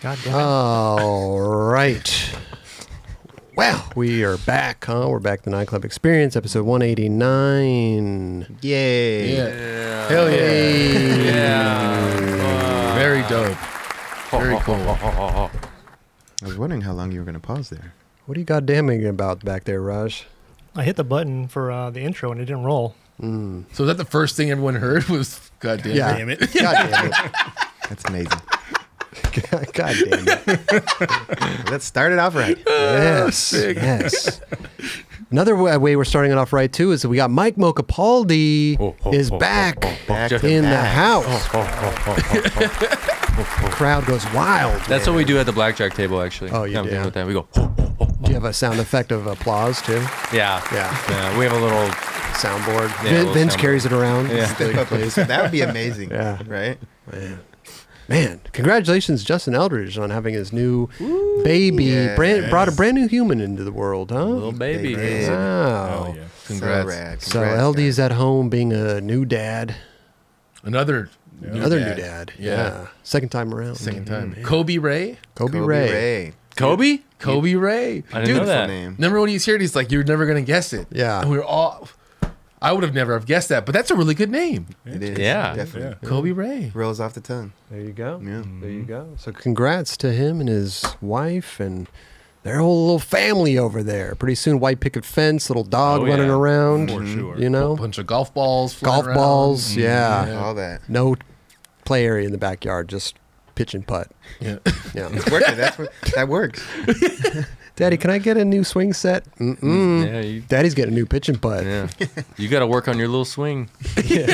God damn it. All right. Well, we are back, huh? We're back to the Nightclub Experience, episode 189. Yay. Yeah. Hell yeah. Very dope. Very cool. I was wondering how long you were going to pause there. what are you goddamming about back there, Raj? I hit the button for uh, the intro and it didn't roll. So is that the first thing everyone heard was God damn Yeah. it. Damn it. God That's amazing. damn it. God damn it. that started off right. Yes. Yes. Another wa- way we're starting it off right too is that we got Mike Mocapaldi is back, Back to in the back. house. Crowd goes wild. That's man. what we do at the blackjack table, actually. Oh, you Kind do? of thing with that. We go, "Ho, ho, ho." Do you have a sound effect of applause too? yeah, Yeah. yeah. We have a little. Soundboard. Yeah, Vin, little Vince soundboard. carries it around. Yeah. It's the- that would be amazing. Yeah. Right? Man, congratulations, Justin Eldridge, on having his new baby. Yes. Brand, brought a brand new human into the world, huh? Little baby. did. Wow. Oh, yeah. So, Congrats. rad. So Congrats, LD's at home being a new dad. Another Another new dad. Yeah. Yeah. Second time around. Second Mm. time. Kobe Ray. Kobe, guys. Kobe Ray. Ray. Kobe? Kobe Ray. I didn't know that. name. Remember when he's here? He's like, you're never gonna guess it. Yeah. And we were all. I would have never have guessed that, but that's a really good name, It is. Yeah. Definitely. Kobe Ray. Rolls off the tongue. There you go. Yeah. There you go. So congrats to him and his wife and their whole little family over there. Pretty soon, white picket fence, little dog Oh, running yeah. around. For sure. You A know, bunch of golf balls. flying golf around. balls. Yeah. All that. No play area in the backyard. Just pitch and putt. Yeah. Yeah. It's working. That's what, that works. Daddy, can I get a new swing set? Mm-mm. Yeah, you, Daddy's getting a new pitch and putt. yeah. you got to work on your little swing.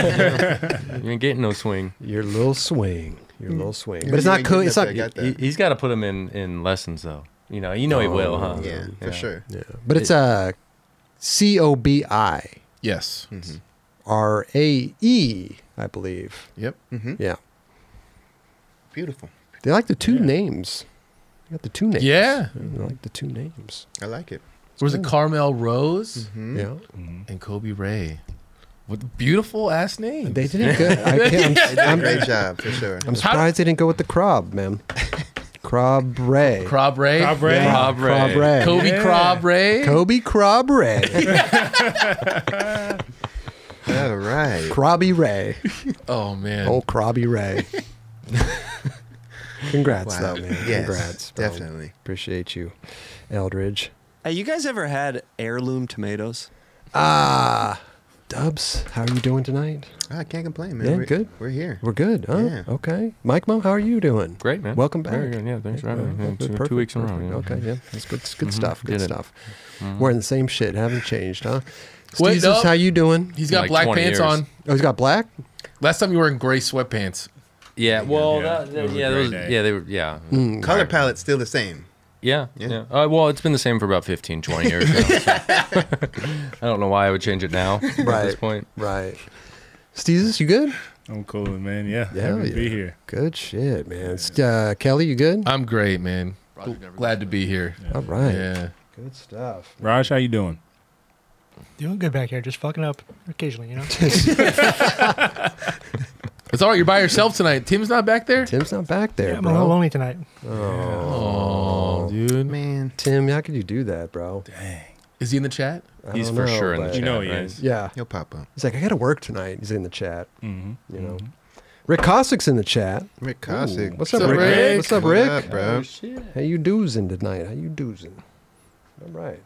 you ain't getting no swing. Your little swing. Your little swing. Yeah, But it's you not. ain't Co- getting it's up not. there, I got He, that. he's got to put him in in lessons though. You know, you know he will, huh? Yeah, for sure. Oh, Yeah. But it's a C O B I. Yes. Mm. Mm-hmm. Mm-hmm. R A E, I believe. Yep. Yeah. Mm-hmm. Beautiful. They like the two names. They got the two names. Yeah. They like the two names. I like it. Was it Carmel Rose Mm-hmm. Yeah. and Kobe Ray? What beautiful ass name. They didn't go. I can't, They I'm, did a great job, for sure. I'm surprised they didn't go with the crab, man. Crab Ray. Crab Ray. Rob Ray. Yeah. Crab Ray. Crab Ray. Kobe Kobe Crab Ray. Yeah. Crab Ray. All right. Crabby Ray. oh man. Old Crabby Ray. Congrats, Wow. though, man. Yes, Congrats. bro. definitely. Appreciate you, Eldridge. Hey, you guys ever had heirloom tomatoes? Ah, Dubs, how are you doing tonight? Ah, I can't complain, man. Yeah, we're, good. We're here. We're good, huh? Yeah. Okay. Mike Mo, how are you doing? Great man. Welcome back. Very good. Yeah, thanks for having me. Yeah, Yeah, good, two, perfect, two weeks in a row. perfect. Yeah. Mm-hmm. Okay, yeah. That's good it's good stuff. Good Get it. Mm-hmm. stuff. Wearing the same shit, haven't changed, huh? Wait, Steezus, no. how you doing? He's got Like black 20 pants years. on. Oh, he's got black? Last time you were in gray sweatpants. Yeah. Well, Yeah. that- It was a yeah, great those, day. yeah, they were. Yeah. Mm. Color palette's still the same. Yeah. Yeah. Yeah. Uh, well, it's been the same for about 15, 20 years now. so. I don't know why I would change it now at this Right. point. Right. Steezus, you good? I'm cool, man. Yeah. Yeah, Happy yeah. to be here. Good shit, man. Uh, Kelly, you good? I'm great, man. Glad to be here. All right. Yeah. Good stuff. Raj, how you doing? Doing good back here, just fucking up occasionally, you know? It's all right. You're by yourself tonight. Tim's not back there. Tim's not back there, I'm a little bro. lonely tonight. Oh, dude. Man. Tim, how could you do that, bro? Is he in the chat? I He's don't for know, sure in the Oh, but- chat. You know he right? is. Yeah. He'll pop up. He's like, I got to work tonight. He's in the chat. Mm-hmm. You know, Rick Cossack's in the chat. Rick Cossack. What's What's up, up, Rick? Rick? What's up, What Rick? up, bro? How you doozing tonight? How you doozing? All right.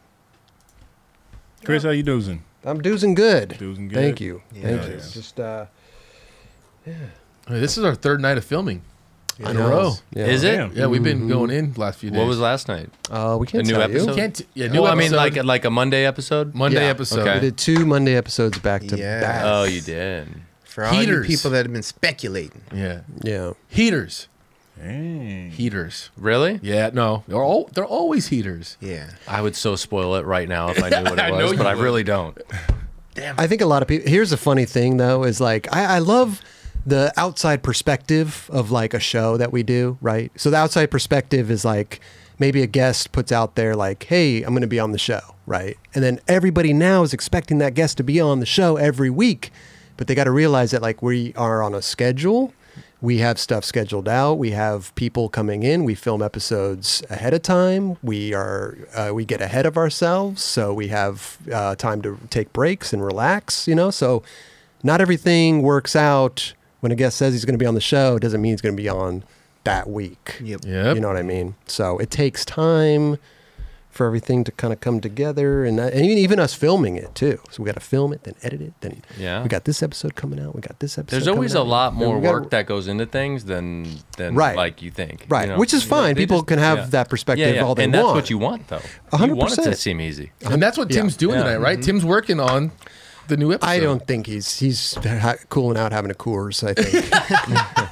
Chris, how you doing? I'm doozing good. Doozing good. Thank you. Yeah. Thank you. Yeah. Just uh, Hey, This is our third night of filming in a yeah. Mm-hmm. row. Yeah. Is it? Damn. Yeah, we've been going in the last few days. What was last night? Uh, we can't A new tell episode? you. Can't t- yeah, new Well, I mean, episode, like like a Monday episode. Monday Yeah. episode. Okay. We did two Monday episodes back to Yes. back. Oh, you did. For all Heaters. you people that have been speculating. Yeah. Yeah. Heaters. Hey. Heaters. Really? Yeah, no. They're all they're always heaters. Yeah. I would so spoil it right now if I knew what I it know was, you but I would. really don't. I think a lot of people. Here's the funny thing, though, is like I, I love the outside perspective of like a show that we do, right? So the outside perspective is like maybe a guest puts out there like, "Hey, I'm going to be on the show," right? And then everybody now is expecting that guest to be on the show every week, but they got to realize that like we are on a schedule. we have stuff scheduled out. We have people coming in. We film episodes ahead of time. We are uh, we get ahead of ourselves, so we have uh, time to take breaks and relax. You know, so not everything works out when a guest says he's going to be on the show. It doesn't mean he's going to be on that week. Yep. Yep. You know what I mean? So it takes time for everything to kind of come together, and, that, and even, even us filming it too. So we got to film it, then edit it, then Yeah. we got this episode coming out. We got this episode. There's coming always a out, lot then more we gotta- work that goes into things than than Right. like you think. you Right, know? which is You know, fine. they People can have that perspective all they and want. that's what you want, though. You hundred want it to percent. seem easy. And that's what Yeah. Mm-hmm. Tim's doing Yeah. tonight, right? Tim's working on the new episode. I don't think he's he's ha- cooling out having a Coors. I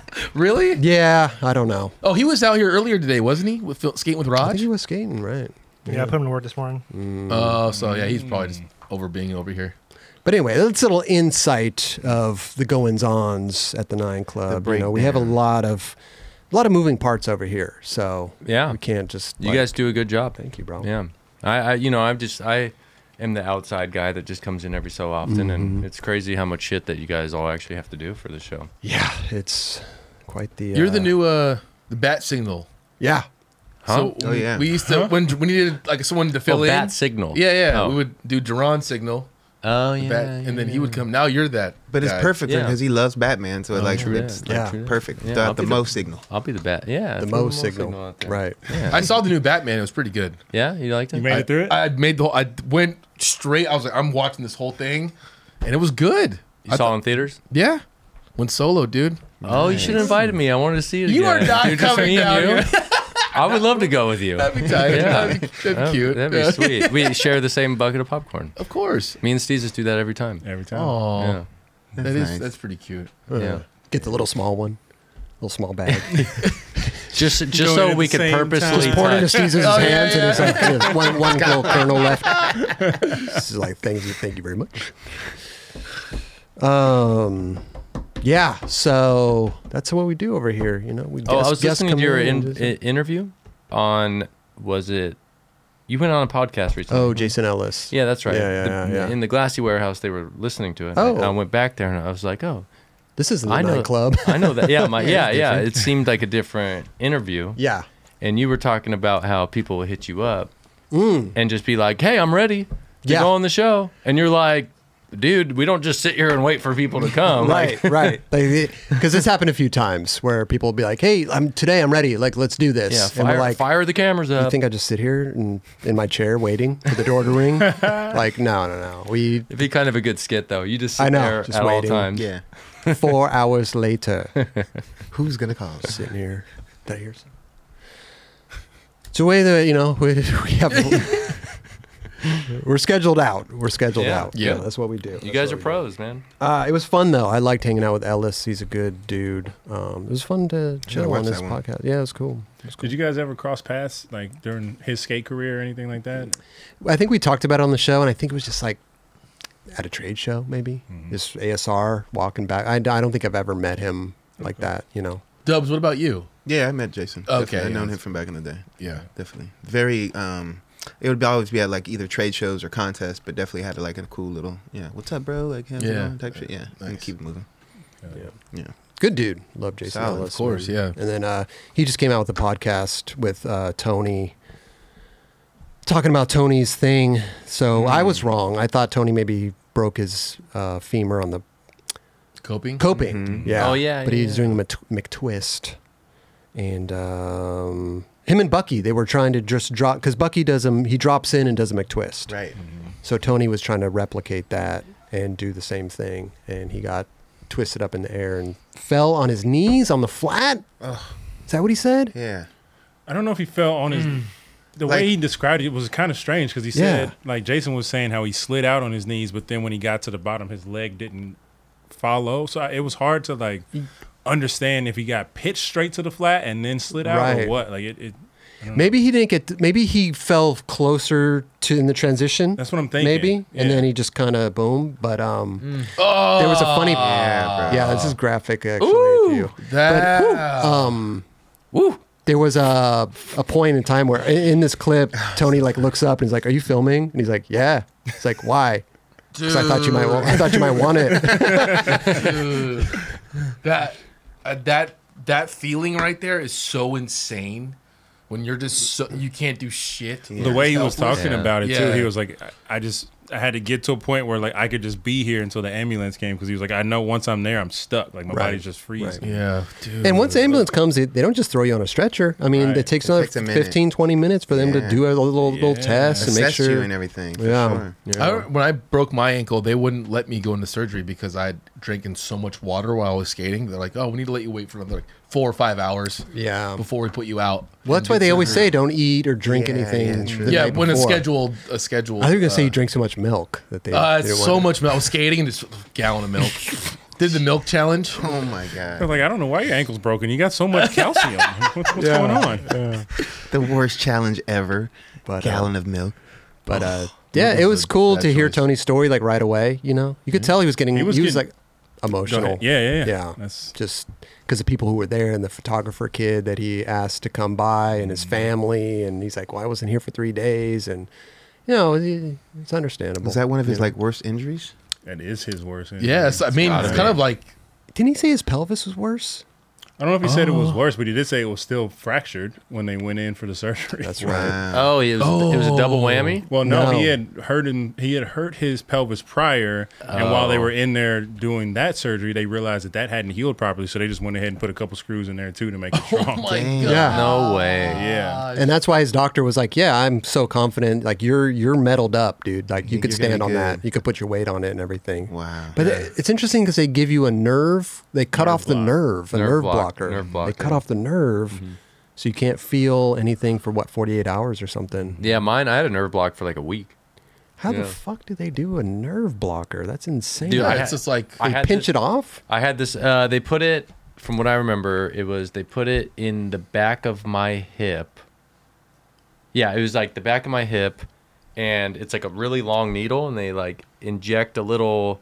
think. really. yeah, I don't know. Oh, he was out here earlier today, wasn't he? With skating with I think Raj. he was skating right. Yeah, I put him to work this morning. Oh, so yeah, he's probably just Mm. over being over here. But anyway, that's a little insight of the goings ons at the Nine Club. you know, we have a breakdown. lot of a lot of moving parts over here, so Yeah. we can't just. You like- guys do a good job. thank you, bro. Yeah. I, I you know, I'm just I am the outside guy that just comes in every so often Mm-hmm. and it's crazy how much shit that you guys all actually have to do for the show. yeah, it's quite the. You're the uh, new uh the bat signal. Yeah, Huh? So Oh, we, yeah. we used to when we needed like someone to fill oh, in. bat signal. Yeah, yeah. Oh, We would do Duran signal, oh the yeah, bat, yeah, and then he yeah. would come. Now you're that. But it's guy. perfect Yeah. because he loves Batman, so it like true that, it's yeah, like true that. perfect. Yeah, the, I'll the be the- Mo signal. I'll be the bat. Yeah. the throw Mo signal, out there. right? Yeah. I saw the new Batman. It was pretty good. yeah, you liked it? You made I, it through it. I made the whole. I went straight. I was like, I'm watching this whole thing, and it was good. You I saw thought- it in theaters? Yeah. Went solo, dude. Oh, you should have invited me. I wanted to see it. You again. are not Dude, just coming me and down you? here. I would love to go with you. That'd be tight. Yeah. That'd be, that'd be Oh, cute. That'd Yeah. be sweet. We share the same bucket of popcorn. Of course. Me and Steve just do that every time. Every time. Oh, Yeah. that's That's nice. that's pretty cute. Oh. Yeah. Get the little small one, little small bag. Just just Going so at we the could same purposely time. poured into touch. Caesar's Oh, yeah, hands, and it's like there's one, one little kernel left. this is like thank you, thank you very much. Um, yeah. So that's what we do over here. You know, we. Oh, I was guests listening come to your in and in, just- i- interview on was it you went on a podcast recently. oh, Jason Ellis. Yeah, that's right. Yeah, yeah, The- yeah, yeah. In the glassy warehouse they were listening to it. Oh. And I went back there and I was like, "Oh, This is the I know nightclub. I know that. Yeah, my yeah, it's yeah. different. It seemed like a different interview. yeah. And you were talking about how people will hit you up and just be like, "Hey, I'm ready to Mm. Yeah. go on the show." And you're like, "Dude, we don't just sit here and wait for people to come." Like, Right, right. Because this happened a few times where people will be like, "Hey, I'm today. I'm ready. Like, let's do this." yeah, and fire, we're like, fire the cameras "You up. think I just sit here and in my chair waiting for the door to ring?" like, no, no, no. We It'd be kind of a good skit though. You just sit I know, there just at waiting. all times. Yeah. four hours later. Who's gonna call? sitting here. Did I hear something? It's a way that you know we, we have. we're scheduled out. We're scheduled Yeah. out. Yeah. that's what we do. You That's guys what are we do. pros, man. Uh, it was fun though. I liked hanging out with Ellis. He's a good dude. Um, it was fun to chill watch on his that one. podcast. Yeah, it was cool. It was cool. Did you guys ever cross paths like during his skate career or anything like that? I think we talked about it on the show, and I think it was just like at a trade show, maybe. Just ASR walking back. I, I don't think I've ever met him like that. You know. Dubs, what about you? Yeah, I met Jason. Okay, Definitely. I've yeah. known him from back in the day. Yeah. Definitely. Very um it would be- always be at like either trade shows or contests, but definitely had like a cool little yeah, what's up bro? Like how's it Yeah. going? type shit. Yeah. And Nice. keep it moving. Yeah. Good dude. Love Jason Solid, of Ellis. course, man. yeah. And then uh, he just came out with a podcast with uh, Tony talking about Tony's thing. So I was wrong. I thought Tony maybe broke his uh, femur on the Coping. coping. Yeah. Oh, yeah, Mm-hmm. But yeah, he's yeah. doing the Mc- McTwist. And um, him and Bucky, they were trying to just drop because Bucky does him. He drops in and does a McTwist. Right. So Tony was trying to replicate that and do the same thing, and he got twisted up in the air and fell on his knees on the flat. Is that what he said? Yeah. I don't know if he fell on his. The Like- way he described it was kind of strange because he said, like Jason was saying, how he slid out on his knees, but then when he got to the bottom, his leg didn't follow. So I, it was hard to like understand if he got pitched straight to the flat and then slid out Right. or what. Like it, it Maybe he didn't get. Maybe he fell closer to in the transition. That's what I'm thinking. Maybe, and Yeah. then he just kind of boom. But um, there was a funny. Mm. Oh. Yeah, Yeah, bro. this is graphic actually. If you, That. um, There was a a point in time where i- in this clip, Tony like looks up and he's like, "Are you filming?" And he's like, "Yeah." It's like, "Why?" Because I thought you might. wa- I thought you might want it. Dude, that uh, that that feeling right there is so insane when you're just so, you can't do shit. the way he was talking Yeah. about it Yeah. too he was like I, I just i had to get to a point where like i could just be here until the ambulance came because he was like i know once i'm there i'm stuck like my Right. body's just freezing Yeah, dude. And once the ambulance comes, they, they don't just throw you on a stretcher. I mean, Right. it takes It another takes a minute. 15, 20 minutes for them to Yeah. do a little, little Yeah. test and make Assess sure. you and everything. For Yeah. Sure. I, remember when I broke my ankle, they wouldn't let me go into surgery because I would drinking so much water while I was skating. They're like, "Oh, we need to let you wait for another like four or five hours yeah. before we put you out." Well, that's why they always say don't eat or drink Yeah, anything. yeah, the true. night yeah, when it's before. scheduled, a scheduled. I think they're gonna say uh, you drink so much milk that they. Uh, they don't so want- much milk. I was skating and just gallon of milk. Did the milk challenge? Oh my I was god. like, I don't know why your ankle's broken. You got so much calcium. What's, what's going on? The worst challenge ever. But, uh, Gallon of milk. But uh, Oh. yeah, Milk it is was a cool bad to hear choice. Tony's story like right away. You know, you could tell he was getting. He He was, was like getting- Go emotional. ahead. Yeah, yeah, yeah. Yeah. That's just because the people who were there and the photographer kid that he asked to come by and his family and he's like, "Well, I wasn't here for three days," and you know, it- it's understandable. Was that one of his Yeah. like worst injuries? that is his worst. injury. Yes, I mean it's kind of like Didn't he say his pelvis was worse? I don't know if he said it Oh. was worse, but he did say it was still fractured when they went in for the surgery. That's right. Wow. Oh, it was, it was a double whammy. Well, no, No. he had hurt and he had hurt his pelvis prior, and while they were in there doing that surgery, they realized that that hadn't healed properly, so they just went ahead and put a couple screws in there too to make it oh strong. my Dang. god. Yeah. No way. yeah, And that's why his doctor was like, "Yeah, I'm so confident. Like you're you're metaled up, dude. Like you, You- could you're gonna stand be on that. good." You could put your weight on it and everything." Wow. But it- it's interesting because they give you a nerve. They cut off the block. nerve, a nerve, Nerve block- blocker. nerve They blocker. cut off the nerve, so you can't feel anything for what 48 hours or something. Yeah, mine. I had a nerve block for like a week. How Yeah. the fuck do they do a nerve blocker? That's insane. Dude, Yeah, I it's had- just like I they had pinch to- it off. I had this. Uh, they put it, from what I remember, it was they put it in the back of my hip. Yeah, it was like the back of my hip, and it's like a really long needle, and they like inject a little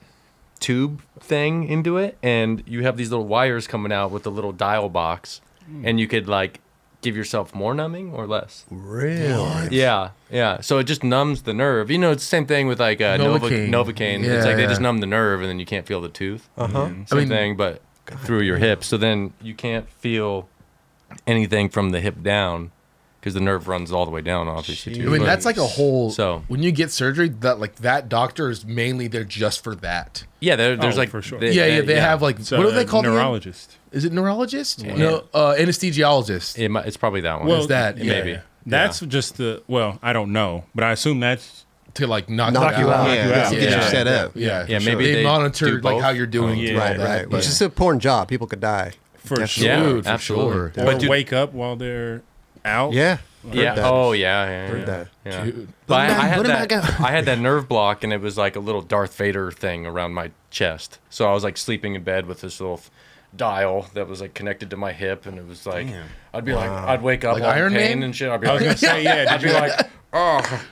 tube thing into it, and you have these little wires coming out with a little dial box, and you could like give yourself more numbing or less. Really? Yeah, yeah. So it just numbs the nerve. You know, it's the same thing with like uh, Nova- Novocaine. Novocaine. It's like Yeah. they just numb the nerve, and then you can't feel the tooth Mm-hmm. Uh huh. same I mean- thing, but through your hip. So then you can't feel anything from the hip down because the nerve runs all the way down, obviously. I Too, mean but- that's like a whole. So- when you get surgery, that like that doctor is mainly there just for that. yeah, there, there's Oh, like for sure. yeah, yeah. They have like So, what do they uh, call them? Neurologist. Is it neurologist? No, uh, anesthesiologist. It, mi- it's probably that one. Well, is that yeah, maybe. That's just the well. I don't know, but I assume that's to like knock, Knock it you out. yeah, that's to get Yeah. you set up. Yeah, Yeah, for maybe they, they monitor do like both. how you're doing. Oh, through yeah. all Right, that, right. but- Which is a porn job. People could die. for Definitely. Yeah, sure. Dude, for absolutely. sure. Or But dude- wake up while they're out. Yeah. yeah. Heard that. Oh, yeah. yeah, Heard yeah, that. yeah. Dude. Put But I, 'em I back- had put 'em that. back I had that nerve block, and it was like a little Darth Vader thing around my chest. So I was like sleeping in bed with this little dial that was like connected to my hip, and it was like Damn. I'd be like I'd wake up Like all in Iron pain Man? and shit. I'd be I was like, gonna say yeah. I'd Did be you like? like, oh.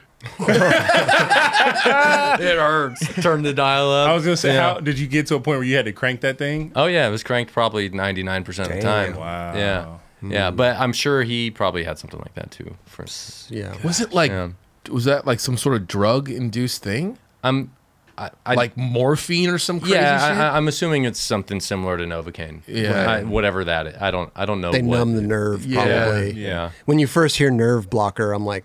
it hurts. Turn the dial up. I was gonna say, Yeah. how did you get to a point where you had to crank that thing? Oh yeah, it was cranked probably ninety nine percent of the Damn. time. Wow. Yeah. Yeah, but I'm sure he probably had something like that too. For Yeah. was it like Yeah. was that like some sort of drug induced thing? I'm, I, I like morphine or some crazy yeah, shit? I, I- I'm assuming it's something similar to Novocaine. Yeah. I, whatever that. Is. I don't. I don't know. They what, numb the nerve Yeah. probably. Yeah. When you first hear nerve blocker, I'm like,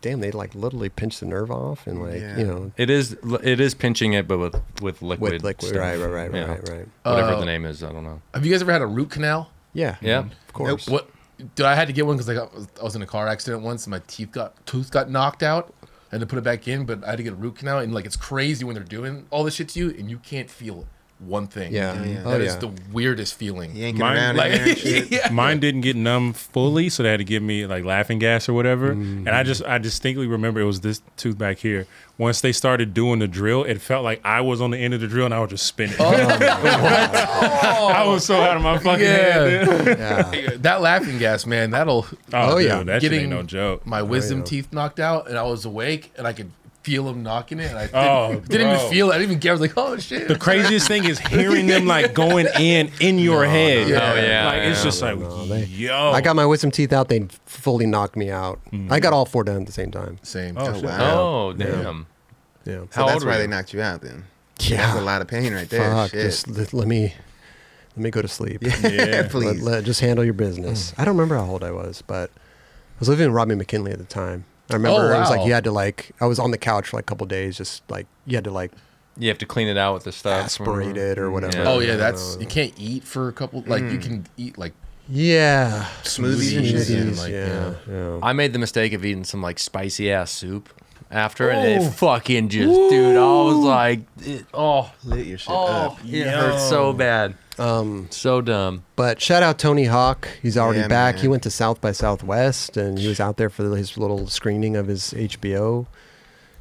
damn, they like literally pinch the nerve off and like Yeah. you know It is. It is pinching it, but with with liquid. with liquid. stuff. Right, Oh. right, right, Yeah. right, right. Whatever Uh, the name is, I don't know. Have you guys ever had a root canal? Yeah. Yeah. Of course. What? Dude, I had to get one because I, got- I was in a car accident once and my teeth got tooth got knocked out. I had to put it back in, but I had to get a root canal. And like, it's crazy when they're doing all this shit to you and you can't feel one thing. Yeah. Yeah, That is yeah. Oh, yeah. the weirdest feeling. Yanking Mine- around Like, in there and shit. yeah. Mine didn't get numb fully, so they had to give me like laughing gas or whatever. And I just, I distinctly remember it was this tooth back here. Once they started doing the drill, it felt like I was on the end of the drill and I was just spinning. Oh, I was so out of my fucking head. Dude. yeah. That laughing gas, man, that'll Oh, Oh, dude, yeah. Oh, that shit Getting- ain't no joke. my wisdom yeah. teeth knocked out, and I was awake, and I could feel them knocking it. And I didn't, Oh, didn't even bro. feel it. I didn't even care. I was like, oh shit. The craziest thing is hearing them like going in in your head. no. Oh, yeah, like it's yeah. just like yo. I got my wisdom teeth out. They fully knocked me out. I got all four done at the same time. Same. Oh, Oh, shit. wow. Oh damn. Yeah. So How that's old were why they you? knocked you out then. Yeah. That's a lot of pain right there. Fuck. shit. Just let, let me Let me go to sleep. Yeah, Let, please. let- just handle your business. I don't remember how old I was, but I was living with Robbie McKinley at the time. I remember it was like wow. you had to like I was on the couch for like a couple days, just like you had to like You have to clean it out with the stuff. aspirate it or whatever. Mm, Yeah. Oh yeah, that's Uh. you can't eat for a couple. Like Mm. you can eat like yeah, Smoothies and shit. and, Smoothies, like, yeah, yeah. I made the mistake of eating some like spicy ass soup after, and Oh. it fucking just, dude, I was like, it, oh, Lit your shit oh, up. it hurts so bad, Um, so dumb. but shout out Tony Hawk. He's already Yeah, back. man. He went to South by Southwest and he was out there for his little screening of his HBO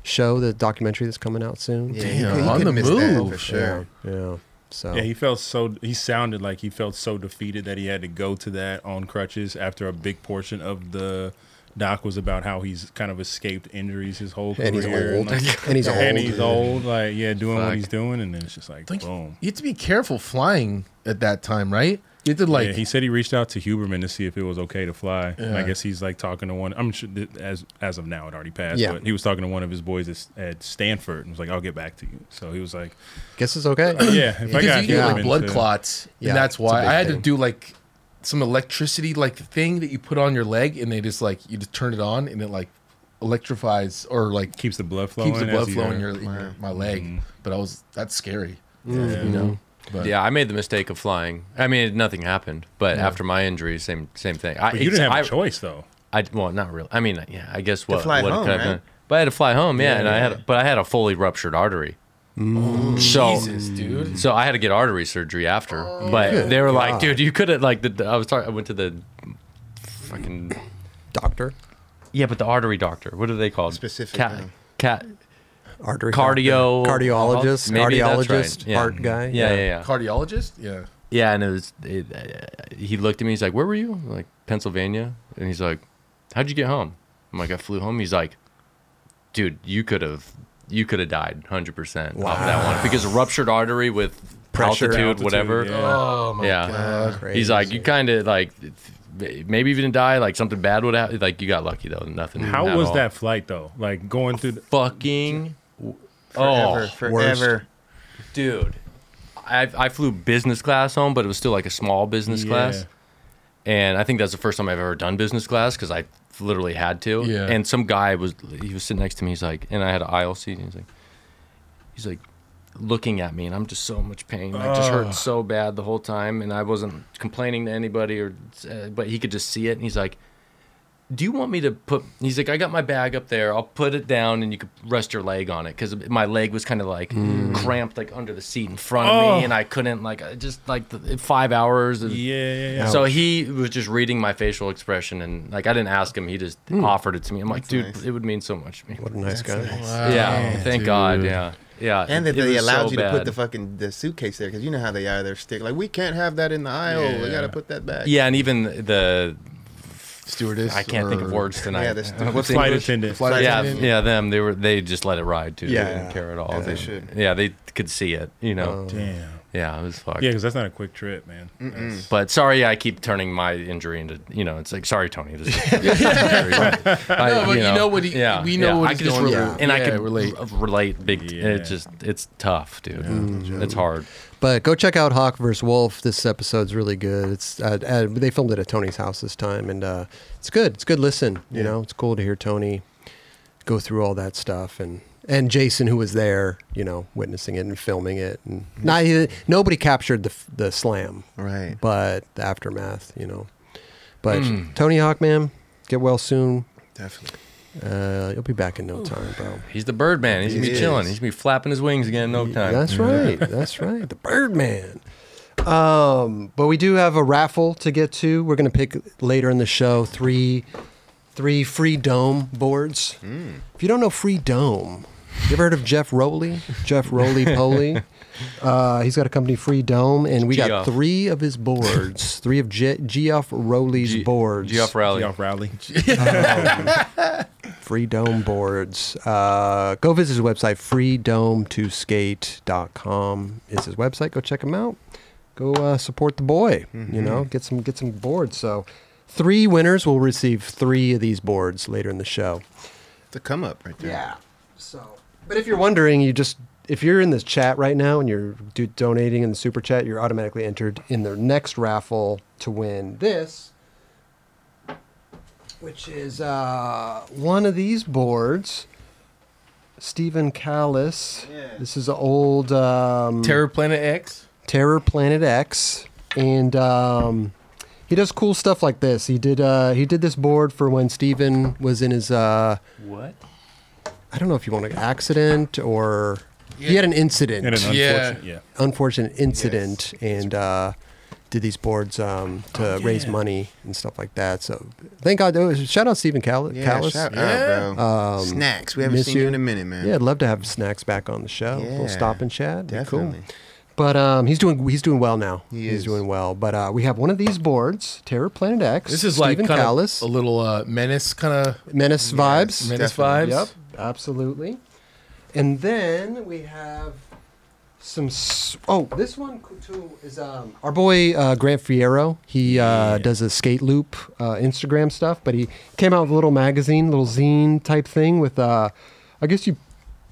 show, the documentary that's coming out soon. Yeah, you Damn, could- you on could the miss that move. for sure. Yeah. yeah. So Yeah, he felt so. He sounded like he felt so defeated that he had to go to that on crutches after a big portion of the doc was about how he's kind of escaped injuries his whole and he's career. old. like, and he's old. and he's old, like yeah, doing what Fuck. he's doing, and then it's just like Don't you- boom. You have to be careful flying at that time, right? You did like yeah, he said he reached out to Huberman to see if it was okay to fly. And I Yeah. guess he's like talking to one. I'm sure that as as of now it already passed, Yeah. but he was talking to one of his boys at, at Stanford and was like, "I'll get back to you." So he was like, Guess it's okay. Uh, "Yeah, if I because got you get like Huberman blood to- clots, Yeah, and that's it's a why big I had to thing. do like some electricity like thing that you put on your leg, and they just like you just turn it on, and it like electrifies or like keeps the blood flowing, keeps the as blood you- Mm-hmm. flowing in your, in your my leg. But I was that's scary, you know. But Yeah, I made the mistake of flying. I mean, nothing happened, but after my injury, same same thing. I, But you didn't have a a choice though. I well, not really. I mean, yeah, I guess what fly what it home, could've right? been. But I had to fly home, yeah, and I had but I had a fully ruptured artery. so Jesus, dude. so I had to get artery surgery after. but they were like, God. dude, you could have like the, the- I was talking I went to the fucking Doctor, yeah, but the artery doctor. What are they called? Specific, cat, yeah. cat artery cardio uh-huh. doctor. cardiologist, Maybe that's right. cardiologist, heart guy. Yeah, yeah, yeah. Cardiologist, yeah. Yeah, and it was. It, uh, he looked at me. He's like, "Where were you?" I'm like Pennsylvania, and he's like, "How'd you get home?" I'm like, "I flew home." He's like, "Dude, you could have, you could have died, hundred percent off that one because a ruptured artery with Pressure, altitude, altitude, whatever." yeah. Oh my Yeah. god. Crazy. He's like, "You kind of like, maybe if you didn't die, like something bad would happen. Like you got lucky though, nothing." How Mm, not was all. that flight though? Like going through. The, fucking? Forever, Oh, forever. dude. I, I flew business class home, but it was still like a small business Yeah. class. and I think that's the first time I've ever done business class because I literally had to. Yeah. And some guy was he was sitting next to me. He's like, and I had an aisle seat. And he's like, he's like looking at me, and I'm just so much pain. I just hurt so bad the whole time, and I wasn't complaining to anybody or, uh, but he could just see it, and he's like. Do you want me to put? He's like, I got my bag up there. I'll put it down, and you could rest your leg on it because my leg was kind of like Mm. cramped, like under the seat in front of Oh. me, and I couldn't like I just like the, five hours. Of, Yeah, yeah, yeah. so he was just reading my facial expression and like I didn't ask him, he just offered it to me. I'm like, dude, nice. it would mean so much to me. Hmm. What a nice guy. yeah, thank God. Yeah, yeah. And that it they was allowed so you to put bad. the fucking the suitcase there because you know how they are. They're stick like we can't have that in the aisle. We Yeah. gotta put that back. yeah, and even the Stewardess. I can't think of or- words tonight. Yeah, the stu- What's the flight English? attendant. Flight Yeah, attendant. yeah, them. They were they just let it ride too. they Yeah. didn't care at all. they And- should. Yeah, they could see it. You Oh. know. Damn. yeah, it was fucked. Yeah, because that's not a quick trip, man. That's- But sorry, I keep turning my injury into you know. It's like sorry, Tony. This is I, No, but you know what he- we know what I he's can just going relate, through. and I Yeah, can relate. relate. Relate big. Yeah. It's just it's tough, dude. It's hard. But go check out Hawk vs. Wolf. This episode's really good. It's uh, uh, they filmed it at Tony's house this time, and uh, it's good. It's a good. Listen, you know, it's cool to hear Tony go through all that stuff, and and Jason who was there, you know, witnessing it and filming it, and not he- nobody captured the f- the slam, Right. but the aftermath, you know. But Tony Hawk, man, get well soon. Definitely. Uh, you'll be back in no time, bro. He's the Birdman. He's gonna be He chilling. is. He's gonna be flapping his wings again in no time. That's right. That's right. The Birdman. Um, but we do have a raffle to get to. We're gonna pick later in the show three, three free dome boards. Hmm. If you don't know free dome, you ever heard of Jeff Rowley? Jeff Rowley Poley. Uh, he's got a company, Free Dome, and we got Geoff. three of his boards, three of Je- Geoff Rowley's G- boards, Geoff Rowley. Off rally. Free Dome boards. Uh, go visit his website, freedome2skate.com is his website. Go check him out. Go uh, support the boy. You know, get some get some boards. So, three winners will receive three of these boards later in the show. It's a come up right there. So, but if you're wondering, you just if you're in this chat right now and you're do- donating in the super chat, you're automatically entered in the next raffle to win this, which is uh, one of these boards. Stephen Callis. This is an old um, Terror Planet X. Terror Planet X, and um, he does cool stuff like this. He did uh, he did this board for when Steven was in his uh, What? I don't know if you want an accident or he Yeah. had an incident, And an Yeah. unfortunate, yeah. unfortunate incident, and uh, did these boards um, to raise money and stuff like that. So thank God. oh, Shout out Stephen Callis. Yeah, Callis. shout Yeah. out, bro. Snacks. We haven't Um, miss seen you you. in a minute, man. Yeah, I'd love to have snacks back on the show. A little Yeah, stop and chat. Be definitely. Cool. But um, he's doing he's doing well now. He he's is. doing well. But uh, we have one of these boards, Terror Planet X. This is like Stephen kind of Callis, a little uh, menace kind of Menace vibes. menace vibes. definitely. Yep, absolutely. And then we have some. s- Oh, this one too is um, our boy uh, Grant Fierro. He uh, does a skate loop uh, Instagram stuff, but he came out with a little magazine, little zine type thing with. Uh, I guess you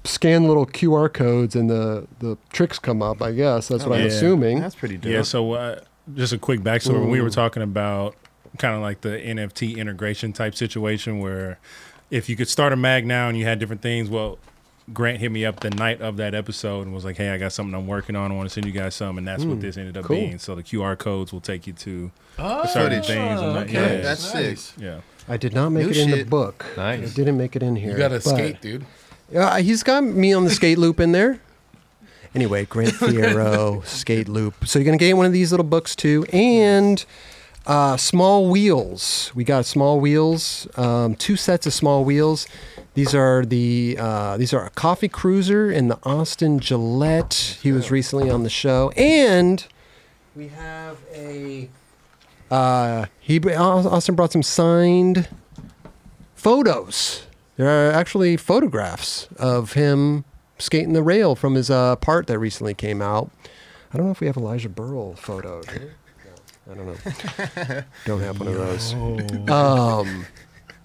scan little QR codes and the the tricks come up. I guess that's what I'm yeah. assuming. That's pretty dope. Yeah. So uh, just a quick backstory. When we were talking about kind of like the NFT integration type situation, where if you could start a mag now and you had different things, well, Grant hit me up the night of that episode and was like, "Hey, I got something I'm working on. I want to send you guys some," and Hmm. that's what this ended up cool. being. So the QR codes will take you to Oh, certain things. And that- okay. Yeah. That's Nice. sick. yeah. I did not make New it in the shit. book. Nice. I didn't make it in here. You got to but- skate, dude. Yeah, he's got me on the skate loop in there. Anyway, Grant Fierro skate loop. So you're gonna get one of these little books too, and uh, small wheels. We got small wheels, um, two sets of small wheels. These are the uh, these are a coffee cruiser and the Austin Gillette. He was recently on the show, and we have a uh, he br- Aus- Austin brought some signed photos. There are actually photographs of him skating the rail from his uh, part that recently came out. I don't know if we have Elijah Burl photo. do we? No, I don't know. Don't have one of those. Um,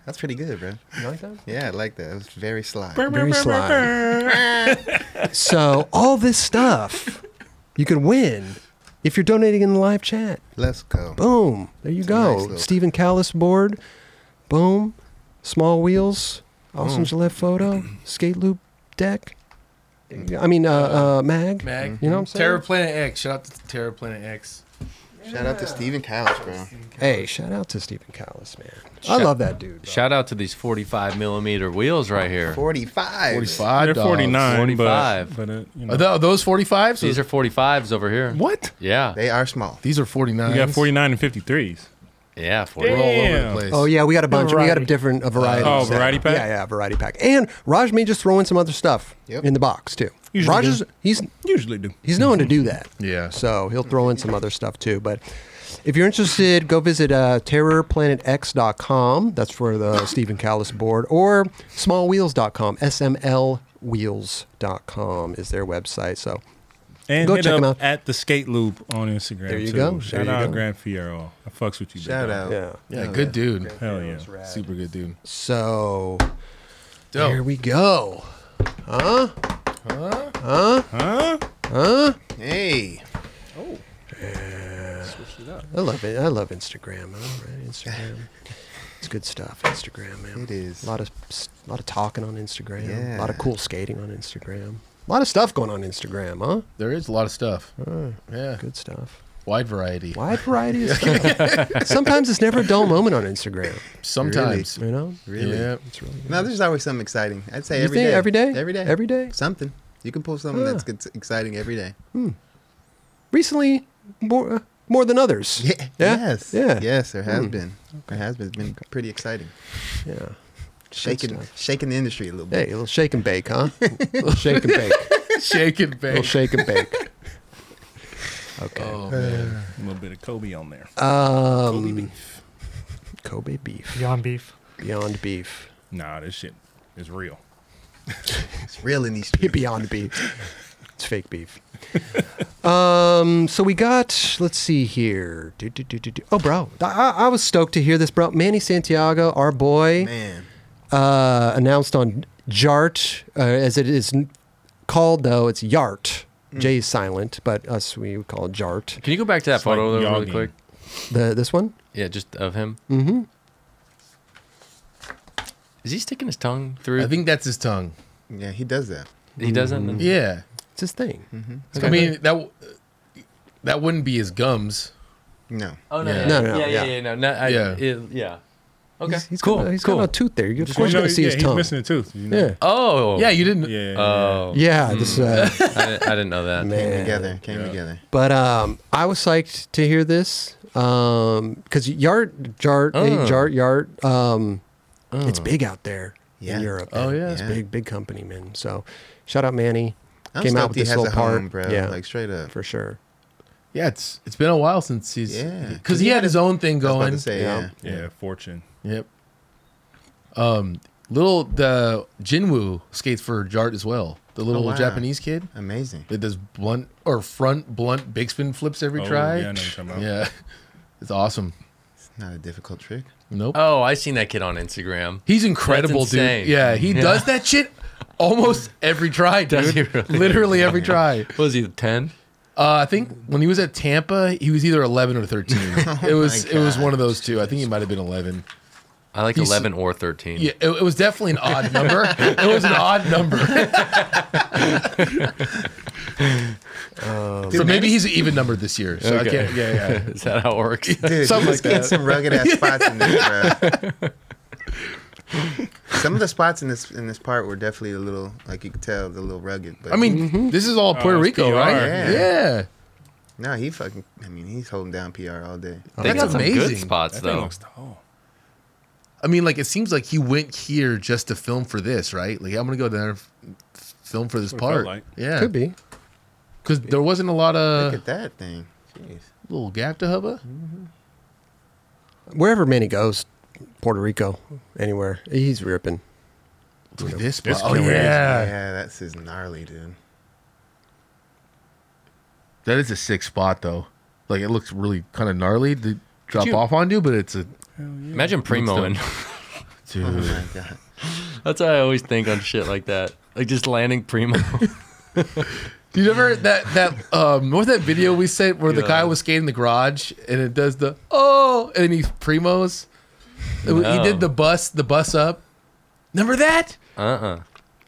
That's pretty good, bro. you like that? Yeah, I like that. It was very sly. Very sly. so all this stuff you can win if you're donating in the live chat. Let's go. Boom. There you a go. nice little- Stephen Callis board. Boom. Small wheels. Austin Gillette photo. Skate loop deck. I mean, uh, uh, mag. Mm-hmm. Mag. You know what I'm saying? Terror Planet X. Shout out to Terror Planet X. Shout out to Steven Couch, bro. Hey, shout out to Stephen Callis, man. I love that dude. bro. Shout out to these 45 millimeter wheels right here. 45. 45 They're 49, but, 45. but uh, you know, Are tho- Oh, are those 45s? These are 45s over here. What? Yeah. They are small. These are 49s. you got 49 and 53s. Yeah. They're all over 40. the Damn. place. Oh yeah, we got a bunch. We got a Variety. different a variety. Oh, set. variety pack? Yeah, yeah, variety pack. And Raj may just throw in some other stuff Yep. in the box too. Usually Raj do. is he's Usually do. he's known to do that. Yeah. So he'll throw in some other stuff too. But if you're interested, go visit uh, terrorplanetx.com. That's for the Stephen Callis board. Or smallwheels.com. SMLwheels.com is their website. So And Go hit check up 'em out. at the skate loop on Instagram. There you too. go. Shout There you out go. Grant Fierro. I fucks with you. big Shout dog. Oh. out. yeah. Yeah, good dude. Hell yeah. Super good dude. So Dope. here we go. Huh? Hey. I love it. I love Instagram. All right, Instagram. It's good stuff. Instagram, man. It is. A lot of s- lot of talking on Instagram. A lot of Yeah. cool skating on Instagram. A lot of stuff going on Instagram, huh? There is a lot of stuff. yeah. Good stuff. Wide variety. Wide variety of stuff. Sometimes it's never a dull moment on Instagram. Sometimes. You know? Really? Yeah. It's really No, there's always something exciting. I'd say You every think day. every day? Every day. Every day? Something. You can pull something Huh. that's that's exciting every day. Recently, more uh, more than others. Yeah. Yes. Yeah. Yes, there has Hmm. been. There has been. It's been pretty exciting. Yeah. Good Shaking, stuff. shaking the industry a little Hey, bit. a little shake and bake, huh? a little shake and bake. A Shake and little bake. shake and bake. Okay. Oh, man. A little bit of Kobe on there. Um, Kobe beef. Kobe beef. Beyond beef. Beyond beef. Nah, this shit is real. It's real in these streets. Beyond beef. It's fake beef. um, so we got, let's see here. Do, do, do, do, do. Oh, bro. I, I was stoked to hear this, bro. Manny Santiago, our boy, Man. uh, announced on Jart, uh, as it is called though. It's Yart. Mm. J is silent, but us we would call it Jart. Can you go back to that It's photo like though, really jogging. quick? The this one. Yeah, just of him. Mm-hmm. Is he sticking his tongue through? I think that's his tongue. Yeah, he does that. he doesn't. Mm-hmm. Yeah. It's his thing. Mm. I mean that w- that wouldn't be his gums. No. Oh no, Yeah. yeah. No, no, no, yeah, yeah, yeah. yeah, no, no, I, Yeah. yeah, yeah. Okay, He's, he's cool, Got, a- he's cool. got a tooth there. You, of course, You you're know, gonna see yeah, his he's tongue. missing a tooth. you know? Yeah, oh, Yeah, you didn't. Yeah. Oh, yeah. This, Mm. uh, I, didn't- I didn't know that. Came man. together. Came together. But um, I was psyched to hear this because Yart, Jart, hey, Oh. Jart, Yart. Um, It's big out there Yeah. in Europe. Oh, man. yeah. it's Yeah. big, big company, man. So shout out Manny. I'm Came out stoked with he this has little a part, home, bro. yeah. Like straight up. for sure. Yeah, it's it's been a while since he's Yeah. because he had his own I thing was about going. to say, Yeah. yeah. Yeah, fortune. Yep. Um, little the Jinwoo skates for Jart as well. The little wow. Japanese kid Amazing. that does blunt or front blunt big spin flips every Oh, try. yeah, I know what you're talking about. Yeah. it's awesome. It's not a difficult trick. Nope. Oh, I seen that kid on Instagram. He's incredible, That's dude. insane. Yeah, he Yeah. does that shit almost every try, Does dude. he really? Literally every try. What was he ten? Uh, I think when he was at Tampa, he was either 11 or 13. it was it was one of those two. I think he might have been 11. I like He's- eleven or thirteen. Yeah, it, it was definitely an odd number. it was an odd number. so maybe he's an even number this year. So I Okay. can't. Yeah, yeah. Is that how it works? Dude, you Something like just get that. some rugged ass spots in this, bro. some of the spots in this in this part were definitely a little, like you could tell, the little rugged. But I mean, this is all Puerto it's Rico, PR. right? Yeah. Mm-hmm. yeah. no, he fucking. I mean, he's holding down PR all day. Uh-huh. They That's got some amazing. good spots That thing though. looks tall. I mean, like it seems like he went here just to film for this, right? Like I'm gonna go there, f- film for this what it felt part. like. Yeah, Could be. because there wasn't a lot Look of at that thing. Jeez. little gap to hubba. Wherever Manny goes, Puerto Rico, anywhere, he's ripping. Look at this. It's spot. Oh crazy. yeah. Yeah, that's his gnarly, dude. that is a sick spot though. Like it looks really kind of gnarly to drop you- off onto, but it's a Imagine Primo and Oh dude. my god. that's how I always think on shit like that. Like just landing Primo. You ever that that um what was that video we sent where the Yeah. guy was skating in the garage and it does the oh and then he primos. He No. did the bus the bus up. Remember that? Uh uh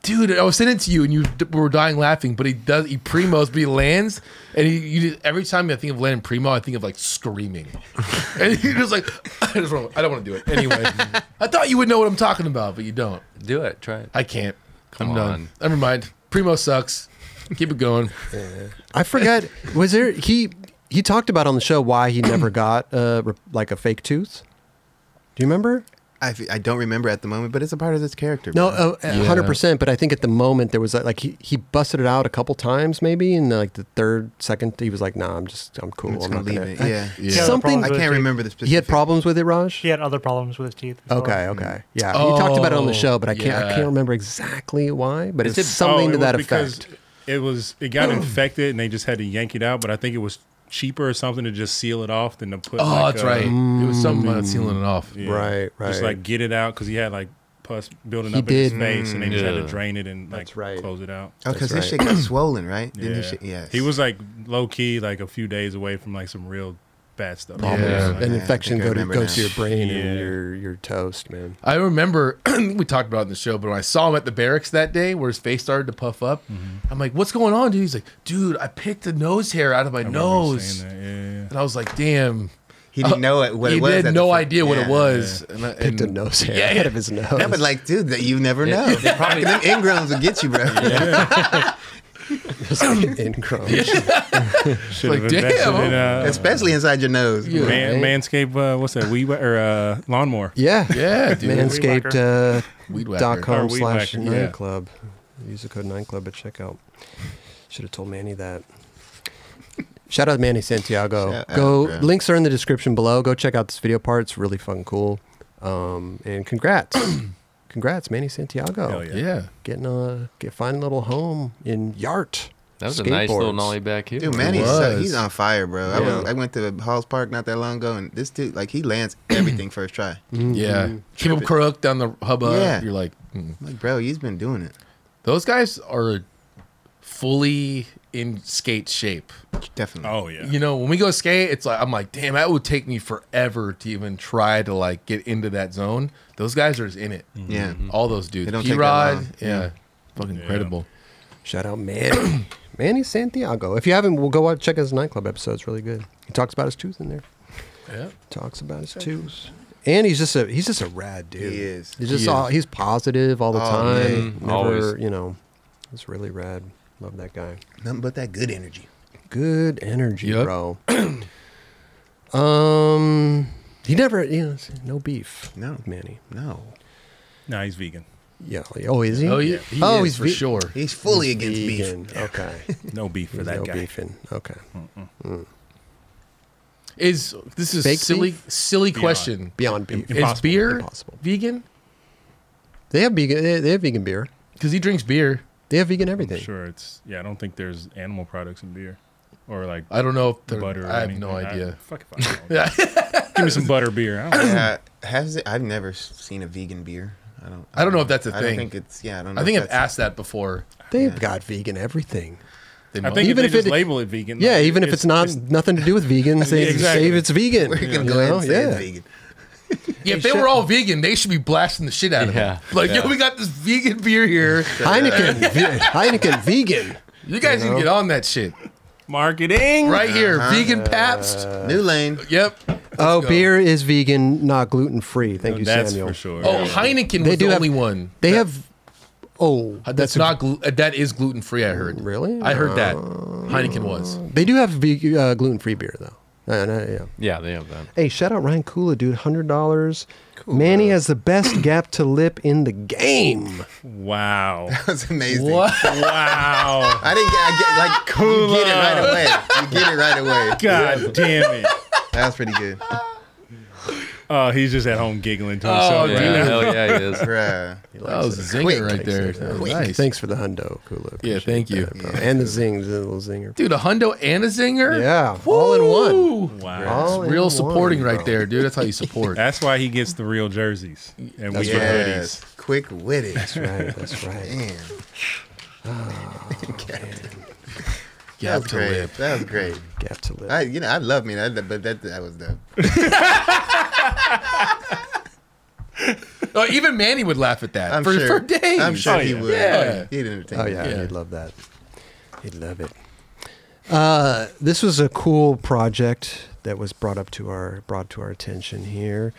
dude, I was sending it to you, and you d- were dying laughing. But he does, he primos, but he lands, and he you just, every time I think of landing primo, I think of like screaming, and he just like, I, just wanna, I don't want to do it anyway. I thought you would know what I'm talking about, but you don't. Do it. Try it. I can't. Come I'm on. done. Never mind. Primo sucks. Keep it going. I forgot. was there he? He talked about on the show why he never got uh, re- like a fake tooth. Do you remember? I, f- I don't remember at the moment, but it's a part of his character. No, bro. uh, Yeah. a hundred percent. But I think at the moment there was uh, like, like he, he busted it out a couple times, maybe, and like the third, second, he was like, "Nah, I'm just I'm cool. I'm just I'm gonna not leave gonna-" it. I- Yeah. Yeah. He had other Something- problems I with can't his remember the specific. He had problems with it, Raj. teeth. He had other problems with his teeth. as well. Okay, Oh, okay, yeah. he talked about it on the show, but I can't I yeah. can't remember exactly why. But Is it's it- Oh, something it to was that because effect. Mm. It was it got infected and they just had to yank it out, but I think it was cheaper or something to just seal it off than to put. Oh, like, that's uh, right. It was something about sealing it off. yeah, Right, Just right. like get it out because he had like pus building He up in his did. face, and they just had to Yeah. drain it and like That's right. close it out. Oh, because That's his shit got swollen, right? Yeah. Didn't his shit? Yes. He was like low key, like a few days away from like some real bad stuff. Yeah. Yeah, An I infection think I go to, remember goes to now. your brain Yeah. and you're you're toast, man. I remember we talked about it in the show, but when I saw him at the barracks that day, where his face started to puff up, I'm like, "What's going on, dude?" He's like, "Dude, I picked the nose hair out of my I remember you nose," saying that, yeah, yeah. and I was like, "Damn." He didn't know it, what he it was. had at no the fir- idea what it Yeah. was. And I- Picked a and- nose hair Yeah, yeah. out of his nose. Yeah, but like, dude, that you never know. They probably Them ingrams will get you, bro. It's like in Chrome. Should have Like, damn. invested in uh, Especially inside your nose. Yeah. bro. man, manscape. Uh, what's that? We or uh, lawnmower. Yeah. Yeah, dude. Manscaped uh, Weed whacker. dot Or com weed slash whacker, nine yeah. club. Use the code nine club at checkout. Should have told Manny that. Shout out Manny Santiago. Shout out, go bro. links are in the description below. Go check out this video part. It's really fucking cool. Um, and congrats. congrats, Manny Santiago. Hell yeah. Yeah. Getting a get finding a little home in Yart. That was a nice little Skateboards. nollie back here. Dude, Manny's so, was. he's on fire, bro. I, Yeah. went, I went to Halls Park not that long ago, and this dude, like, he lands everything first try. Mm-hmm. Yeah. Keep him crook down the hub. Yeah. You're like, mm. I'm like, bro, he's been doing it. those guys are fully in skate shape. Definitely. Oh yeah. You know, when we go skate, it's like I'm like, damn, that would take me forever to even try to like get into that zone. Those guys are just in it. Yeah. All those dudes. They don't P take that Rod, long. yeah. Fucking incredible. Shout out Manny. Manny Santiago. If you haven't, we'll go out check his nightclub episode. It's really good. He talks about his tooth in there. Yeah. Talks about his tooth. And he's just a he's just a rad dude. He is. He's just He all, he's positive all the Oh, time. man. Never, Always. you know. It's really rad. Love that guy. Nothing but that good energy. Good energy, Yep. bro. um he never you know, no beef. No. with Manny. No. Nah, he's vegan. Yeah. Oh, is he? Oh yeah. He Oh, is he's for ve- sure. He's fully against beef. Vegan. Okay. No beef for He's that no guy. beefing. Okay. Is this is Baked silly beef? silly Beyond. question. Beyond beef. Is beer Impossible. vegan? They have vegan. They, they have vegan beer. Because he drinks beer. They have vegan I'm everything. sure it's yeah. I don't think there's animal products in beer, or like I don't know if they're, butter. Or I have anything. no idea. fuck if I know. Give me some butter beer. I don't know. Yeah, has it, I've never s- seen a vegan beer. I don't. I don't know if that's a I don't thing. think it's. Yeah, I don't. Know I think if I've that's- asked that before. They've got vegan everything. They I might- think Even even if if they just it- label it vegan, Yeah, like, even if it's not nothing to do with vegans, they just exactly. say it's vegan. We're gonna you go ahead know? and say it's Yeah. vegan. Yeah, if they were all vegan, they should be blasting the shit out of Yeah. them. Like, yo, we got this vegan beer here. Heineken, ve- Heineken, vegan. You guys need to get on that shit marketing. right here. Uh-huh. Vegan Pabst. New lane. Yep. Oh, go. beer is vegan, not gluten free. Thank you, That's Samuel. for sure. Oh, Heineken They was do the have- only one. They have. Oh, That's, that's not glu- uh, that is gluten free. I heard. Really? Oh. I heard that Heineken was. They do have ve- uh, gluten free beer though. No, no, yeah. Yeah, they have that. Hey, shout out Ryan Kula, dude. Hundred dollars. Manny has the best gap to lip in the game. Wow. That's amazing. Wow. I didn't. get- I get like cool. Get it right away. You get it right away. God damn it. That was pretty good. Oh, he's just at home giggling to Oh, himself. yeah, right now. hell yeah, it is. Bruh. That was a zinger Quick. right there. That was nice. Thanks for the hundo, Kula. Yeah, Appreciate thank you. that, bro. And the zing, the little zinger. dude. A hundo and a zinger. Yeah, all in one. Woo! Wow. All in Real one, supporting bro. right there, dude. That's how you support. That's why he gets the real jerseys and we get hoodies. Yes. Quick witted. Right, that's right. Man. Oh, That Gap was to great. lip. That was great. Gap to lip. I, you know, I love me, that, but that that was the Oh, even Manny would laugh at that I'm for, sure. for days. I'm sure Oh, he yeah. would. Yeah. He'd entertain. oh yeah, Yeah. he'd love that. He'd love it. Uh, this was a cool project that was brought up to our brought to our attention here.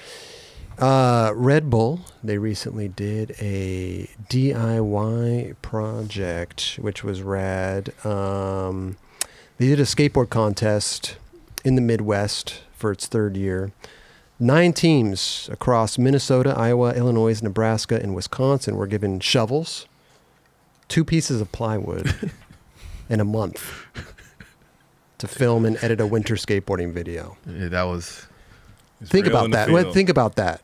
Uh, Red Bull, they recently did a DIY project, which was rad. Um, they did a skateboard contest in the Midwest for its third year. Nine teams across Minnesota, Iowa, Illinois, Nebraska, and Wisconsin were given shovels, two pieces of plywood, and a month to film and edit a winter skateboarding video. Yeah, that was It's Think real about in the that. Well, field. think about that.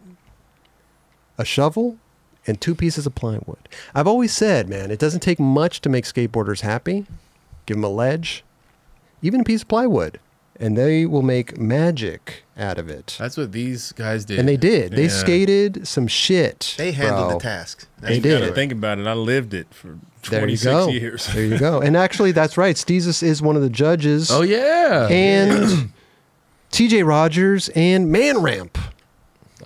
A shovel and two pieces of plywood. I've always said, man, it doesn't take much to make skateboarders happy. Give them a ledge, even a piece of plywood, and they will make magic out of it. that's what these guys did. And they did. They Yeah. skated some shit. They Oh. handled bro. the task. They You gotta did. Think about it. I lived it for There you 26 go. years. There you go. And actually, that's right. Steezus is one of the judges. Oh yeah. And TJ Rogers and Man Ramp.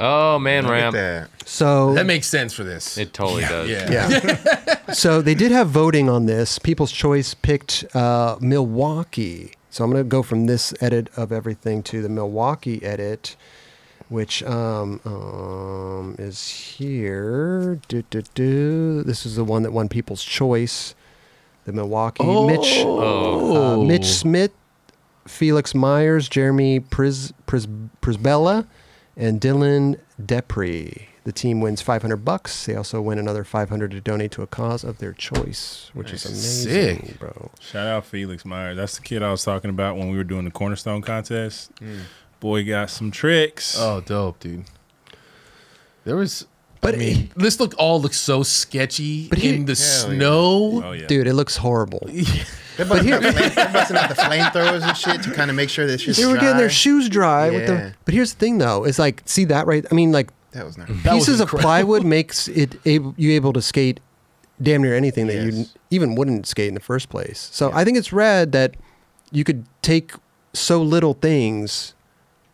Oh, man, Look Um, at ramp. that. So that makes sense for this. It totally does. yeah. Yeah. so they did have voting on this. People's Choice picked uh, Milwaukee. So I'm going to go from this edit of everything to the Milwaukee edit, which um, um, is here. Do, do, do. This is the one that won People's Choice. The Milwaukee Mitch uh, Oh. Mitch Smith, Felix Myers, Jeremy Pris, Pris, Prisbella, and Dylan Depri. The team wins 500 bucks. They also win another 500 to donate to a cause of their choice, which is amazing, Sick. bro. Shout out Felix Meyer. That's the kid I was talking about when we were doing the Cornerstone contest. Mm. Boy got some tricks. Oh, dope, dude. There was. But I mean, he- this look all looks so sketchy But he- in Hell the yeah. snow. Oh, yeah. Dude, it looks horrible. They're busting, out, the flame, they're busting out the flamethrowers and shit to kind of make sure that shit's They were getting dry. their shoes dry with Yeah. the. But here's the thing, though, is like, see that right? I mean, like That was nice. That was pieces of incredible. plywood makes it ab you able to skate damn near anything that you Yes. n- even wouldn't skate in the first place. So I think it's rad that you could take so little things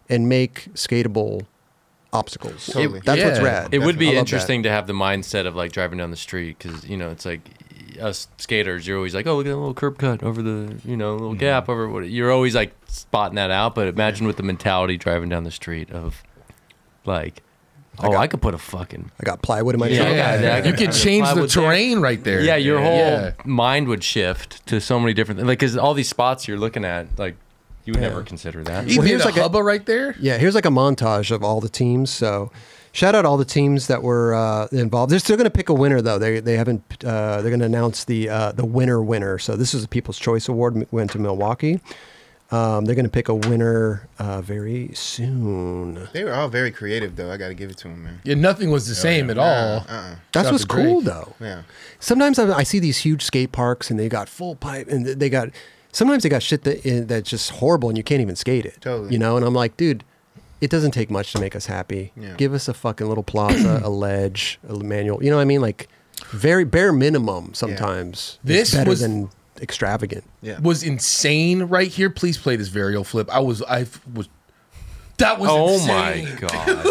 and make skatable obstacles. Totally. That's what's Yeah. rad. It would I be love that. interesting to have the mindset of like driving down the street because you know it's like us skaters. You're always like, oh, look at that little curb cut over the you know little gap over. What you're always like spotting that out. But imagine with the mentality driving down the street of like, oh, I, got- could put a fucking I got plywood in my Yeah. truck. Yeah, yeah, I you can- I could can change fly the with that. terrain right there. yeah. Your whole Yeah. mind would shift to so many different like because all these spots you're looking at like you would never consider that. You Well, made here's a like a- hubba right there. Yeah, here's like a montage of all the teams. So, shout out all the teams that were uh, involved. They're still going to pick a winner though. They they haven't. Uh, they're going to announce the uh, the winner winner. So this is the People's Choice Award. m- Went to Milwaukee. Um, they're going to pick a winner uh, very soon. They were all very creative, though. I got to give it to them, man. Yeah, nothing was the same at all. Uh-uh. That's Got what's the break. cool though. Yeah. Sometimes I, I see these huge skate parks and they got full pipe and they got. Sometimes they got shit that eh, that's just horrible and you can't even skate it. Totally. You know, and I'm like, dude. It doesn't take much to make us happy. Yeah. Give us a fucking little plaza, a ledge, a manual. You know what I mean? Like very bare minimum sometimes. is This better was- than extravagant. Yeah. Was insane right here. Please play this varial flip. I was I was that was Oh insane. my god!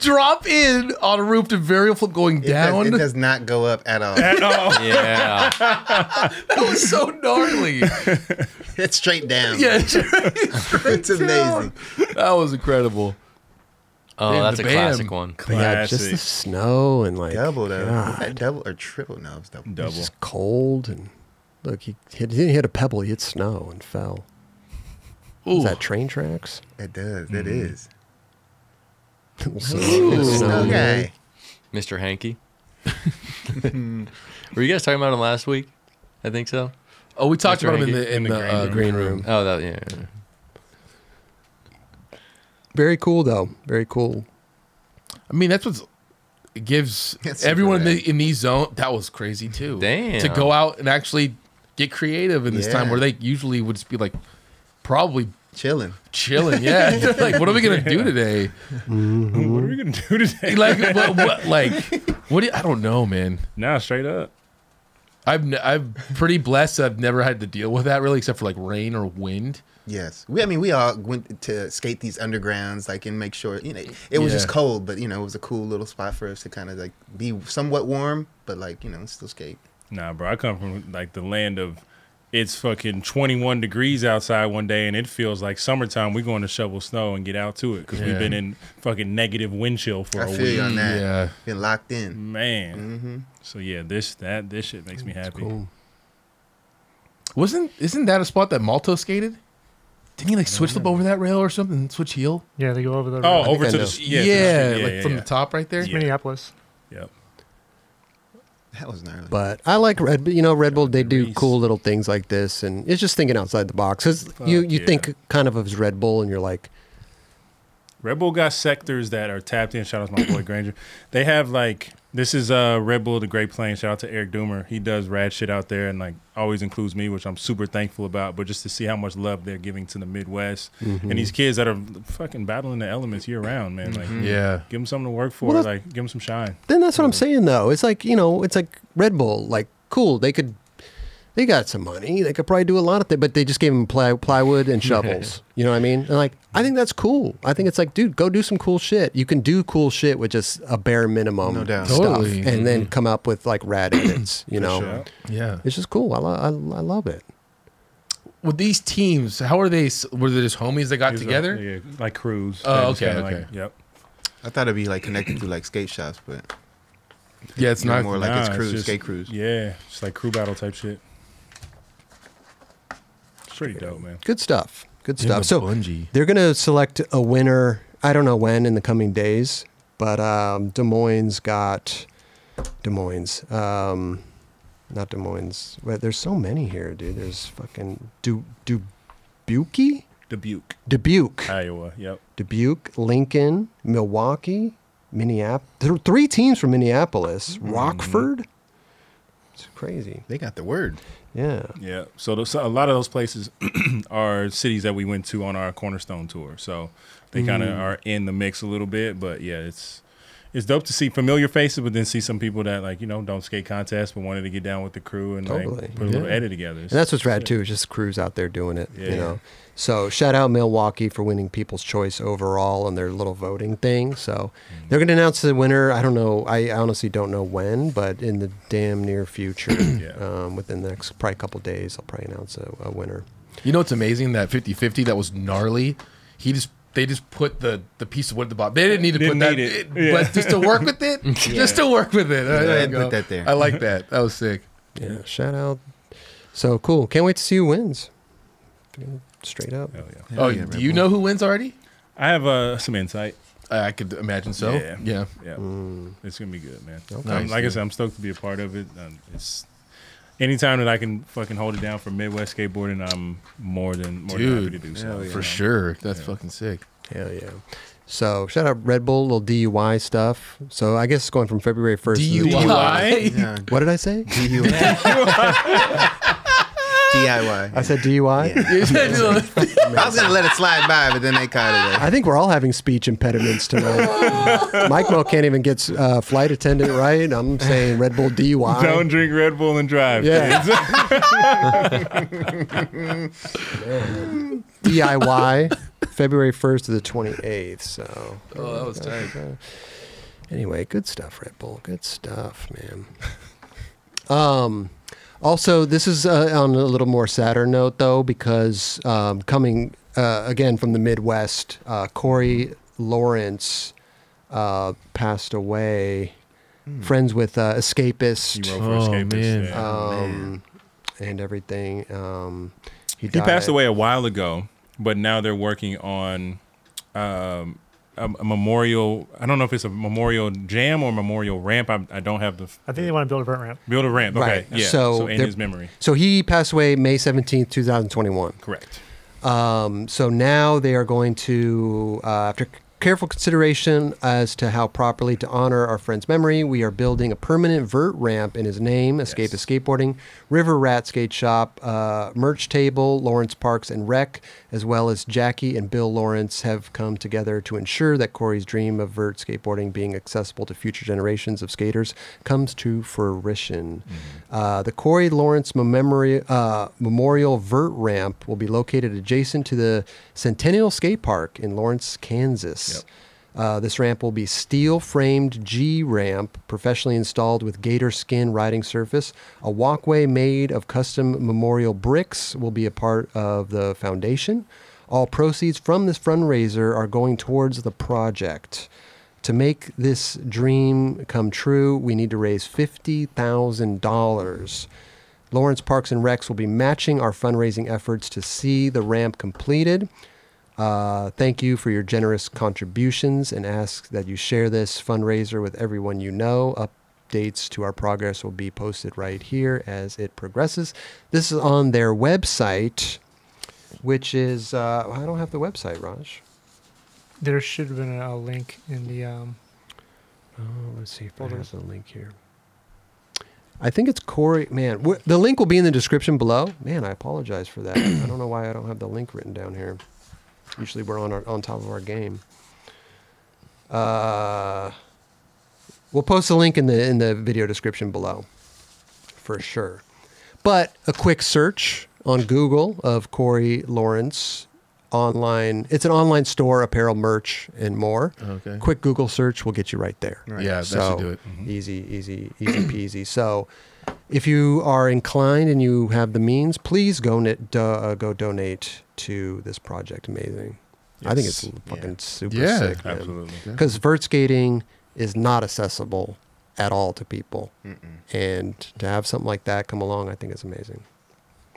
Drop in on a roof to varial flip going It does, down. it does not go up at all. yeah, That was so gnarly. it's straight down. yeah, it's amazing. that was incredible. oh, Damn, that's the a bam. classic one. But yeah, just the Classic. snow and like Double though. Was God, that double or triple? No, it was double. it's Double. just cold and look, he, hit, he didn't hit a pebble, he hit snow and fell. Ooh. Is that train tracks? It does. It is. Little snow- snow man. Okay. Mr. Hanky. Were you guys talking about him last week? I think so. Oh, we talked Mr. about him in Hanky the in, the, green, uh, room. green room. Oh, that yeah. yeah. Very cool though. Very cool. I mean, that's what's it gives That's everyone in, super the, in these zone. That was crazy too. Damn. to go out and actually get creative in this time Yeah. where they usually would just be like probably Chilling. chilling. Yeah, They're like what are we gonna do today? What are we gonna do today? Like what? what like what? Do you, I don't know, man. Nah, straight up. I've n- I'm pretty blessed. I've never had to deal with that really, except for like rain or wind. Yes. We. I mean, we all went to skate these undergrounds, like, and make sure you know it was Yeah. just cold, but you know it was a cool little spot for us to kind of like be somewhat warm, but like you know still skate. Nah, bro. I come from like the land of it's fucking 21 degrees outside one day and it feels like summertime. We're going to shovel snow and get out to it because Yeah. we've been in fucking negative wind chill for I a feel week. you on that. Yeah. Been locked in. Man. Mm-hmm. So yeah, this that this shit makes me happy. Wasn't isn't that a spot that Malto skated? Didn't he like switch flip over that rail or something? Switch heel? Yeah, they go over the Oh, road. over I to know. the yeah, to the yeah, street. like yeah, from yeah. the top right there. Yeah. Minneapolis. Yep. That was gnarly. But I like Red. You know, Red Bull. They do cool little things like this, and it's just thinking outside the box. 'Cause you you yeah. think kind of as Red Bull, and you're like, Red Bull got sectors that are tapped in. Shout out to my boy Granger. They have like this is uh Red Bull the Great Plains. Shout out to Eric Doomer. He does rad shit out there and like always includes me, which I'm super thankful about. But just to see how much love they're giving to the Midwest and these kids that are fucking battling the elements year round, man. Like Mm-hmm. Yeah. give them something to work for. Well, that's- like give them some shine. then that's what Mm. I'm saying though. It's like you know, it's like Red Bull. Like cool, they could, they got some money. They could probably do a lot of things, but they just gave them ply, plywood and shovels. you know what I mean? And like, I think that's cool. I think it's like, dude, go do some cool shit. You can do cool shit with just a bare minimum No doubt. stuff, Totally. and then come up with like rad edits. You know, Mm-hmm. sure. Yeah. it's just cool. I, lo- I I love it. With these teams, how are they? s- Were they just homies that got Here's a- together? yeah, like crews. Oh, Just okay, kinda like- okay. yep. I thought it'd be like connected through like skate shops, but Yeah, it's No not more like- it's cruise, just- skate cruise. Yeah, it's like crew battle type shit. It's pretty dope, man. Good stuff. Good Yeah, stuff. but So Bungie. they're going to select a winner. I don't know when in the coming days, but um, Des Moines got Des Moines. Um, not Des Moines. Wait, there's so many here, dude. There's fucking du- Dubuque, Dubuque, Dubuque, Iowa. Yep. Dubuque, Lincoln, Milwaukee, Minneapolis. There were three teams from Minneapolis. Rockford. It's crazy. they got the word. Yeah. Yeah. So, those, so a lot of those places are cities that we went Mm. to on our cornerstone tour. So they kind of are in the mix a little bit, but yeah, it's it's dope to see familiar faces, but then see some people that like you know don't skate contests, but wanted to get down with the crew and Totally. like put a little edit together. And that's what's rad too. Is just crews out there doing it. Yeah. You know. So shout out Milwaukee for winning People's Choice overall on their little voting thing. So they're going to announce the winner. I don't know. I honestly don't know when, but in the damn near future, Yeah. um, within the next probably couple days, I'll probably announce a, a winner. You know what's amazing? That 50-50 that was gnarly. He just they just put the the piece of wood at the bottom. They didn't need to Didn't put that, need it. it- but just to work with it, just to work with it. Uh, there Yeah, you go. put that there. I like that. That was sick. Yeah. Shout out. So cool. Can't wait to see who wins. Straight up. Hell yeah. oh, yeah, do Red you know who wins already? I have uh, some insight. I I could imagine so. Yeah. Yeah. Yeah, Mm. it's gonna be good, man. Nice, Um, like I dude. said, I'm stoked to be a part of it. Um, it's anytime that I can fucking hold it down for Midwest skateboarding, I'm more than more than happy to Dude, do so. for sure. That's fucking sick. Hell yeah. So shout out Red Bull, little DUI stuff. So I guess it's going from February 1st. to the- DUI? Yeah. What did I say? DUI. DIY. I said DUI. I was gonna let it slide by, but then they caught it. I think we're all having speech impediments tonight. Mike Mo can't even get uh, flight attendant right. I'm saying Red Bull DUI. Don't drink Red Bull and drive. Yeah. kids. DIY, February 1st to the 28th. So, Oh, that was tight. anyway, good stuff, Red Bull. Good stuff, man. Um, also, this is uh, on a little more sadder note, though, because um, coming uh, again from the Midwest, uh, Corey Lawrence uh, passed away. Friends with uh, Escapist. Hmm. He wrote for Oh, Escapist, man. yeah. um, and everything. Um, he, he died. passed away a while ago, but now they're working on um, a, a memorial. I don't know if it's a memorial jam or memorial ramp. I, I don't have the I think they want to build a vert ramp. build a ramp. Right. Okay, yeah. So So, in they're- his memory, So he passed away May seventeenth, two thousand twenty-one. correct. Um, so now they are going to, uh, after careful consideration as to how properly to honor our friend's memory, we are building a permanent vert ramp in his name, Escape is Skateboarding, River Rat Skate Shop, uh, merch table, Lawrence Parks and Rec, as well as Jackie and Bill Lawrence have come together to ensure that Corey's dream of vert skateboarding being accessible to future generations of skaters comes to fruition. Uh, the Corey Lawrence Memori- uh, Memorial Vert Ramp will be located adjacent to the Centennial Skate Park in Lawrence, Kansas. Uh, this ramp will be steel framed G ramp, professionally installed with gator skin riding surface. A walkway made of custom memorial bricks will be a part of the foundation. All proceeds from this fundraiser are going towards the project. To make this dream come true, we need to raise $50,000. Lawrence Parks and Recs will be matching our fundraising efforts to see the ramp completed. Uh, thank you for your generous contributions and ask that you share this fundraiser with everyone you know. Updates to our progress will be posted right here as it progresses. This is on their website, which is, uh, I don't have the website, Raj. There should have been a link in the. Um, Oh, let's see if Hold I on. have the link here. I think it's Corey. Man, wh- the link will be in the description below. Man, I apologize for that. I don't know why I don't have the link written down here. Usually we're on our, on top of our game. Uh, we'll post the link in the in the video description below, for sure. But a quick search on Google of Corey Lawrence online. It's an online store, apparel, merch, and more. Okay. Quick Google search will get you right there. Right. Yeah, that So should do it. Mm-hmm. easy, easy, easy peasy. So if you are inclined and you have the means, please go net, do, uh, go donate to this project. Amazing. I think it's Yes. fucking super Yeah. sick, man. Absolutely. Because vert skating is not accessible at all to people, Mm-mm. and to have something like that come along, I think is amazing.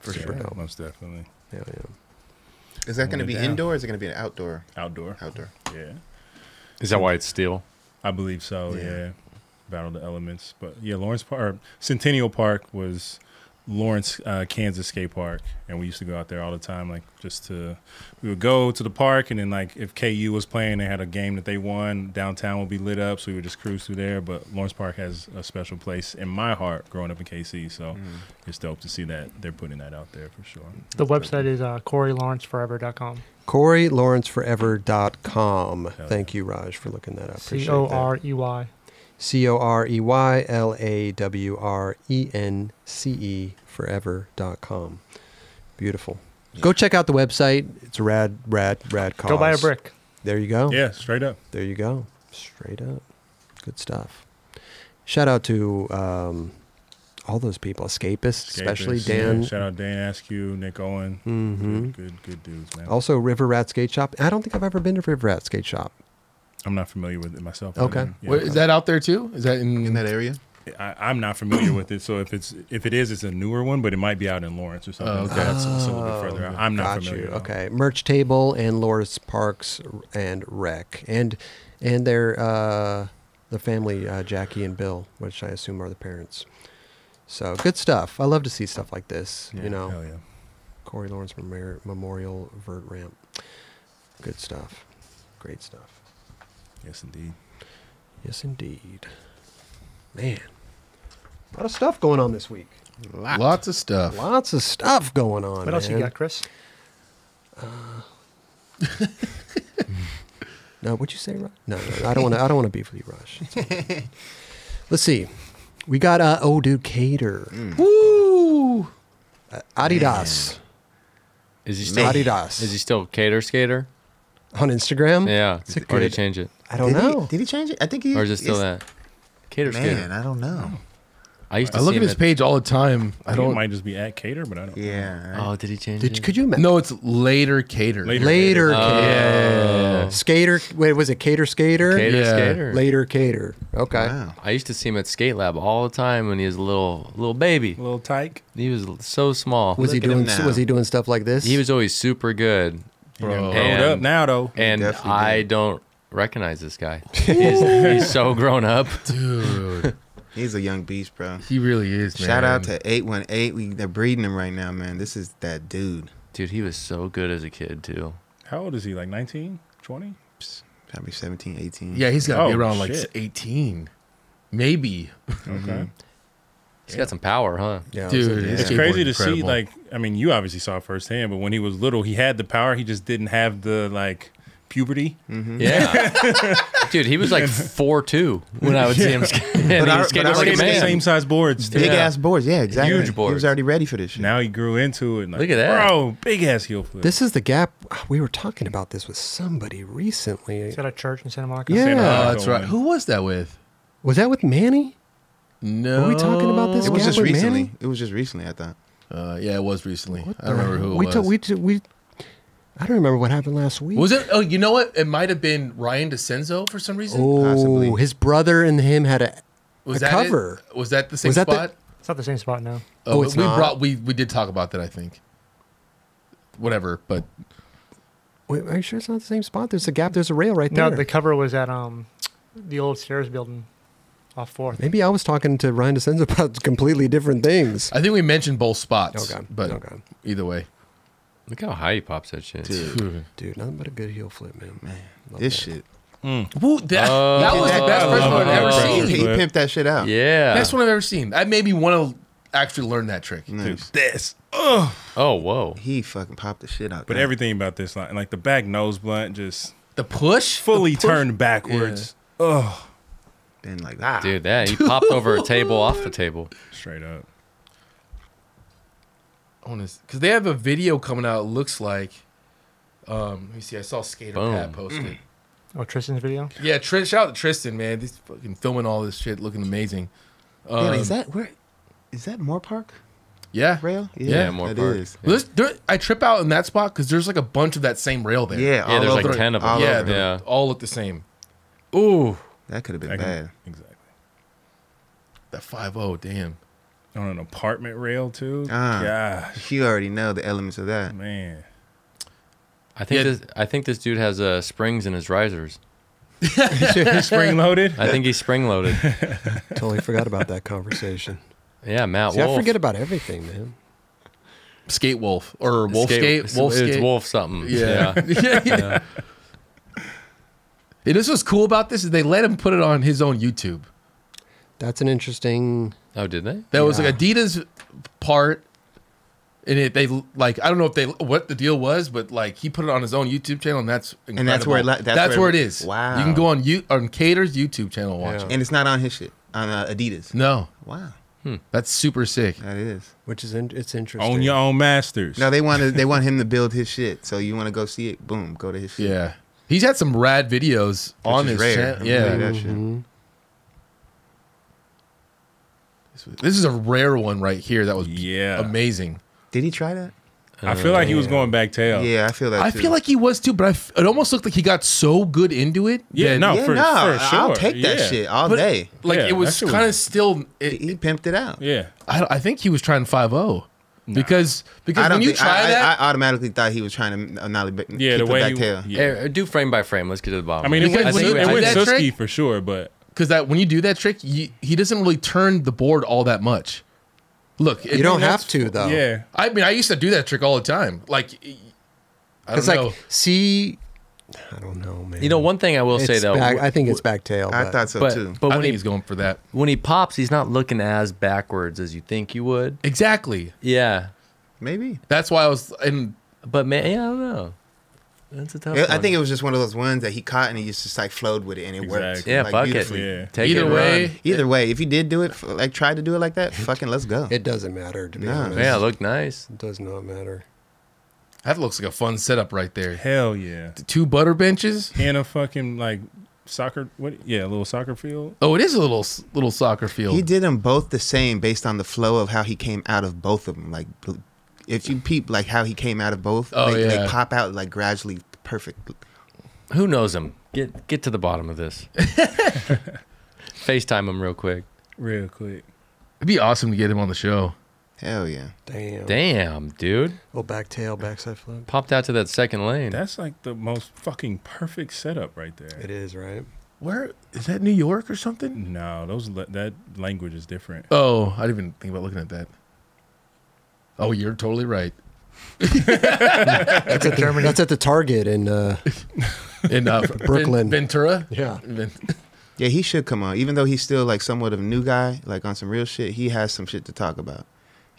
For sure. Most definitely. Yeah, yeah. Is that gonna Hold be it down. indoor? or Is it gonna be an outdoor? Outdoor. Outdoor. Yeah. Is that why it's steel? I believe so. Yeah. Yeah. Battle of the elements, but yeah, Lawrence Park, or Centennial Park was Lawrence, uh, Kansas skate park, and we used to go out there all the time. Like just to, we would go to the park, and then like if KU was playing, they had a game that they won. Downtown would be lit up, so we would just cruise through there. But Lawrence Park has a special place in my heart, growing up in KC. So it's dope to see that they're putting that out there for sure. The website is uh, CoreyLawrenceForever.com. CoreyLawrenceForever.com. yeah. Thank you, Raj, for looking that up. Appreciate C that. O R E Y. C O R E Y L A W R E N C E forever.com. Beautiful. Go check out the website. It's a rad, rad, rad cause. Go buy a brick. There you go. Yeah, straight up. There you go. Straight up. Good stuff. Shout out to um, all those people, escapists, especially Escapists. Dan. Yeah, Shout out Dan Askew, Nick Owen. hmm Good, good, good dudes, man. Also, River Rat Skate Shop. I don't think I've ever been to River Rat Skate Shop. I'm not familiar with it myself. Okay. I mean, yeah. Wait, is that out there too? Is that in, in that area. I, I'm not familiar with it, so if it's if it is, it's a newer one, but it might be out in Lawrence or something. Oh, okay. That's, it's a little bit further. Uh-huh. out. I'm Oh, not Got familiar. you. at all. Okay. Merch table and Loris Parks and Rec and and their uh, the family uh, Jackie and Bill, which I assume are the parents. So good stuff. I love to see stuff like this. Yeah, you know, Hell yeah. Corey Lawrence Memorial, Memorial Vert Ramp. Good stuff. Great stuff. Yes, indeed. Yes, indeed. Man, a lot of stuff going on this week. lots of stuff? Lots of stuff going on. What else you man. got, Chris? No, what'd you say, Rush? No, no, I don't want to. I don't want to beef with you, Rush. It's okay. Let's see. We got uh, oh, dude, Cater, Mm. Woo! Adidas, Is he still Adidas Is he still cater skater? on Instagram. Yeah. It's a Or did he good- change it? I don't did know. He, did he change it? I think he. Or is it still it's- that? Cater Man, skater. I don't know. I used to I look see at him his page all the time. I I think it don't. might just be at Cater, but I don't. Yeah. right. Oh, did he change Did it? you- could you imagine? No, it's later cater. Later. Later, Uh, Oh. Cater. skater. Wait, was it Cater Skater? Cater Yeah. skater. Later, Cater. Okay. Wow. I used to see him at Skate Lab all the time when he was a little little baby. Little tyke. He was so small. Was he Look at him doing? now. Was he doing stuff like this? He was always super good. Bro. Rolled up now though. And definitely I did. don't recognize this guy. he's, he's so grown up. Dude, He's a young beast, bro. he really is. Man. Shout out to 818. We, they're breeding him right now, man. This is that dude. Dude, he was so good as a kid too. How old is he? Like 19, 20? Probably 17, 18. Yeah, he's got to be Oh, around like shit. 18, maybe. Okay. He's got some power, huh? Yeah, Dude, yeah. It's skateboard's crazy to see. incredible. Like, I mean, you obviously saw it firsthand, but when he was little, he had the power. He just didn't have the like puberty. Mm-hmm. Yeah. Dude, he was like four two when I would see him skate. And But he I- was skating but I like a Skated the man. same size boards. Too. Big Yeah. ass boards. Yeah, exactly. Huge He boards. was already ready for this shit. Now he grew into it. and, like, Look at that. bro! Big ass heel flip. This is the gap. ah, We were talking about this with somebody recently. He's got a church in Santa Monica. Yeah. Santa Oh, Monica that's right. one. Who was that with? Was that with Manny? No. Were we talking about this it was Yeah, just with Manny? recently. It was just recently, I thought. Uh, yeah, it was recently. What I don't the- remember who it we was. to- we to- we. I don't remember what happened last week. was it? Oh, you know what? It might have been Ryan DeCenzo for some reason. Oh, Possibly. his brother and him had a. was the that it? cover. Was that the same Was that the- spot? It's not the same spot now. Oh, oh, it's we not? brought we we did talk about that. I think. Whatever, but Wait, are you sure it's not the same spot? There's a gap. There's a rail right No, there. the cover was at um the old stairs building off Fourth. Maybe I was talking to Ryan DeSenza about completely different things. I think we mentioned both spots. Okay, but okay. either way, Look how high he pops that shit. Dude, nothing but a good heel flip, man. Man, Love this that. shit. Woo, that, Oh. that was the That- best I first love one it. I've ever Bro. seen. He Flip. pimped that shit out. Yeah. Best one I've ever seen. That made me want to actually learn that trick. Nice. this. Oh, whoa. He fucking popped the shit out. But there. everything about this line, like the back nose blunt, just The push, fully The push? turned backwards. Oh, been like ah. Dude, that he popped over a table off the table. straight up. because Oh, they have a video coming out. It looks like, um, let me see. I saw Skater Boom. Pat posted. Oh, Tristan's video. Yeah, Trish, shout out to Tristan, man. He's fucking filming all this shit, looking amazing. Um, Damn, is that where? Is that Moore Park yeah? rail? Yeah, Moore that Park. is. There's- there- I trip out in that spot because there's like a bunch of that same rail there. Yeah, all there's like over it. 10 of them. All yeah, over it. they Yeah. all look the same. Ooh, That could have been I can- bad. Exactly. that five zero, damn. On an apartment rail too. Ah. Gosh, You already know the elements of that. man. I think Yeah. this I think this dude has uh, springs in his risers. Spring loaded. I think he's spring loaded. Totally forgot about that conversation. Yeah, Matt See, Wolf. I forget about everything, man. Skate Wolf or Wolf Skate. Skate- wolf it's Skate. Wolf something. Yeah. yeah, yeah. And this was cool about this is they let him put it on his own YouTube. That's an interesting. Oh, did they? That was Yeah. like Adidas part, and it they like I don't know if they what the deal was, but like he put it on his own YouTube channel, and that's incredible. that's where it la- that's, that's where, where- it is. Wow. you can go on you on Cater's YouTube channel and watch Yeah. it. And it's not on his shit on uh, Adidas. No, Wow, that's super sick. that is. Which is in, it's interesting. Own your own masters. No, they want to. they want him to build his shit. So you want to go see it? Boom, go to his shit. Yeah, he's had some rad videos Which on is his rare. channel. I really Yeah, that shit. this is a rare one right here. That was Yeah. amazing. Did he try that? I feel like he was going back tail. Yeah, I feel that. I too. feel like he was too, but I f- it almost looked like he got so good into it. Yeah, that- no, yeah, for, no, for sure. I'll take that Yeah. shit all but day. like Yeah, it that was shit kind of was- still. He, It, he pimped it out. Yeah. I, I think he was trying five zero because because I when don't you think, try I, I- that, I, automatically thought he was trying to uh, not keep Yeah, the the way back he, tail. yeah. Eh, do frame by frame. Let's get to the bottom. I mean, it Because went, when you it do went that Susky trick- for sure, but because that when you do that trick, you, he doesn't really turn the board all that much. Look, you don't have to Oh. though. yeah. I mean, I used to do that trick all the time. Like, I don't It's like know. see, I don't know, man. you know, one thing I will say It's though, back- I think it's back tail. I but- thought so but too. but I when think he he's going for that. when he pops, he's not looking as backwards as you think you would. Exactly. Yeah, Maybe. That's why I was. And but man, yeah, I don't know. That's a tough. I one. think it was just one of those ones that he caught and he just, just like flowed with it and it worked. Exactly. Yeah, like, fuck it. beautifully. Yeah. Take either it and way, run. Either way, if he did do it, f- like tried to do it like that, fucking let's go. it doesn't matter to be No. honest. yeah, it looked nice. It does not matter. that looks like a fun setup right there. Hell yeah. Two butter benches. In a fucking like soccer, what? Yeah, a little soccer field. Oh, it is a little little soccer field. He did them both the same based on the flow of how he came out of both of them. Like, bl- if you peep like how he came out of both, Oh, they, yeah. they pop out like gradually perfect. Who knows him? Get get to the bottom of this. Facetime him real quick. Real quick. It'd be awesome to get him on the show. Hell yeah. Damn. Damn, dude, Oh, back tail, backside flip. popped out to that second lane. That's like the most fucking perfect setup right there. It is right. Where is that? New York or something? No, those la- that language is different. Oh, I didn't even think about looking at that. Oh, you're totally right. That's at the, that's at the Target in uh, In uh, Brooklyn. Ven- Ventura. yeah. Ven- Yeah, he should come on. Even though he's still like somewhat of a new guy, like on some real shit, he has some shit to talk about.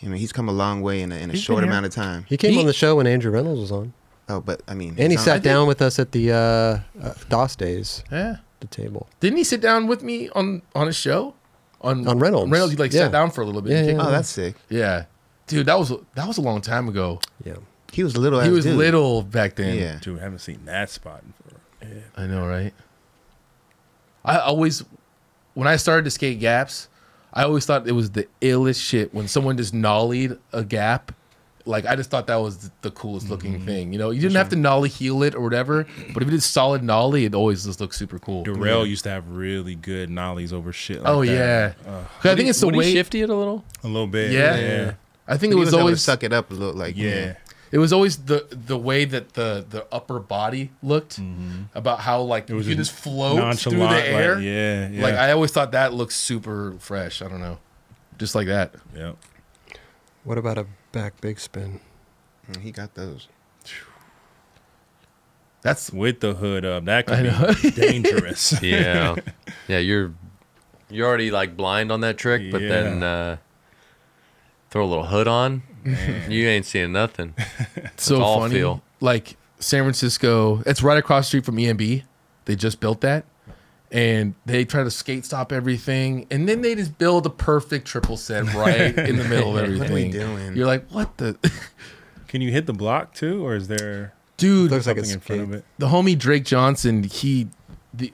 I mean, he's come a long way in a, in a He's short been here. amount of time. He came He- on the show when Andrew Reynolds was on, Oh, but I mean, and he he's on- sat down with us at the uh, uh, DOS days, yeah. the table. Didn't he sit down with me on on a show? On On Reynolds. Reynolds, he like Yeah. sat down for a little bit. Yeah, He kicked- yeah. Oh, that's sick. yeah. Dude, that was that was a long time ago. Yeah. He was little. he ass was dude. little back then. Yeah. Dude, haven't seen that spot in forever. I know, right? I always, when I started to skate gaps, I always thought it was the illest shit when someone just nollied a gap. Like I just thought that was the coolest looking thing. You know, you didn't have to nollie heel it or whatever, but if it is solid nollie, it always just looks super cool. Darrell used to have really good nollies over shit. Like oh that. yeah, 'Cause I think it's the Would he way. shifty it a little? a little bit. Yeah. yeah, I think He it was, was, able to always suck it up a little. Like yeah. yeah. it was always the the way that the the upper body looked about how like you was could just just float through the Nonchalant, like, air. yeah, yeah. Like I always thought that looked super fresh. I don't know, just like that. Yep. What about a back big spin? Mm, he got those. That's with the hood up, that I could be dangerous. Yeah, yeah. You're you're already like blind on that trick, but then uh, throw a little hood on. You ain't seeing nothing. so all funny. feel. Like San Francisco, it's right across the street from EMB. They just built that, and they try to skate stop everything, and then they just build a perfect triple set right in the middle of everything. What are we doing? You're like, what the Can you hit the block too, or is there dude? Looks like something it's in front of it? the homie Drake Johnson, he the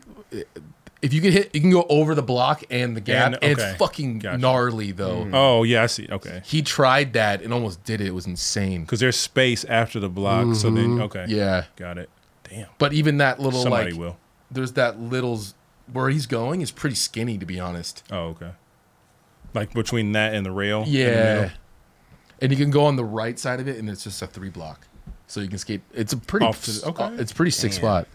if you can hit, you can go over the block and the gap. And- And Mm-hmm. it's okay. fucking Gotcha. gnarly though. Oh yeah, I see. Okay, He tried that and almost did it. It was insane. because there's space after the block, so then okay, Mm-hmm. Yeah, got it. Damn, but even that little somebody like, will. there's that little s- where he's going is pretty skinny to be honest. Oh okay, like between that and the rail. in the middle? Yeah, and you can go on the right side of it, and it's just a three block, so you can skate. It's a pretty Off to the- okay. It's a pretty sick Damn. spot.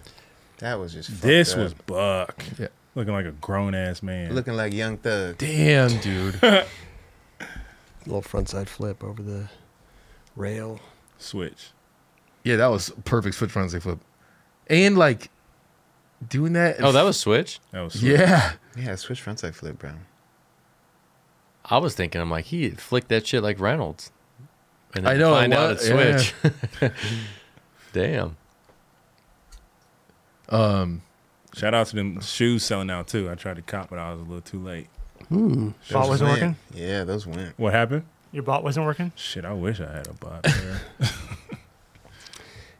That was just. fucked this up. was Buck Yeah. looking like a grown ass man. looking like Young Thug. Damn, dude. little frontside flip over the rail. Switch. Yeah, that was perfect switch runs they flip. And like doing that. Oh, that was switch. That was switch. Yeah. Yeah, switch frontside flip, bro. I was thinking, I'm like, he flicked that shit like Reynolds, and then I know, find it out was- it's switch. Damn. Shout out to them shoes selling out too. I tried to cop, but I was a little too late. Those Bot wasn't went. working? Yeah, those went. What happened? Your bot wasn't working. Shit, I wish I had a bot. man.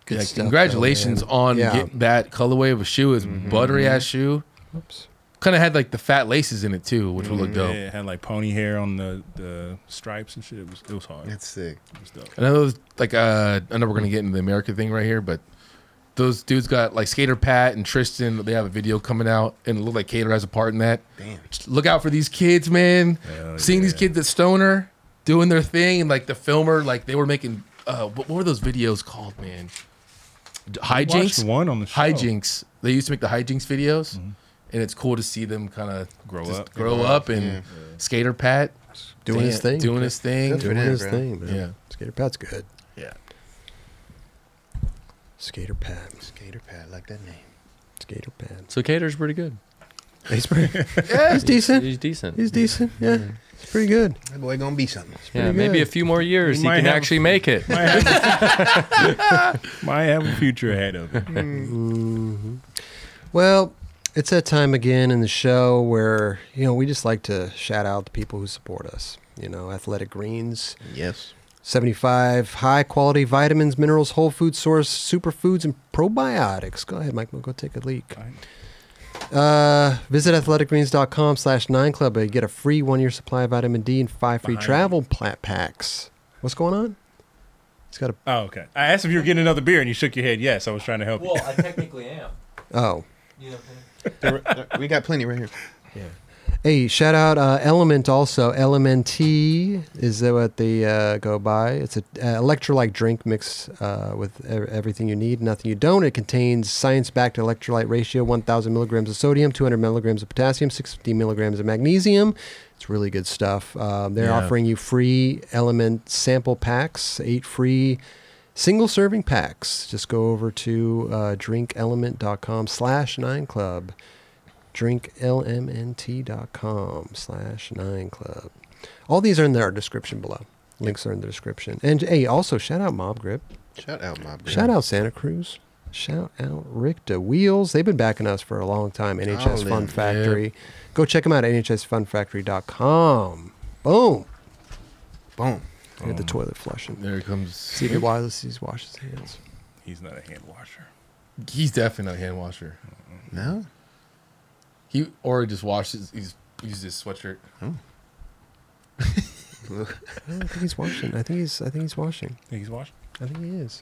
Good Yeah, stuff, though, congratulations man. on Yeah. getting that colorway of a shoe. It's Mm-hmm. buttery ass shoe. Oops. Kind of had like the fat laces in it too, which would look Mm-hmm. yeah, dope. it had like pony hair on the, the stripes and shit. It was it was hard. That's sick. It was dope. I know, those, like, uh, I know we're gonna get into the American thing right here, but those dudes got like Skater Pat and Tristan. They have a video coming out, and it looked like Cater has a part in that. Damn. Just look out for these kids, man. Hell Seeing these yeah. kids at Stoner doing their thing, and like the filmer, like they were making. Uh, what what were those videos called, man? D- Watched Hijinks. one on the show. Mm-hmm. hijinks. They used to make the hijinks videos, and it's cool to see them kind of Grow up. grow up, and Skater Pat Doing his dan- thing. doing his thing. Doing for him, his bro. thing, man. Yeah. Skater Pat's good. Yeah, Skater Pat. Skater pad, like that name. Skater Pat. So Cater's pretty good. He's pretty. yeah, he's decent. He's decent. He's decent. Yeah, he's pretty good. That boy gonna be something. yeah, pretty maybe good. a few more years He he, might can have- actually make it. Might have, a, might have a future ahead of him. Mm-hmm. Well, it's that time again in the show where you know we just like to shout out the people who support us. You know, Athletic Greens. Yes. 75 high quality vitamins, minerals, whole food source, superfoods, and probiotics. Go ahead, Mike. We'll go take a leak. Uh, visit athleticgreens.com slash nine club. You get a free one year supply of vitamin D and five free Behind travel plat packs. What's going on? It's got a. Oh, okay. I asked if you were getting another beer, and you shook your head. Yes, I was trying to help you. I technically am. Oh. You know, we got plenty right here. Hey, shout out uh, Element also. LMNT is what they uh, go by. It's an uh, electrolyte drink mixed uh, with e- everything you need, nothing you don't. It contains science backed electrolyte ratio 1,000 milligrams of sodium, 200 milligrams of potassium, 650 milligrams of magnesium. It's really good stuff. Um, they're Yeah. offering you free Element sample packs, eight free single serving packs. Just go over to uh, drinkelement.com slash nine club drinklmnt.com slash nine club. All these are in our description below. Links are in the description. And hey, also shout out Mob Grip. Shout out, my bro. Shout out Santa Cruz. Shout out Ricta Wheels. They've been backing us for a long time. NHS Oh, Fun yeah. Factory. Go check them out at nhsfunfactory.com. Boom. Boom. Hit the toilet flushing. there it comes. See if it wireless he's washed his hands. He's not a hand washer. He's definitely not a hand washer. No. He or he just washes. He's uses his sweatshirt. I don't think he's washing. I think he's I think he's washing. Think he's washing? I think he is.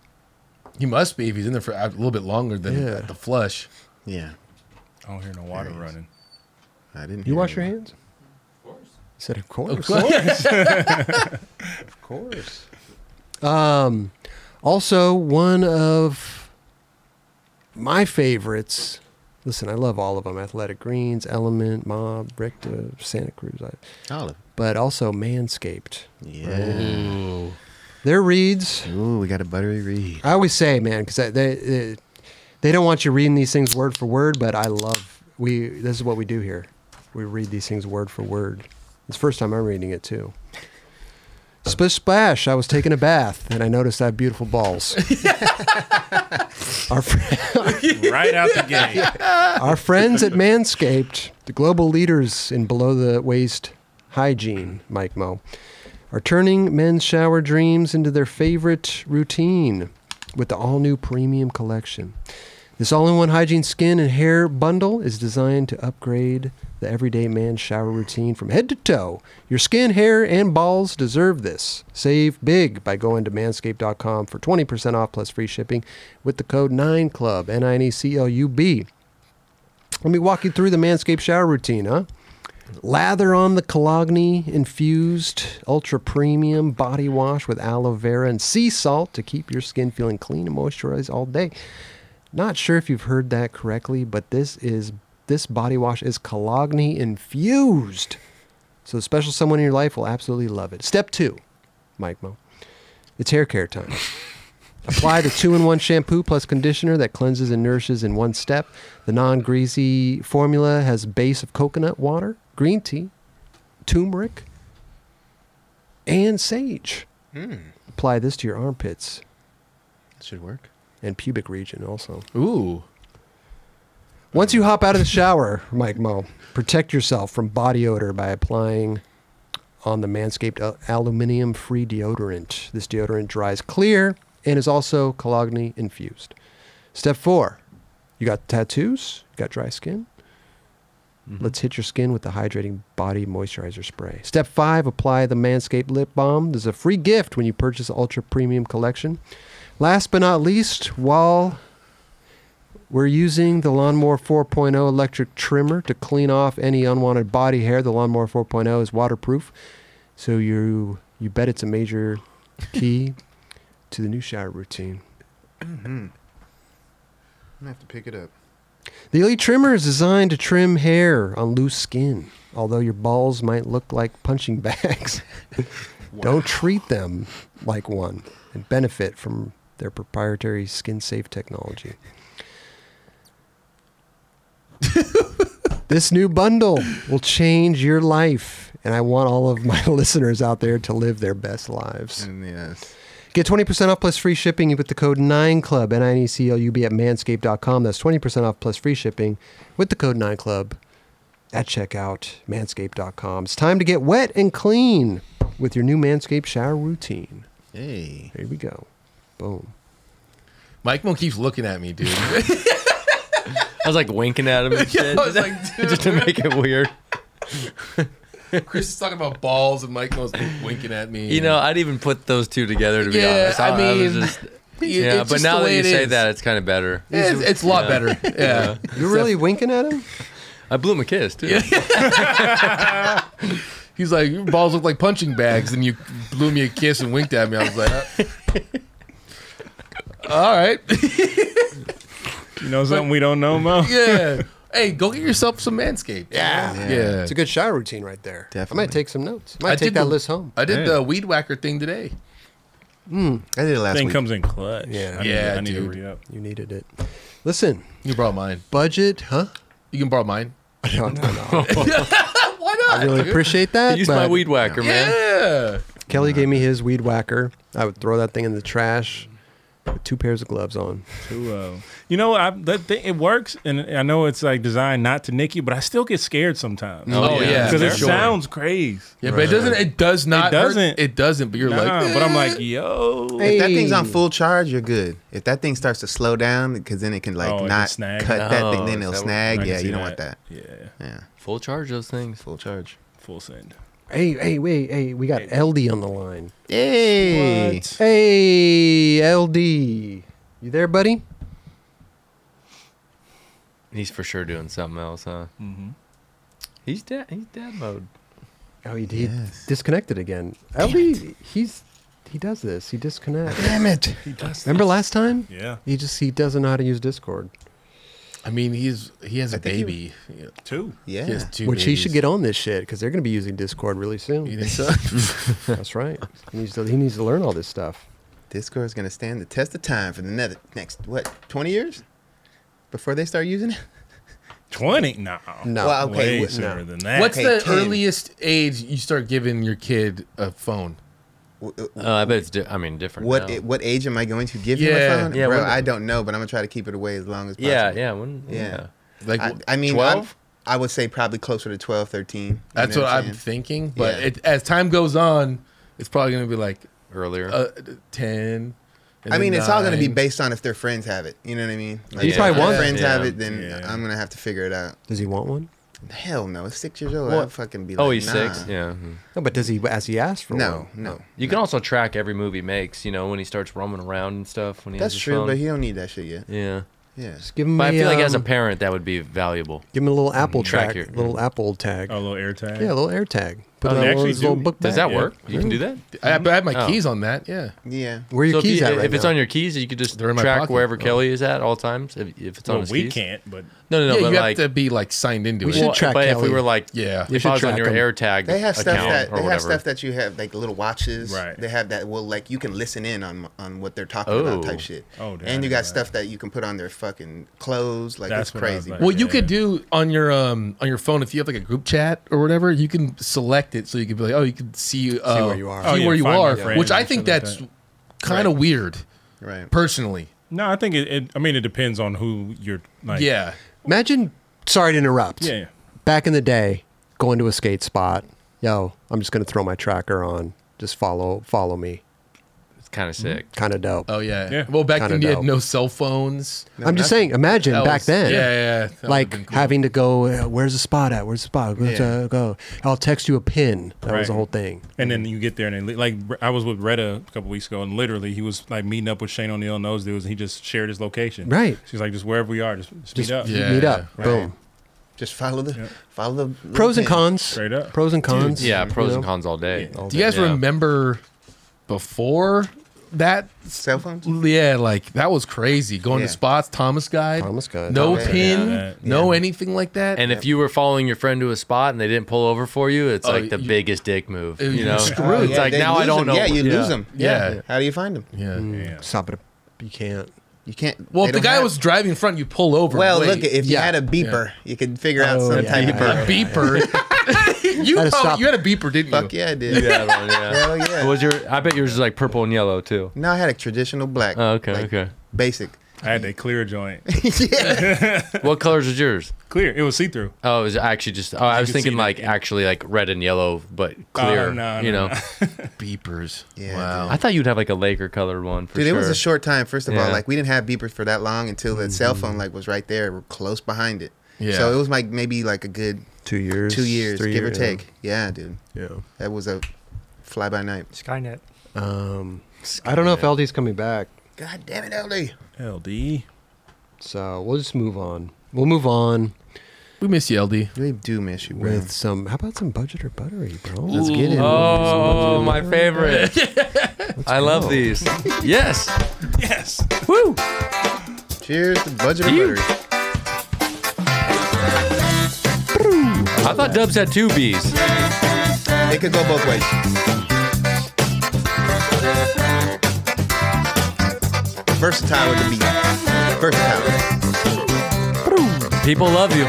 He must be if he's in there for a little bit longer than Yeah. the flush. Yeah. I don't hear no water There he is. running. I didn't. You hear wash your anyone. hands? Of course. He said, of course. Of course. Um, also, one of my favorites. Listen, I love all of them: Athletic Greens, Element, Mob, Recta, Santa Cruz. I, All of it. but also Manscaped. Yeah. Their reads. Ooh, we got a buttery read. I always say, man, because they, they they don't want you reading these things word for word. But I love we. This is what we do here. We read these things word for word. It's the first time I'm reading it too. Splish splash! I was taking a bath and I noticed I have beautiful balls. our, fr- Right out the gate. our friends at Manscaped, the global leaders in below the waist hygiene, Mike Mo, are turning men's shower dreams into their favorite routine with the all new premium collection. This all in one hygiene, skin, and hair bundle is designed to upgrade the everyday man's shower routine from head to toe. Your skin, hair, and balls deserve this. Save big by going to manscaped.com for 20% off plus free shipping with the code 9CLUB, N I N E C L U B. Let me walk you through the Manscaped shower routine, huh? Lather on the Cologne infused ultra premium body wash with aloe vera and sea salt to keep your skin feeling clean and moisturized all day. Not sure if you've heard that correctly, but this is this body wash is Cologne infused. So, special someone in your life will absolutely love it. Step two, Mike Mo, it's hair care time. Apply the two in one shampoo plus conditioner that cleanses and nourishes in one step. The non greasy formula has a base of coconut water, green tea, turmeric, and sage. Apply this to your armpits Should work. and pubic region also. Ooh. Once you hop out of the shower, Mike Mo, protect yourself from body odor by applying on the Manscaped al- aluminum free deodorant. This deodorant dries clear and is also cologne infused. Step four you got tattoos, you got dry skin. Let's hit your skin with the hydrating body moisturizer spray. Step five apply the Manscaped lip balm. There's a free gift when you purchase the Ultra Premium Collection. Last but not least, while we're using the Lawnmower 4.0 electric trimmer to clean off any unwanted body hair. The Lawnmower 4.0 is waterproof, so you you bet it's a major key to the new shower routine. I'm gonna have to pick it up. The Elite trimmer is designed to trim hair on loose skin, although your balls might look like punching bags. Don't treat them like one and benefit from their proprietary skin safe technology. this new bundle will change your life, and I want all of my listeners out there to live their best lives. And yes. Get 20% off plus free shipping with the code 9CLUB, N-I-N-E-C-L-U-B at manscaped.com. That's 20% off plus free shipping with the code 9CLUB at checkout, manscaped.com. It's time to get wet and clean with your new Manscaped shower routine. Hey. Here we go. Boom. Mike Mo keeps looking at me, dude. I was like winking at him and shit. I was like, dude. just to make it weird. Chris is talking about balls, and Mike Mo's winking at me. You know, I'd even put those two together to be Yeah, honest. I was mean, just- It- yeah, it's but just now the that way you it say is. that, it's kind of better. it's, it's a lot better. Yeah. You're really winking at him? I blew him a kiss too. He's like, your balls look like punching bags, and you blew me a kiss and winked at me. I was like, "Uh, all right, You know something we don't know, Mo? yeah. Hey, go get yourself some Manscaped. Yeah. yeah. It's a good shower routine right there. I Definitely. might take some notes. I might I take did that the- list home. I did Yeah. the weed whacker thing today. I did it last Thing week. comes in clutch. Yeah. I need, Yeah, I need dude. to re up. You needed it. Listen, You can borrow mine. budget, huh? You can borrow mine. No, no, no. Why not? I really appreciate that. Use my but- weed whacker, man. Yeah. Kelly gave me his weed whacker. I would throw that thing in the trash with two pairs of gloves on. Two oh. You know, I, that thing, it works, and I know it's like designed not to nick you, but I still get scared sometimes. Oh, yeah. because it Sure. sounds crazy. Yeah, but it doesn't. It does not. hurt. doesn't. It doesn't. But you're Nah, like, but I'm "Eh." like, yo, Hey. If that thing's on Hey. full charge, you're good. If that thing starts to slow down, because then it can like Oh, it can not snag. cut that Oh, thing, then is it'll that what- I snag. can Yeah, see you don't want that. Yeah, Yeah, Full charge those things. full charge. full send. Hey, hey, wait, hey, we got LD on the line. Hey, Hey, LD. You there, buddy? He's for sure doing something else, huh? Mm-hmm. He's dead. He's dead mode. Oh, he, he Yes. disconnected again. LD, he's he does this. He disconnects. damn it! Remember last time? Yeah, He just he doesn't know how to use Discord, I mean, he's he has a think he- baby. Yeah. two. Yeah, He has two which he babies. should get on this shit because they're going to be using Discord really You soon. think so? That's right. He needs to he needs to learn all this stuff. Discord's gonna stand the test of time for the ne- next what twenty years before they start using it. Twenty? No, No, Well, okay, way wait, sooner no. than that. What's Hey, the Ken. earliest age you start giving your kid a phone? W- w- Uh, I bet it's. Di- I mean, different. What now. a- what age am I going to give Yeah. him a phone? Yeah, Bro, when- I don't know, but I'm gonna try to keep it away as long as possible. Yeah, yeah, when, yeah. Yeah. Like I, I mean, 12? I'm- I would say probably closer to 12, 13. you that's know what I'm saying? thinking. But Yeah. it, as time goes on, it's probably gonna be like Earlier. uh, ten. and I then mean, it's all going to be nine. based on if their friends have it. You know what I mean? Like, You if probably my want- friends Yeah. have it, then Yeah. I'm going to have to figure it out. Does he want one? Hell no, it's six years old. Well, I'd fucking be like, oh, he's nah. six. Yeah. mhm. No, but does he? As he asked for No, one? no. You can also track every move he makes. You know, when he starts roaming around and stuff. When he That's has his true, phone. but he don't need that shit yet. yeah. Yeah. Just give him. But a, I feel like as a um, parent, that would be valuable. give him a little Apple Track track, your- little Apple tag. a little air tag? yeah, a little air tag. Put Oh, it they on one of actually those little do. book Does bag. that work? You can do that. I, but I have my Oh. keys on that. Yeah. Yeah. Where are your so keys if, you- at right if it's now? on your keys, you could just They're in my track pocket. wherever Oh. Kelly is at all times. If, if it's on Well, his we keys. can't, but No, no, no. yeah, but you like, have to be like signed into We it. should well, track but if Kelly. we were like, Yeah. We if should I was on track your 'em. AirTag, They have stuff account that or they have whatever. stuff that you have like little watches. Right. They have that will like you can listen in on on what they're talking Oh. about type shit. Oh, damn, and you I got didn't know stuff that you can put on their fucking clothes. Like That's it's what I was crazy. like. Well, you Yeah. could do on your um on your phone if you have like a group chat or whatever, you can select it so you can be like, oh, you can see uh, where you are. see Oh, yeah, where you find your are, friends which I and think shit like that's that. kind of weird right. personally. no, I think it, it. I mean, it depends on who you're. Like, yeah, Imagine, sorry to interrupt. yeah, yeah. Back in the day, going to a skate spot. Yo, I'm just gonna throw my tracker on. Just follow, follow me. It's kind of sick. Kind of dope. oh yeah. Yeah. Well, back Kinda then you had dope. no cell phones. I'm just saying. Imagine That back was- then. yeah, yeah, yeah. That would've been Like cool. having to go. uh, Where's the spot at? Where's the spot? Where's, Yeah. uh, go. I'll text you a pin. That Right. was the whole thing. And Mm-hmm. then you get there and they, like I was with Retta a couple weeks ago and literally he was like meeting up with Shane O'Neill and those dudes and he just shared his location. Right. She's like just wherever we are, just, just, Just meet up. you Yeah. meet up. Right. Boom. Just follow the Yeah. follow the Pros and little cons. Straight up. Pros and cons. Yeah, you pros and know? cons all day. Yeah. Do you guys Yeah. remember before that? pin. Cell phones. Yeah, like that was crazy. Going Yeah. to spots, Thomas guide, Thomas Guide. no Thomas Guide. pin, Yeah. no anything like that. And if you were following your friend to a spot and they didn't pull over for you, it's Oh, like the you- biggest dick move. Uh, You you're know, screwed. Oh, it's yeah, like they now I lose don't 'em. know. Yeah, you lose them. Yeah. Mm. yeah. How do you find them? yeah. Yeah. Stop it. You can't. You can't. Well, they if the don't guy have- was driving in front, you pull over. Well, wait. look, if you Yeah. had a beeper, you could figure out Oh, some yeah. type Yeah. of a beeper. you Gotta probably, stop. you had a beeper, didn't Fuck you? yeah, I did. had one, yeah. Hell yeah. Was your? I bet yours is like purple and yellow too. No, I had a traditional black. Oh, okay, like, okay. Basic. I had that clear joint. What colors was yours? clear. It was see through. Oh, it was actually just. Oh, I was could thinking see like that. Oh, actually like red and yellow, but clear. no, you no, know, Beepers. Yeah, wow. I thought you'd have like a Laker colored one for Dude, sure. it was a short time. First of Yeah. all, like we didn't have beepers for that long until the cell phone like was right there, close behind it. Yeah. So it was like maybe like a good Two years. two years, three give or years, take. Yeah, dude, Yeah. yeah. that was a fly by night. Skynet. Um, I don't know if LD's coming back, God damn it, LD. LD. so we'll just move on. We'll move on we miss you, LD. We do miss you, bro. with some. How about some budget or buttery, bro? Let's get it. Oh, my favorite! I love these. Yes. Yes. Woo. Cheers to budget and butter. I thought Dubs had two B's. It could go both ways. Versatile with the beat. Versatile. People love you.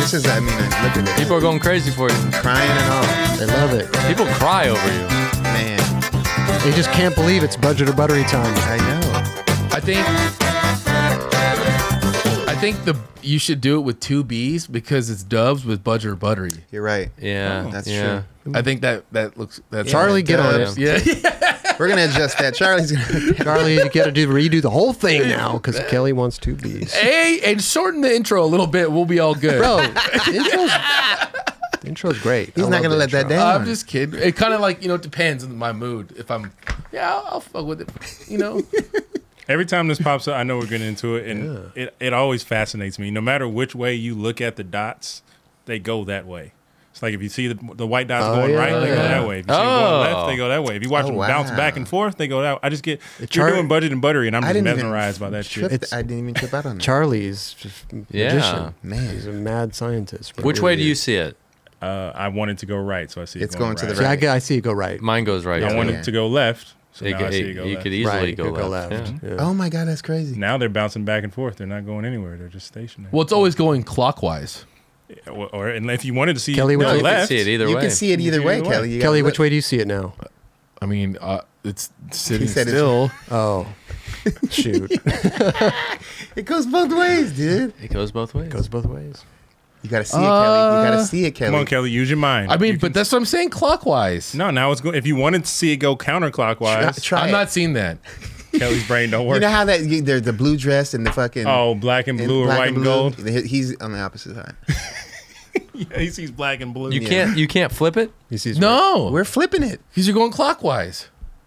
This is, I mean, I look at it. People are going crazy for you. Crying and all. I love it. People cry over you. Man, They just can't believe it's budget or buttery time. I know. I think. I think the you should do it with two B's because it's doves with budger buttery. You're right. Yeah. Oh, That's yeah. I think that that looks that's Charlie, get on it. Dubs. Yeah, We're gonna adjust that. Charlie's gonna. Charlie, you got to do redo the whole thing now because Kelly wants two bees. hey, and shorten the intro a little bit. We'll be all good. Bro, the intro's, the intro's great. He's I not love gonna the let that intro. down. I'm just kidding. It kind of like you know it depends on my mood. If I'm yeah, I'll, I'll fuck with it. You know, Every time this pops up, I know we're getting into it, and it, it always fascinates me. No matter which way you look at the dots, they go that way. It's like if you see the, the white dots going yeah. right, they go that way. If you see them Oh. going left, they go that way. If you watch Oh, them bounce wow. back and forth, they go that. I just get chart- you're doing budget and buttery, and I'm I just didn't even mesmerized by that trip. shit. It's- I didn't even trip out on that. Charlie's just a Yeah. magician. Man. he's a mad scientist. bro. Which way do you see it? Uh, I wanted to go right, so I see it It's going to the See, I, g- I see you go right. Mine goes right. I to wanted it. Yeah. to go left, so It now could- I see it go you left. could easily right, you go, could left. yeah. Yeah. Oh my god, that's crazy. Now they're bouncing back and forth. They're not going anywhere. They're just stationary. well, it's always going clockwise. or, or and if you wanted to see Kelly, no, what You do could left, see it either you way. can see it You either can way, either way. Kelly. You gotta Kelly, look. which way do you see it now? I mean, uh, it's sitting said it's- still. Oh, shoot. It It goes both ways, dude. It goes both ways. goes both ways. You gotta see it, Kelly. You Uh, gotta see it, Kelly. Come on, Kelly, use your mind. I mean, You but that's what I'm saying. Clockwise. No, now it's going. If you wanted to see it go Try, counterclockwise, try I'm it. not seeing that. Kelly's brain don't You work. know how that you, there's the blue dress and the fucking oh, black and and blue or black white and, blue. gold. He- He's on the opposite side. yeah, he sees black and blue. you Yeah. can't. You can't flip it. He sees No, We're flipping it. because you're going clockwise.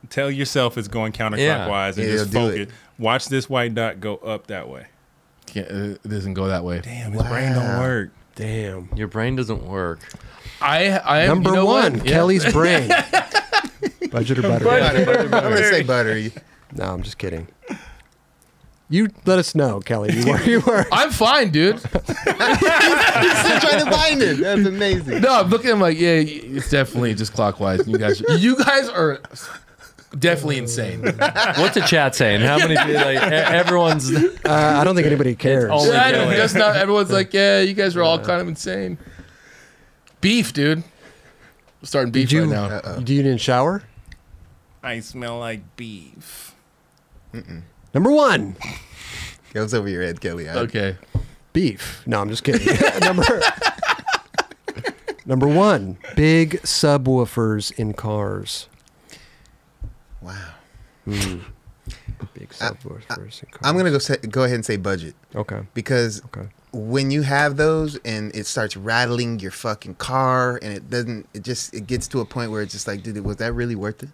Tell yourself it's going counterclockwise and Yeah, just they'll do focus. it. Watch this white dot go up that way. Can't, uh, it doesn't go that way. Damn, his brain don't Wow. work. Damn. Your brain doesn't work. I I am Number you know what? one, Yeah. Kelly's brain. Budget or butter? Butter, butter, butter. I'm gonna say buttery. No, I'm just kidding. You let us know, Kelly. You were. You were. I'm fine, dude. He's still trying to find it. That's amazing. No, I'm looking. I'm like, yeah, it's definitely just clockwise. You guys, you guys are definitely insane. What's the chat saying? How many people, like, e- everyone's. Uh, I don't think anybody cares. all- Yeah, I know, just not everyone's like, yeah, you guys are all kind of insane. Beef, dude. I'm starting beef Did you? right now. Uh, Do you didn't shower? I smell like beef. Number one, Goes over your head, Kelly. I- okay. beef. No, I'm just kidding. number number one, big subwoofers in cars. Hmm. Wow. Big subwoofers in cars. I'm gonna go say, go ahead and say budget Okay. because Okay. when you have those and it starts rattling your fucking car and it doesn't, it just it gets to a point where it's just like, dude, was that really worth it?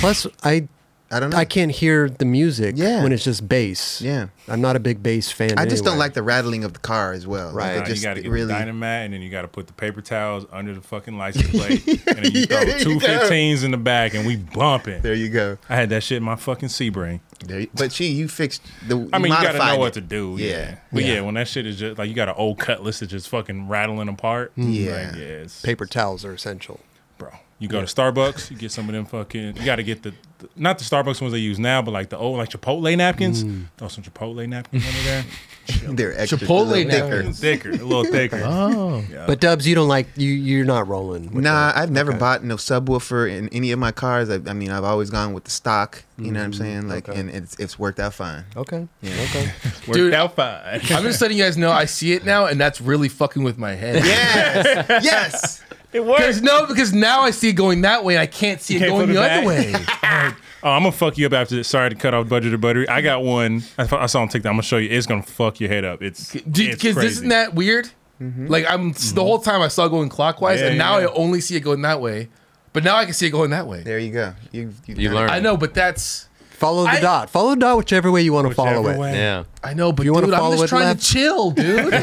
Plus, I I don't know. I can't hear the music Yeah. when it's just bass. Yeah. I'm not a big bass fan. I just don't anyway. like the rattling of the car as well. Like, Right. it Nah, just you got to it get really. the dynamite, and then you got to put the paper towels under the fucking license plate, and then you throw Yeah, two you go. 15s in the back, and we bumping. There you go. I had that shit in my fucking sea brain. There you, but she, you fixed the. I mean, you gotta modified know it. what to do. Yeah. Yeah. But yeah. when that shit is just like you got an old cutlass that's just fucking rattling apart. Mm-hmm. Yeah. Like, yeah. It's, paper towels are essential. bro. You go to Starbucks, you get some of them fucking. You got to get the, the- not the Starbucks ones they use now, but like the old like Chipotle napkins. Mm. Throw some Chipotle napkins under there. They're extra Chipotle Chipotle now. thicker. thicker, a little thicker. Oh. But Dubs, you don't like you. You're not rolling. with Nah, that. I've never bought no subwoofer in any of my cars. I, I mean, I've always gone with the stock. You know what I'm saying? Like, okay. and it's it's worked out fine. Okay. Yeah. Okay. Worked Dude. out fine. I'm just letting you guys know I see it now, and that's really fucking with my head. Yes, yes. It works. Because no, because now I see it going that way, and I can't see You it can't going flip the it other back. way. Oh, I'm gonna fuck you up after this. Sorry to cut off budget or buttery. I got one. I, fu- I saw on TikTok. I'm gonna show you. It's gonna fuck your head up. It's it's Because crazy. Mm-hmm. isn't that weird? Like I'm the whole time I saw it going clockwise, Yeah, and now yeah. I only see it going that way. But now I can see it going that way. There you go. You you, You learn. I know, but that's Follow the I- dot. Follow the dot whichever way you want to follow Whichever it. way. Yeah. I know, but You wanna dude, I'm follow just it trying left? to chill, dude.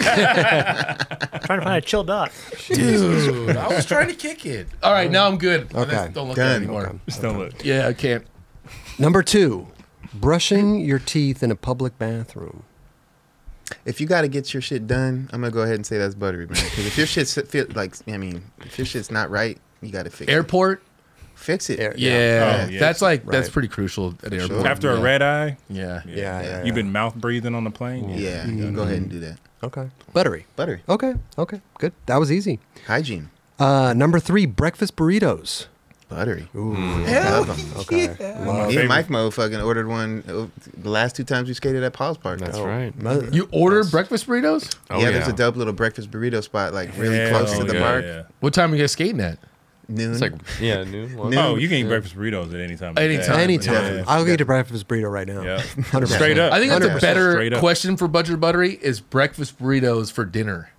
trying to find a chill dot. dude, I was trying to kick it. All right, now I'm good. Okay. Okay, don't look at it Done. anymore. Just don't look. Yeah, I can't. Number two, brushing your teeth in a public bathroom. If you got to get your shit done, I'm gonna go ahead and say that's buttery, man. Because if your shit's feel like, I mean, if your shit's not right, you got to fix it. Airport. Fix it. Air- Yeah, Oh, yeah. that's like that's Right. pretty crucial at airport. After a Yeah. red eye, Yeah. Yeah, yeah, you've been mouth breathing on the plane. Yeah, you can go ahead and do that. Okay. Buttery. Buttery Okay. Okay. Good. That was easy. hygiene. Uh, number three, breakfast burritos. Buttery. Hell Love 'em. Okay. Love- Me and Favorite. Mike motherfucking ordered one uh, the last two times we skated at Paul's Park. That's Oh. though. right. Mother- You order breakfast burritos? Oh, yeah, there's a dope little breakfast burrito spot like really Hell close to the yeah, park. yeah. What time are you guys skating at? Noon. It's like, yeah, noon. one. Noon. Oh, you can eat breakfast burritos at any time. of Any day. time. Anytime. Yeah. I'll eat a breakfast burrito right now. Yeah. 100%. Straight up. I think that's a 100%. better Straight up. question for Budget Buttery is breakfast burritos for dinner.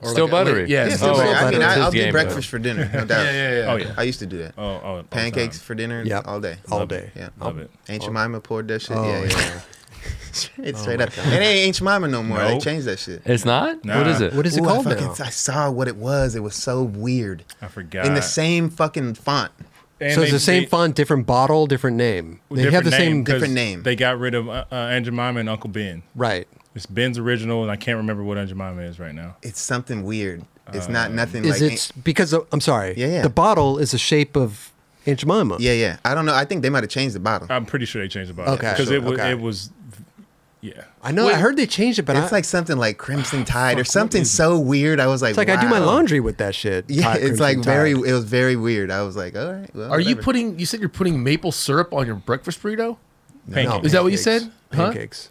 Or Still a- buttery. yeah, Yeah, it's still Oh, break- well, I mean, that I, is I'll his do game, breakfast for dinner, no doubt. yeah, yeah, yeah. Oh yeah. I used to do that. Oh, oh, all the Pancakes time. for dinner Yep. all day. All day. Yeah. Oh. Love it. Aunt Jemima poured that shit. Oh, yeah, yeah. Oh, yeah. yeah. it's straight up. It ain't Aunt Jemima no more. They Nope. changed that shit. It's not? What is Nah. it? What is it Ooh, I, called fucking, now? I saw what it was. It was so weird. I forgot. In the same fucking font. And so it's they- the same they- font, different bottle, different name. They have different the same. name 'cause different name. They got rid of uh, uh, Aunt Jemima and Uncle Ben. Right. It's Ben's original, and I can't remember what Aunt Jemima is right now. It's something weird. It's Um, not nothing Is like. it because of- I'm sorry. Yeah, yeah. The bottle is the shape of Aunt Jemima. yeah, yeah. I don't know. I think they might have changed the bottle. I'm pretty sure they changed the bottle. Okay. Because Sure, it was, okay. it was, yeah. I know. I heard they changed it, but it's I, like something like Crimson Tide or something so weird. I was like, it's like I do my wow. laundry with that shit. Yeah, Tide, it's Crimson like very. Tide. It was very weird. I was like, all right. Well, Oh. Are you whatever. putting? You said you're putting maple syrup on your breakfast burrito. Pancakes. Is that what you Pancakes. said? Huh? pancakes.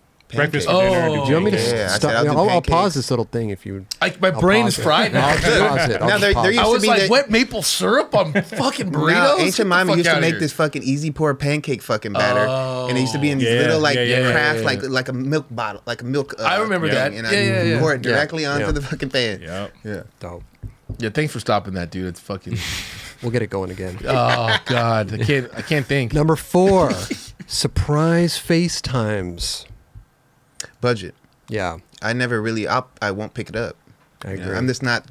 pancakes. breakfast for dinner? Oh. do Do you want me to pancakes. Yeah, I said stop? I'll I'll, do I'll, pause pancakes. this little thing if you. I, my brain is fried now. I'll just pause it. I'll Now, just there- pause there it. used I to was be like, that- what maple syrup on fucking burritos? No, Get the ancient mama fuck used outta to make here. this fucking easy pour pancake fucking batter, and it used to be in these Oh. little like Yeah, yeah, yeah, craft yeah, like like a milk bottle, like a milk. Uh, I remember thing, that. And I Yeah, yeah, yeah. pour it Yeah. directly onto Yeah. the fucking pan. Yep. Yeah. Dope. Yeah, thanks for stopping that, dude. It's fucking. We'll get it going again. Oh God, I can't. I can't think. Number four, surprise FaceTimes. Budget. Yeah. I never really. I'll, I won't pick it up. I You know, agree. I'm just not.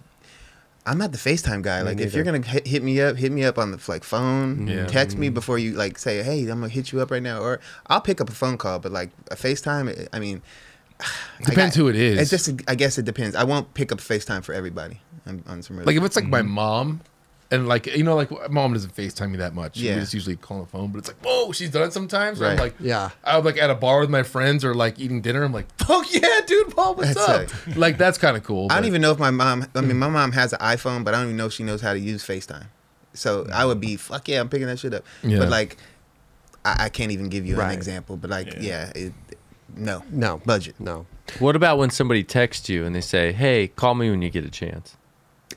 I'm not the FaceTime guy. like, if you're gonna hit, hit me up, hit me up on the like phone. Yeah. Text me before you like say, "Hey, I'm gonna hit you up right now," or I'll pick up a phone call. But like a FaceTime, I mean, I Depends got- who it is. It just, I guess, it depends. I won't pick up FaceTime for everybody. On, on some real Like if it's like my mom, and like you know, like my mom doesn't Facetime me that much. Yeah. we just usually call on the phone. But it's like, whoa, she's done it sometimes. I'm Right. like, Yeah. I'm like at a bar with my friends or like eating dinner. I'm like, fuck yeah, dude, Paul, what's That's up? Like that's kind of cool. I don't but- even know if my mom. I mean, my mom has an iPhone, but I don't even know if she knows how to use FaceTime. So I would be fuck yeah, I'm picking that shit up. Yeah. But like, I, I can't even give you Right. an example. But like, yeah, it, no, No. budget. No. What about when somebody texts you and they say, "Hey, call me when you get a chance"?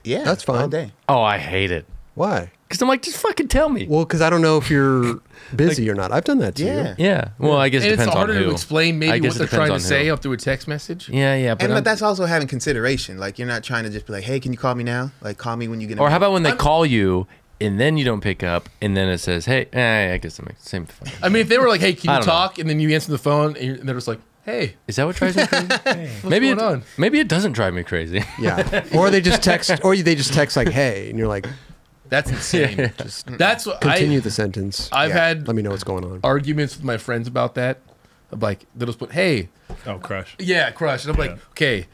Yeah, That's fine. All day. Oh, I hate it Why? because I'm like, just fucking tell me. Well, because I don't know if you're busy or not. I've done that to you. Yeah. yeah. Well, I guess it And it's depends on harder who. to explain I maybe guess what it they're depends trying on to who. say up through a text message. Yeah, yeah. But, and I'm- but that's also having consideration. Like you're not trying to just be like, hey, can you call me now? Like call me when you get. a or how minute. about when they call you and then you don't pick up and then it says, "Hey, eh, I guess I'm same." Fucking. I mean, if they were like, "Hey, can I you don't know. talk?" and then you answer the phone, and you're- and they're just like, "Hey, Is that what drives me crazy? what's maybe going it, on?" maybe it doesn't drive me crazy. Yeah. or they just text, or they just text like, "Hey," and you're like, That's insane. just That's what continue I, the sentence. I've Yeah. had Let me know what's going on. arguments with my friends about that. I'm like, they'll just put, "Hey, Oh, crush. yeah, crush," and I'm like, "Okay."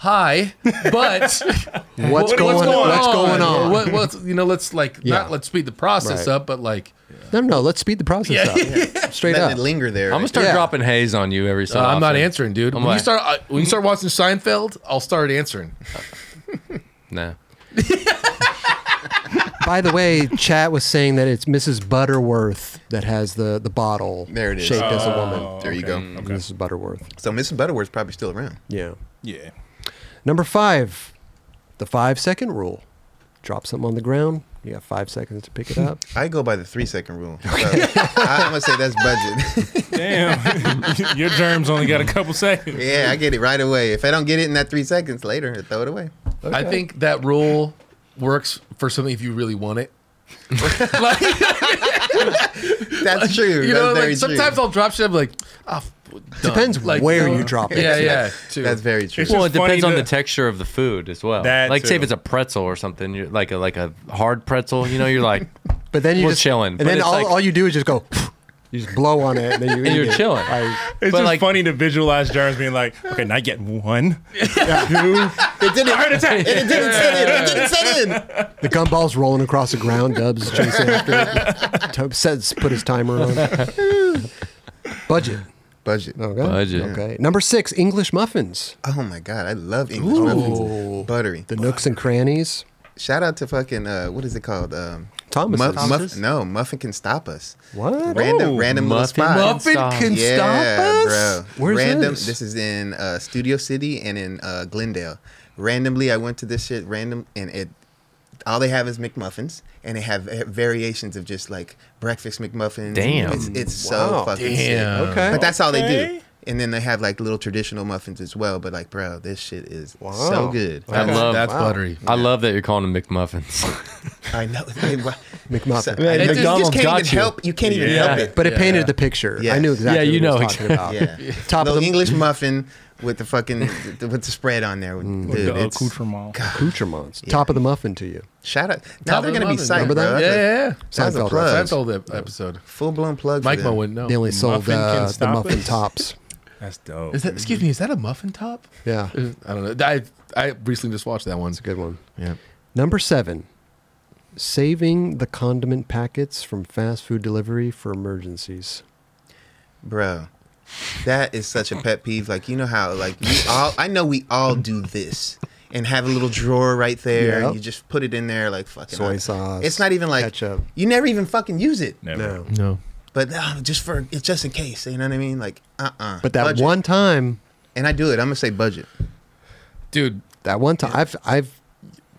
Hi, but What's What- going? What's going on? What, what's you know? Let's like Yeah. not let's speed the process Right. up, but like No, no. Let's speed the process Yeah. up. Straight letting up. it linger there? I'm gonna start Yeah. dropping haze on you every so uh, I'm not often. answering, dude. I'm when like- you start uh, when you start watching Seinfeld, I'll start answering. Nah. By the way, chat was saying that it's Mrs. Butterworth that has the the bottle. There it is. Shaped as a Oh, woman. There you okay, go. Okay. Mrs. Butterworth. So Mrs. Butterworth's probably still around. Yeah. Yeah. Number five, the five second rule. Drop something on the ground. You got five seconds to pick it up. I go by the three second rule. So I, I'm gonna say that's budget. Damn. Your germs only got a couple seconds. yeah, I get it right away. If I don't get it in that three seconds later, I throw it away. I think that rule works for something if you really want it. like, That's true. you know, that's like very sometimes true. I'll drop shit. I'm like, ah, f- done. Depends like, where no. you drop it. Yeah, yeah. Too. That's very true. It's Well, it just funny depends on to- the texture of the food as well. That like, say if too. it's a pretzel or something, you're like a like a hard pretzel. You know, you're like, But then you We're just chilling. and But then it's all, like- all you do is just go. You just blow on it, and then you eat you're it. chilling. Like, It's But, just like- funny to visualize germs being like, okay, now I get one, two, It didn't. heart attack. It didn't set in. It didn't set in. the gumball's rolling across the ground. Dubs chasing after it. Dub says, "Put his timer on." Budget. Budget. Okay. Budget. Okay. Number six, English muffins. Oh my god, I love English Ooh. muffins. Buttery. The nooks and crannies. Shout out to fucking uh, what is it called? Um, Thomas's. Muff- Muff- Thomas's? no, muffin can stop us. What? Random, random little muffin spot. muffin can yeah, bro. Where's random. this? is in uh, Studio City and in uh, Glendale. Randomly, I went to this shit. Random and it. All they have is McMuffins, and they have variations of just like breakfast McMuffins. Damn. it's, it's Wow. so fucking Damn. sick. Okay. But that's all they do. Okay. And then they have like little traditional muffins as well. But like, bro, this shit is Wow. so good. I love that's Wow. buttery. I love that you're calling them McMuffins. I know. McMuffin. So- Yeah, I- you McDonald's just can't got even you. help. You can't even Yeah. help it. But it painted the picture. I Yes. knew exactly. Yeah, you what know he was talking about. Yeah. Top of Little the- English muffin with the fucking with the spread on there. Dude, Mm. the uh, it's, accoutrement. Accoutrements. Top of the muffin to you. shout out. Now they're of gonna be the psyched, muffin. bro. Yeah, yeah, That's a Seinfeld yeah. plug. Seinfeld ep- episode. Full blown plug. Mike for Mo them. wouldn't know. They only sold Muffin can uh, the stop muffin us? tops. That's dope. Is that? Excuse me. Is that a muffin top? Yeah, I don't know. I I recently just watched that one. it's a good one. Yeah. Number seven, saving the condiment packets from fast food delivery for emergencies. bro. That is such a pet peeve. Like you know how like we all. I know we all do this. And have a little drawer right there, Yep. and you just put it in there like fucking Soy sauce, It's not even like ketchup. You never even fucking use it. Never. No. But uh, just for it's just in case, you know what I mean? Like, uh, uh But that budget. one time, and I do it. I'm gonna say budget. Dude, that one time, I've, I've,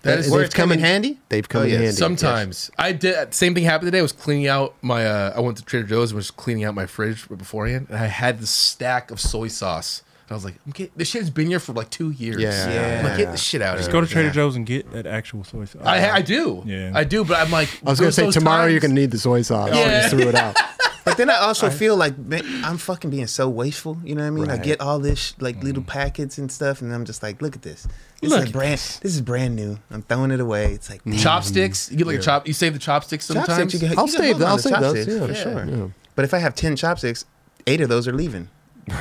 that is Where It's coming handy. they've come Oh, in yes. handy. Sometimes I did. Same thing happened today. I was cleaning out my. Uh, I went to Trader Joe's and was cleaning out my fridge beforehand, and I had this stack of soy sauce. And I was like, I'm getting, this shit has been here for like two years. Yeah. I'm like, Yeah. get this shit out of Just here. go to Trader Joe's and get that actual soy sauce. I, ha- I do. Yeah. I do. But I'm like, I was gonna there's say those tomorrow you're times- gonna need the soy sauce. Yeah. I just threw it out. But then I also feel like man, I'm fucking being so wasteful. You know what I mean? I Right. get all this like little packets and stuff, and I'm just like, look at this. This Look is at like brand. This. is brand new. I'm throwing it away. It's like man, Chopsticks. You get like a chop. You save the chopsticks sometimes. chopsticks, you can- you I'll can save. live on I'll the save those. chopsticks, Yeah, for sure. sure. Yeah. But if I have ten chopsticks, eight of those are leaving.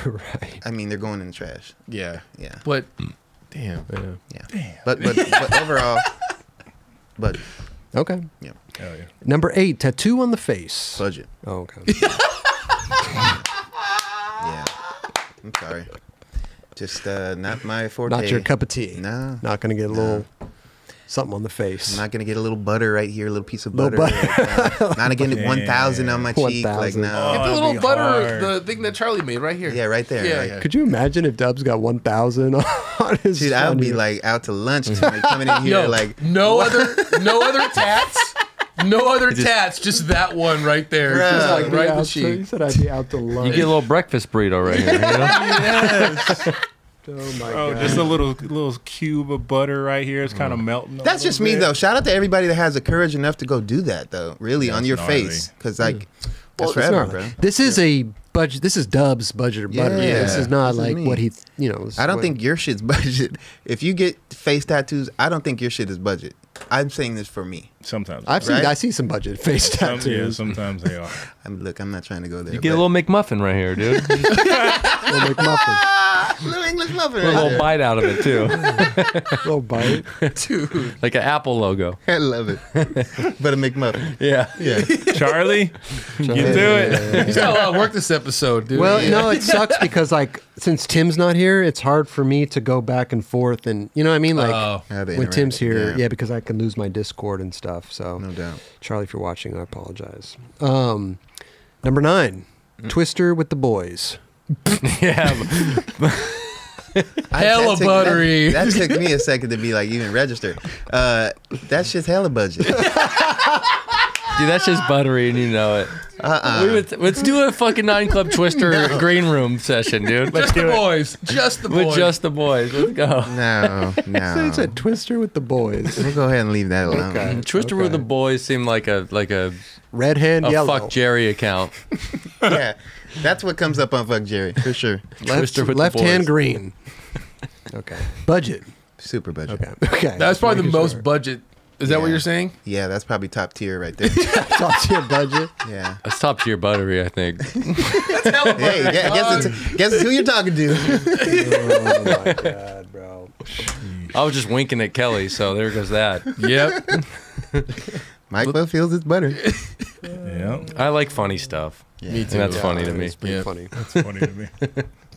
right. I mean, they're going in the trash. yeah. Yeah, But damn. yeah. But but but overall, but Okay. yeah, Hell yeah. Number eight, tattoo on the face. budget. Oh, okay. Yeah, I'm sorry. Just uh, not my forte. Not your cup of tea. No. Not gonna get a little something on the face. I'm not gonna get a little butter right here, a little piece of butter. Little Like, uh, not getting Yeah. one thousand on my cheek. Like 1,000. no, Get the that'd little Oh, be butter, hard. the thing that Charlie made right here. yeah, right there. Yeah, like, yeah. Could you imagine if Dubs got one thousand on his? Dude, I on would be his- like out to lunch tonight, coming in here Yo, like, no other, no other tats, no other tats, just that one right there, Bruh. just I'd like be right in the out to- he cheek. said I'd be out to You lunch. get a little breakfast burrito right here. You know? oh my Oh, god. just a little little cube of butter right here. It's kind of melting. a that's just little me bit. though. Shout out to everybody that has the courage enough to go do that though. Really on your gnarly. face, because like Mm. Well, that's it's forever, gnarly. bro. This is a budget. This is Dubs budget Yeah. butter. This is not This is like me. what he, you know. is I don't what- think your shit's budget. If you get face tattoos, I don't think your shit is budget. I'm saying this for me. Sometimes. I've seen. right? I see some budget face Some- yeah, tattoos. sometimes they are. I mean, look, I'm not trying to go there. You get a little McMuffin right here, dude. little McMuffin, Ah, little English muffin. a right little there. bite out of it too, little bite. like an Apple logo. I love it. but a McMuffin. Yeah. Yeah. Charlie, you do it. He's got a lot of work this episode, dude. Well, no, it sucks because like since Tim's not here, it's hard for me to go back and forth, and you know what I mean. Like Oh. Yeah, they when interact. Tim's here, yeah. Yeah. because I can lose my Discord and stuff. So No doubt. Charlie, if you're watching, I apologize. Um, number 9 Twister with the boys. Yeah. I- Hella that took- buttery. That, that took me a second to be like even registered. Uh, that shit's hella budget. Dude, that's just buttery, and you know it. Uh, Uh-uh. We would, let's do a fucking nine club twister green room session, dude. Let's just the do it boys, just the with boys. just the boys. Let's go. No, no. They said Twister with the boys. We'll go ahead and leave that alone. Okay. Twister with the boys seemed like a like a, Red hand, a yellow. fuck Jerry account. Yeah, that's what comes up on Fuck Jerry for sure. left Twister with the left hand boys. green. Okay. Budget. Super budget. Okay. Okay. That's probably the Making most sure. budget. Is that what Yeah. you're saying? Yeah, that's probably top tier right there. top tier budget. Yeah. That's top tier buttery, I think. Hey, gu- guess it's, guess it's who you're talking to. Oh my god, bro. I was just winking at Kelly, so there goes that. Yep. Mike Buttfields is butter. Yeah, I like funny stuff. Me And that's funny to me. It's pretty Yeah. funny. that's funny to me.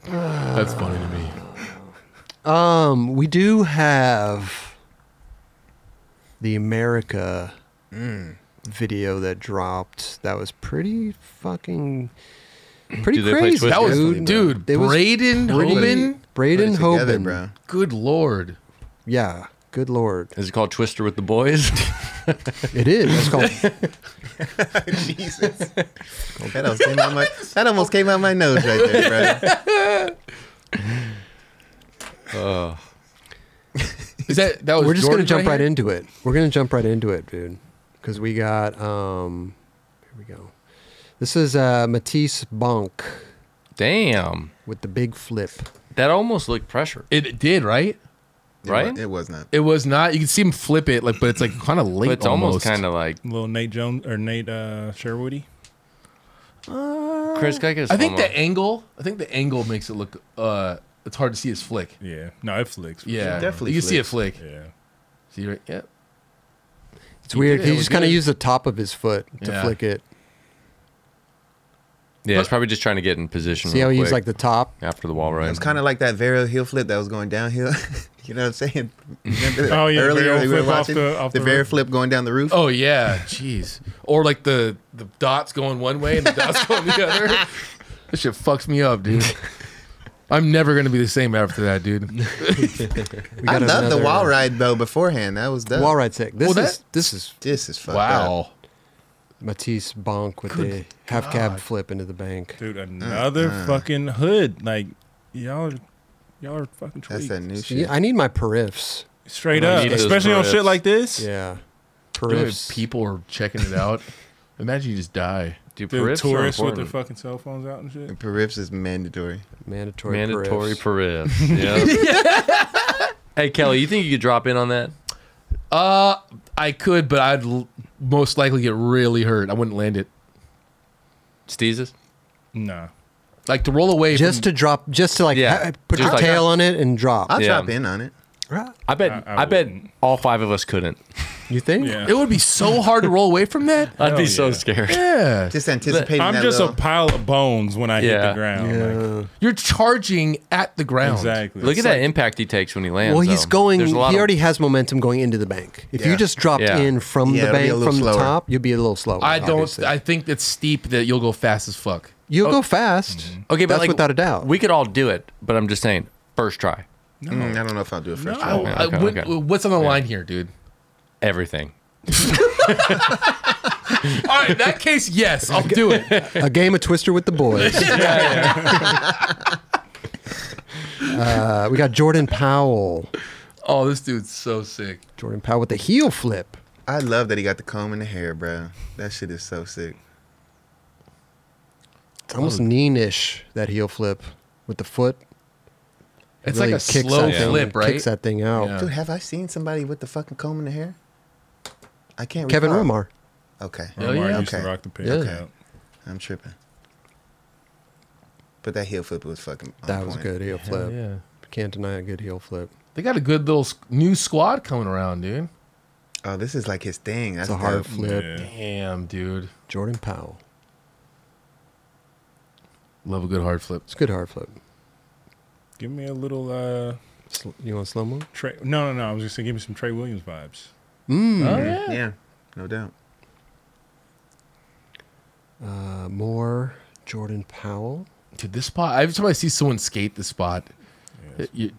That's funny to me. Um, we do have the America Mm. video that dropped. That was pretty fucking pretty Do they play crazy. Twister? That was, dude. dude, It was Braden pretty- Hoban. Braden Put it together, Hoban. bro. Good lord. Yeah. Good lord. Is it called Twister with the boys? It is. It's called Jesus. That almost, came out my, that almost came out my nose right there, bro. oh. Is that that was? We're just Jordan gonna jump right, here? into it. We're gonna jump right into it, dude. Because we got um here we go. This is uh Matisse Bonk Damn. with the big flip. That almost looked pressure. It did right. It Right? wa- It was not. It was not. You can see him flip it, like, but it's like kind of late. But it's almost, kind of like Little Nate Jones or Nate uh, Sherwoody. Chris Geiger's I think homo. the angle. I think the angle makes it look. uh It's hard to see his flick. Yeah, no, it flicks. for Yeah, It definitely You can see it flicks. flick. sure. Yeah. See right? Yep. It's weird. did it. He It was just kind of good. used the top of his foot to Yeah. flick it. Mm-hmm. Yeah, it's probably just trying to get in position. See how real he used quick like the top. after the wall It right. was kind of like that Vero heel flip that was going downhill. you know what I'm saying? Remember that Oh, yeah, earlier Vero we were flip off watching the- off the, the Vero roof. flip going down the roof. Oh yeah, jeez. Or like the the dots going one way and the dots going the other. This shit fucks me up, dude. I'm never gonna be the same after that, dude. We I got love the another- wall ride though. Beforehand, that was dope. Wall ride sick. This Well, is that- this is This is fucked up. Wow. Matisse Bonk with the half cab flip into the bank. Dude, another fucking hood. Like y'all, are- y'all are fucking That's that tweaked. new shit. See, I need my periffs. Straight I up, need those especially on grips. shit like this. Yeah, Really, periffs. people are checking it out. Imagine you just die. Dude, The perifs are tourists with their important. fucking cell phones out and shit. Perips is mandatory. Mandatory. mandatory perifs. perifs. Yeah. hey Kelly, you think you could drop in on that? Uh, I could, but I'd l- most likely get really hurt. I wouldn't land it. Steezes? Nah. Like to roll away. just to from, drop, just to like Yeah. ha- put Just your like- tail on it and drop. I'll Yeah. drop in on it. I bet I- I, I bet wouldn't. all five of us couldn't. you think? Yeah. It would be so hard to roll away from that. I'd be Hell so yeah. scared. Yeah, Just anticipating I'm that just little, a pile of bones when I hit Yeah. the ground. like, you're charging at the ground. exactly. Look at that impact he takes when he lands. Well, he's though. going. There's He a lot of- already has momentum going into the bank. If Yeah. you just dropped Yeah. in from the Yeah, it'll be a bank little from the slower. top, you'll be a little slower. I don't. obviously. I think it's steep that you'll go fast as fuck. you'll go fast. oh. Okay, but that's like, without a doubt. We could all do it, but I'm just saying, first try. Mm, I don't know if I'll do it first. I, try. I, okay, Uh, what- okay. What's on the line here, dude? Everything. All right, in that case, yes, I'll do it. a game of Twister with the boys. uh, we got Jordan Powell. Oh, this dude's so sick. Jordan Powell with the heel flip. I love that he got the comb in the hair, bro. That shit is so sick. It's almost neenish that heel flip with the foot. It's Really like a kicks slow that thing- flip, right? Kicks that thing out. Yeah. Dude, have I seen somebody with the fucking comb in the hair? I can't. Kevin recall. Romar. Okay, Oh, Omar yeah. used Okay. to rock the paper Yeah. cup. I'm tripping. But that heel flip was fucking. on That was point. good heel flip. yeah. Can't deny a good heel flip. They got a good little s- new squad coming around, dude. Oh, this is like his thing. That's It's a hard dope. flip. Yeah. Damn, dude. Jordan Powell. Love a good hard flip. It's a good hard flip. Give me a little uh Sl- You want slow mo? Trey No, no, no. I was just gonna give me some Trey Williams vibes. Yeah. no doubt. Uh, more Jordan Powell. Dude, this spot. Every time I see someone skate this spot, it- you-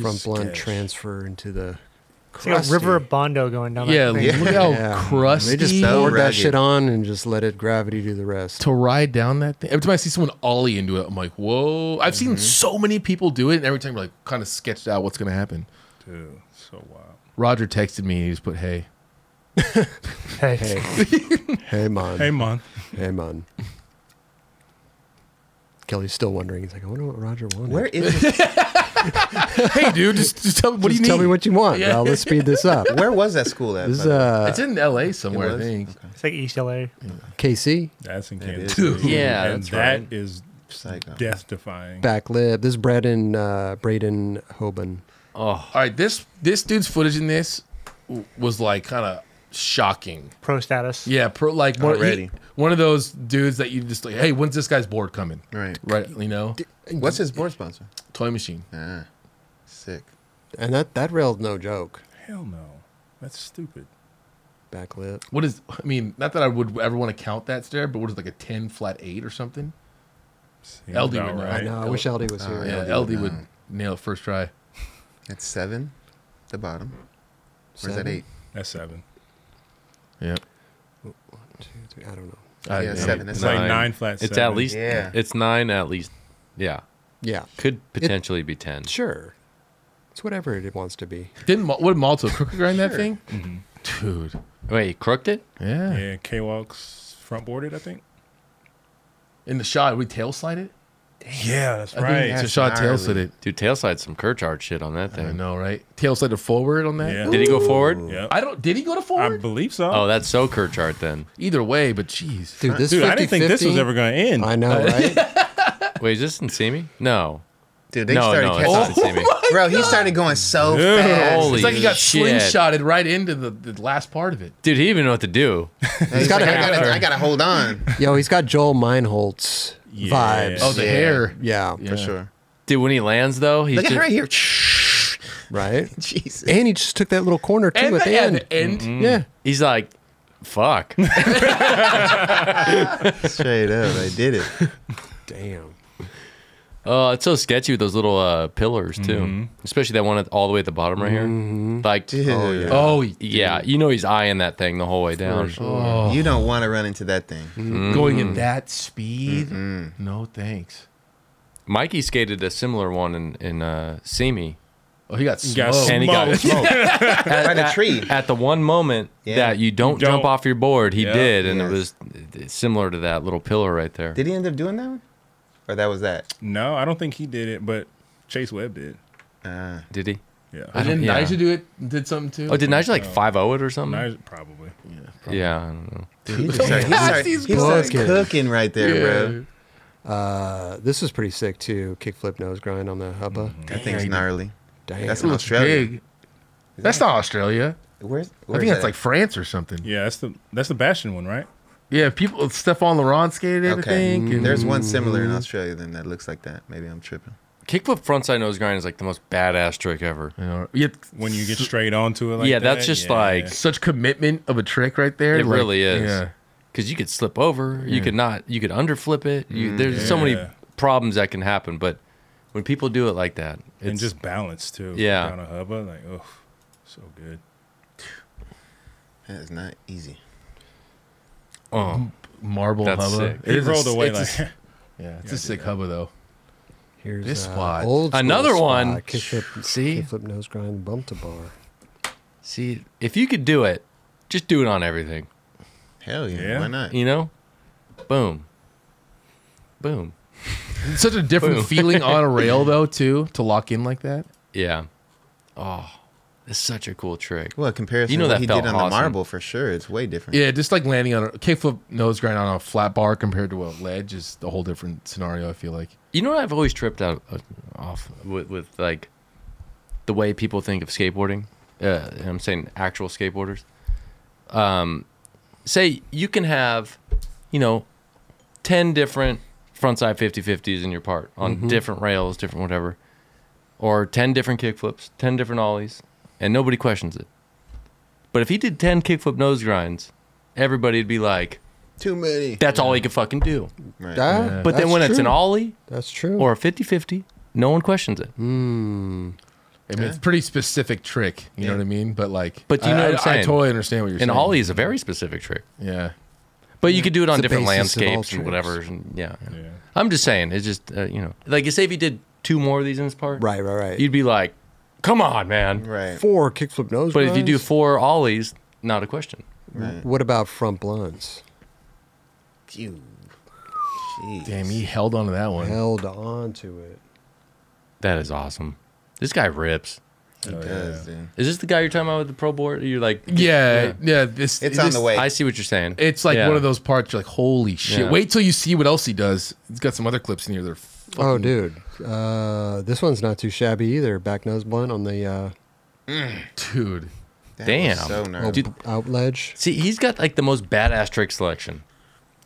Front blunt sketch. transfer into the. It's like a crusty. river of Bondo going down. yeah, that thing. look how Yeah. crusty. They just So poured that ragged. shit on and just let it gravity do the rest. to ride down that thing. Every time I see someone ollie into it, I'm like, whoa. I've seen so many people do it, and every time you're like kind of sketched out what's gonna happen. Dude, so wild. Roger texted me and he just put, hey. Hey, Hey man, Hey man. hey man. Kelly's still wondering. He's like, I wonder what Roger wanted. Where is this, Hey dude, just, just tell me what do you Just tell need? me what you want. Yeah. Well, let's speed this up. Where was that school at? This by is the way? uh, it's in LA It somewhere, I was? think. Okay. it's like East LA. KC That's in That Kansas. is City. really cool. Yeah, and that's that right. is Psycho. death defying. back lip. This is Braden uh, Braden Hoban. Oh, All right, this this dude's footage in this w- was like kind of shocking. Pro status. Yeah, pro, like one, Already. he- one of those dudes that you just like, hey, when's this guy's board coming? Right. Right, you know, uh, What's his board sponsor? toy machine. Ah, sick. And that that rail's no joke. Hell no. That's stupid. Back lip. What is? I mean, not that I would ever want to count that stair, but what is it, like a ten flat eight or something? Seems LD would about know. I right. know. I wish LD was here. Oh, Uh, Yeah, LD LD would would know. nail it first try. That's seven. The bottom. Where's that Seven? eight? That's seven. Yeah, Two, three, I don't know. I, Yeah, I- seven. That's It's nine. like nine flat it's seven. at least Yeah. it's nine at least. Yeah. Yeah, Could potentially be ten. sure. It's whatever it wants to be. Didn't Mal- what did Malto crooked grind that thing? Dude, Wait, he crooked it? Mm-hmm. yeah. Yeah, K walks front boarded, I think. In the shot, we tail slide it. Yeah, that's I right. think that's Tashad tail slid gnarly. it. Dude, tailside some Kurchard shit on that I thing. know, right? Tail slid it forward on that. Yeah. Did he go forward? Yep. I don't. Did he go to I forward? believe so. Oh, that's so Kurchard then. Either way, but jeez. Dude, this Dude, I didn't think this was 50-50 ever going to end. I know, right? Wait, is this in Simi? No. Dude, they No, started no, catching. it's not in Simi. Oh Bro, he started going so Dude, fast. holy It's like he got shit. slingshotted right into the, the last part of it. Dude, he didn't even know what to do. He's gotta like, I, have gotta, her. I gotta hold on Yo, he's got Joel Meinholtz Yeah. vibes. Oh, the Yeah. hair. yeah, Yeah. for sure. Dude, when he lands though, he's Look at just, her right here. right. Jesus. And he just took that little corner too And at the the end. end. end. Yeah, he's like, fuck. Straight up, I did it. damn. Oh, it's so sketchy with those little uh, pillars too, especially that one at, all the way at the bottom right here. Mm-hmm. Like, Dude. oh yeah. Oh, he- yeah, you know he's eyeing that thing the whole way down. oh. You don't want to run into that thing. going at that speed. No thanks. Mikey skated a similar one in in uh, Simi, Oh, he got He got smoked. And he got smoked. Oh. at, By the at- tree. At the one moment Yeah. that you don't, Don't. jump off your board, he Yeah. did, and it Yes. was uh, similar to that little pillar right there. Did he end up doing that one? Or that was that? no, I don't think he did it, but Chase Webb did. Uh, Did he? Yeah, I- Didn't yeah. Nigel do it? Did something too? Oh, did Nigel like No. five zero it or something? Nice- probably. Yeah, I don't know. he just started, he Yes, started, he's he started cooking. cooking right there, bro. Uh, this was pretty sick too. Kickflip nose grind on the hubba. Mm-hmm. That thing's gnarly. Damn. That's It looks Australia. big. That's not Australia. Where's, I where's think that's that? like France or something. Yeah, Yeah, that's the that's the Bastion one, right? people. Stefan Laurent skated it, I Okay. Mm, think. and- Mm. There's one similar in Australia then that looks like that. Maybe I'm tripping. Kickflip frontside nose grind is like the most badass trick ever. you know, you have When you get straight onto it, like yeah, that, that's just yeah. like such commitment of a trick right there. It like, really is. Yeah. Because you could slip over, you could not, you could underflip it. You, there's so many Yeah. problems that can happen, but when people do it like that, it's and just just balance too. Yeah. down a hubba, like oh, so good. That is not easy. oh, Marble That's hubba. sick. He rolled a, away it's like a, yeah, it's a sick hubba though. Here's This uh, spot. old school Another spot. one. Kickflip. See? Kickflip nose grind bump to bar. see if you could do it, just do it on everything. Hell yeah. Yeah. Why not? You know, boom, boom. It's such a different Boom. feeling on a rail though too to lock in like that. Yeah. Oh, it's such a cool trick. Well, comparison You know to that what he felt did on awesome. the marble, for sure, it's way different. Yeah, just like landing on a kickflip nose grind on a flat bar compared to a ledge is a whole different scenario. I feel like. You know what I've always tripped out uh, off with, with like the way people think of skateboarding. Uh, and I'm saying actual skateboarders. Um, say you can have, you know, ten different frontside 50-50s in your part on Mm-hmm. different rails, different whatever, or ten different kickflips, ten different ollies, and nobody questions it. But if he did ten kickflip nose grinds, everybody'd be like, Too many. "That's all he could fucking do." Right. Ah, But then that's when it's an true. ollie That's true. or a 50-50, no one questions it. Mm. I mean, it's a pretty specific trick. You know Yeah. what I mean? But like, But do you know I, what I'm I- I saying? totally understand what you're And saying. ollie is a very specific trick, yeah, but you could do it on the different basis of all landscapes and tricks. whatever. and- yeah. Yeah. I'm just saying, it's just uh, you know, like you say, if you did two more of these in this part, Right, right, right. you'd be like, "Come on, man!" Right. four kickflip nose But if you do grinds? four ollies, not a question. Mm. right. what about front blunts? Phew. Jeez. damn, he held on to that one. Held on to it. That is awesome. This guy rips. He Oh, does, dude. Is this the guy you're talking about with the pro board? You're like, Yeah, yeah. this It's on this- the way. I see what you're saying. It's like Yeah. one of those parts. You're like, holy shit! Yeah. Wait till you see what else he does. He's got some other clips in here. They're fucking, Oh, dude. Uh, this one's not too shabby either. Back nose blunt on the uh, dude. That was Damn. So gnarly. Dude, out ledge. see, he's got like the most badass trick selection.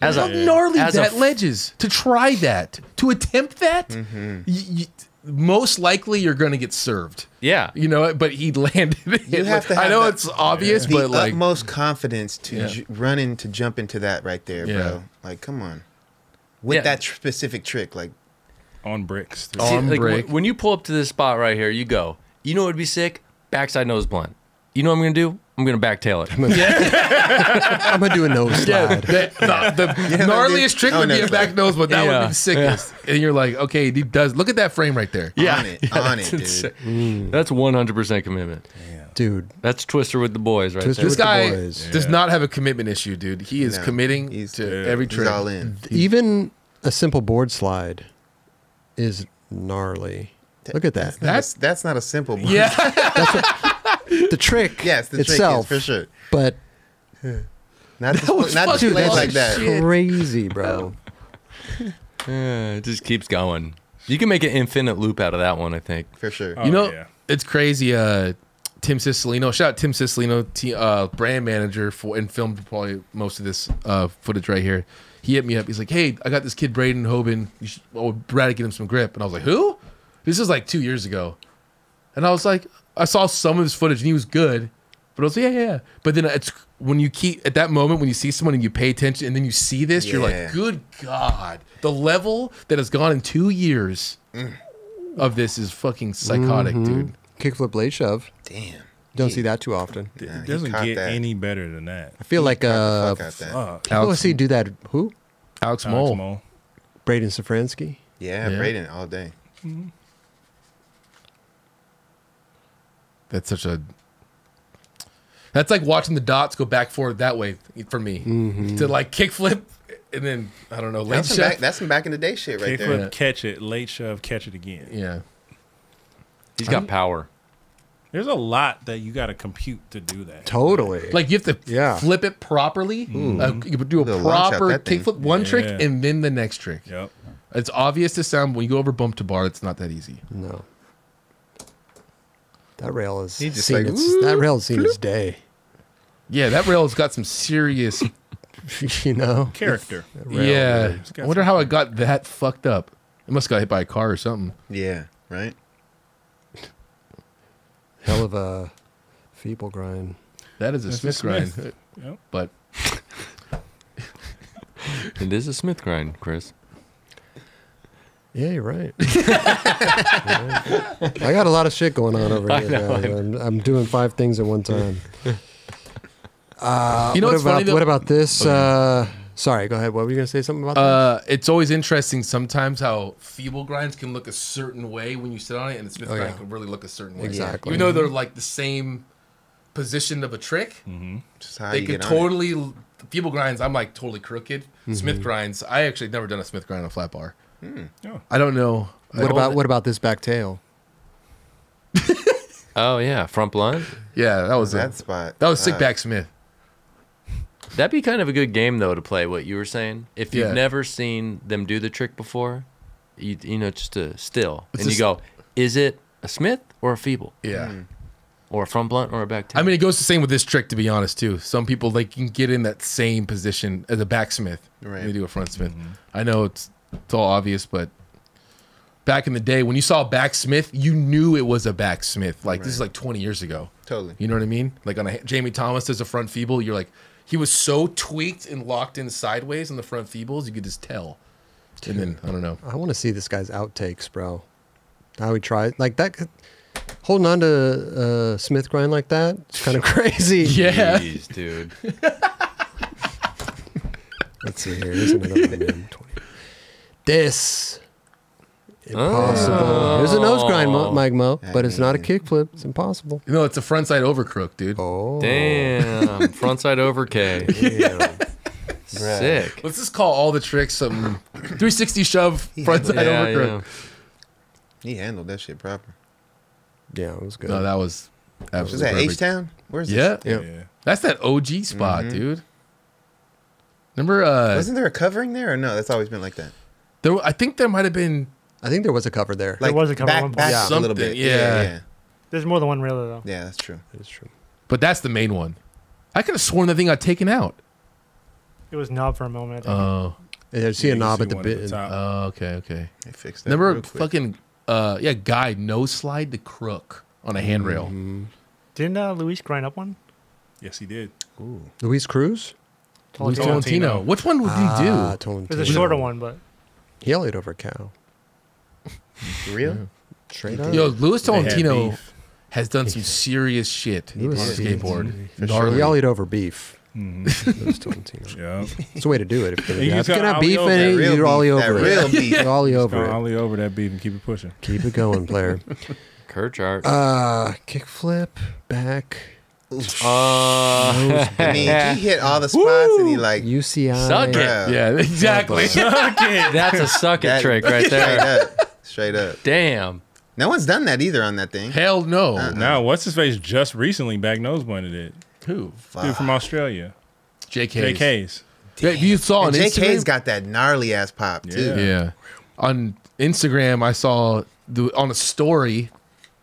As How a gnarly as a that f- ledge is to try that to attempt that. Mm-hmm. y- y- most likely, you're going to get served. yeah, You know, but he landed. It. You have to I have know that- it's obvious, the uh, but like, utmost confidence to Yeah. ju- run in to jump into that right there, Yeah. bro. Like, come on, with Yeah. that tr- specific trick, like, on bricks. too. Oh, See, Arm like, break. wh- when you pull up to this spot right here, you go. You know what would be sick? Backside nose blunt. You know what I'm gonna do? I'm gonna backtail it. I'm going to do a nose slide. the, the, the gnarliest trick Oh, would no, be a it's back like- nose, but that would Yeah. be the sickest. And you're like, okay, he does. Look at that frame right there. on it, on it, dude. Mm. That's 100% commitment. Dude, That's Twister with the boys right Twister there. With This the guy boys. does not have a commitment issue, dude. He is No, committing he's- to yeah, every He's trick. all in. even a simple board slide is gnarly. Look at that. That's that's not a simple. One. Yeah, The trick Yes, the itself, trick is for sure. but Not to, was not fucking to play awesome. like that. Shit. crazy, bro. Yeah, it just keeps going. You can make an infinite loop out of that one, I think. For sure. Oh, you know yeah. it's crazy. Uh, Tim Cicilline, shout out Tim Cicilline, t- uh, brand manager for and filmed probably most of this uh, footage right here. He hit me up. He's like, "Hey, I got this kid Braden Hoban. You should oh, Brad get him some grip." And I was like, "Who?" This is like two years ago, and I was like, I saw some of his footage and he was good, but I was like, "Yeah, yeah." yeah." But then it's when you keep at that moment when you see someone and you pay attention and then you see this, you're Yeah. like, "Good God!" The level that has gone in two years of this is fucking psychotic, dude. Kickflip blade shove. Damn. Don't see that too often. Th- Yeah, it he doesn't caught get that. any better than that. I feel like uh, Fuck out that. Fuck, people I see do that. Who? Alex Alex Mole. Mole. Braden Safransky. Yeah, Yeah. Braden all day. That's such a. That's like watching the dots go back forward that way for me to like kickflip and then I don't know late That's some, back, shot. that's some back in the day shit right Kick there. flip, catch it, late shove, catch it again. Yeah, He's got power. There's a lot that you got to compute to do that. Totally. like you have to Yeah. Hmm. flip it properly. Uh, you would do a They'll launch out proper that thing. kickflip, one trick, Yeah. and then the next trick. Yep. It's obvious to sound when you go over bump to bar. It's not that easy. no. That rail is He just seen like, its, that rail seen its day. Yeah, that rail's got some serious. you know. Character. yeah, got I wonder how it got that fucked up. It must have got hit by a car or something. Yeah, right. Hell of a feeble grind. That is a That's a Smith grind. Smith. Yep. But It is a Smith grind, Chris. Yeah, you're right. Yeah. I got a lot of shit going on over here. guys. I'm, I'm doing five things at one time. Uh, you know what what's about funny? Though? Oh, what about this? Uh, sorry, go ahead. What were you gonna say? Something about uh, it's always interesting sometimes how feeble grinds can look a certain way when you sit on it, and the Smith Oh, grind yeah. can really look a certain way. Exactly. Mm-hmm. Even though they're like the same position of a trick, Just how they you can get on it. Mm-hmm. totally feeble grinds. I'm like totally crooked. Smith grinds. I actually never done a Smith grind on a flat bar. Hmm. Oh. I don't know. that? What about what about this back tail? Oh yeah, front blunt. Yeah, that was that it. spot. That was sick uh, back Smith. That'd be kind of a good game though to play. What you were saying, if you've Yeah. never seen them do the trick before, you you know just to still It's and you just- go, is it a Smith or a feeble Yeah. hmm. or a front blunt or a back tail? I mean, it goes the same with this trick, to be honest, too. Some people they can get in that same position as a backsmith. Right. They do a front smith. I know it's it's all obvious, but back in the day, when you saw a backsmith, you knew it was a backsmith. Like this is like 20 years ago. Totally. You know what I mean? Like on a Jamie Thomas as a front feeble, you're like he was so tweaked and locked in sideways on the front feebles, you could just tell. And then I don't know. I want to see this guy's outtakes, bro. How he tried like that. could- Holding on to uh, Smith grind like that, it's kind of crazy. Yeah. Jeez, dude. Let's see here. Here's another one. man. 20. This. Impossible. Here's a nose grind, Mo- Mike Mo, but it's not a kickflip. It's impossible. No, it's a front side overcrook, dude. Oh. Damn, frontside over K. Sick. Let's just call all the tricks some 360 shove front side Yeah, overcrook. yeah. He handled that shit proper. Yeah, it was good. No, that was Was absolutely that H perfect. Town? Where's this? Yeah, Yeah. Yeah. that's that OG spot, dude. Remember, uh, Wasn't there a covering there or no? That's always been like that. there? were- I think there might have been. I think there was a cover there. Like was a cover at back, one point. back a little Something, bit. yeah. yeah, yeah, There's more than one railer though. Yeah, that's true. That is true. But that's the main one. I could have sworn that thing got taken out. It was knob for a moment. I think. Oh, Yeah, I see a You knob see at the one bit. top. oh, okay, okay. They fixed that. Remember, real quick. fucking, uh, yeah, guy no slide to crook on a handrail. Didn't uh, Luis grind up one? yes, he did. Luis Cruz? Luis Tolentino. Tolentino. Which one would he do? Ah, It was Tolentino. a shorter one, but He held over a cow. For real? Straight up. Yo, Luis They had Tolentino beef. has done some serious shit on a was serious. skateboard. For sure. Gnarly. We all eat over beef. Mhm. Luis Tolentino. Yep. It's a way to do it. If you're You gonna just have- gotta gonna ollie beef over in it. it, Real you're ollie beef. over That it. real beef. You're ollie over Gonna it. ollie over that beef and keep it pushing. Keep it going, player. Kerch art. Uh, kickflip, back, Uh, I mean, he hit all the spots and he like UCI. Suck it. bruh, Yeah, exactly. that's a suck it that- trick right Straight there. up. Straight up. Damn. No one's done that either on that thing. Hell no. Now, what's his face just recently back nose blunted it? Who? Dude from Australia. JK. JK's. If you saw And on Instagram, JK's got that gnarly ass pop too. Yeah. yeah. On Instagram, I saw the on a story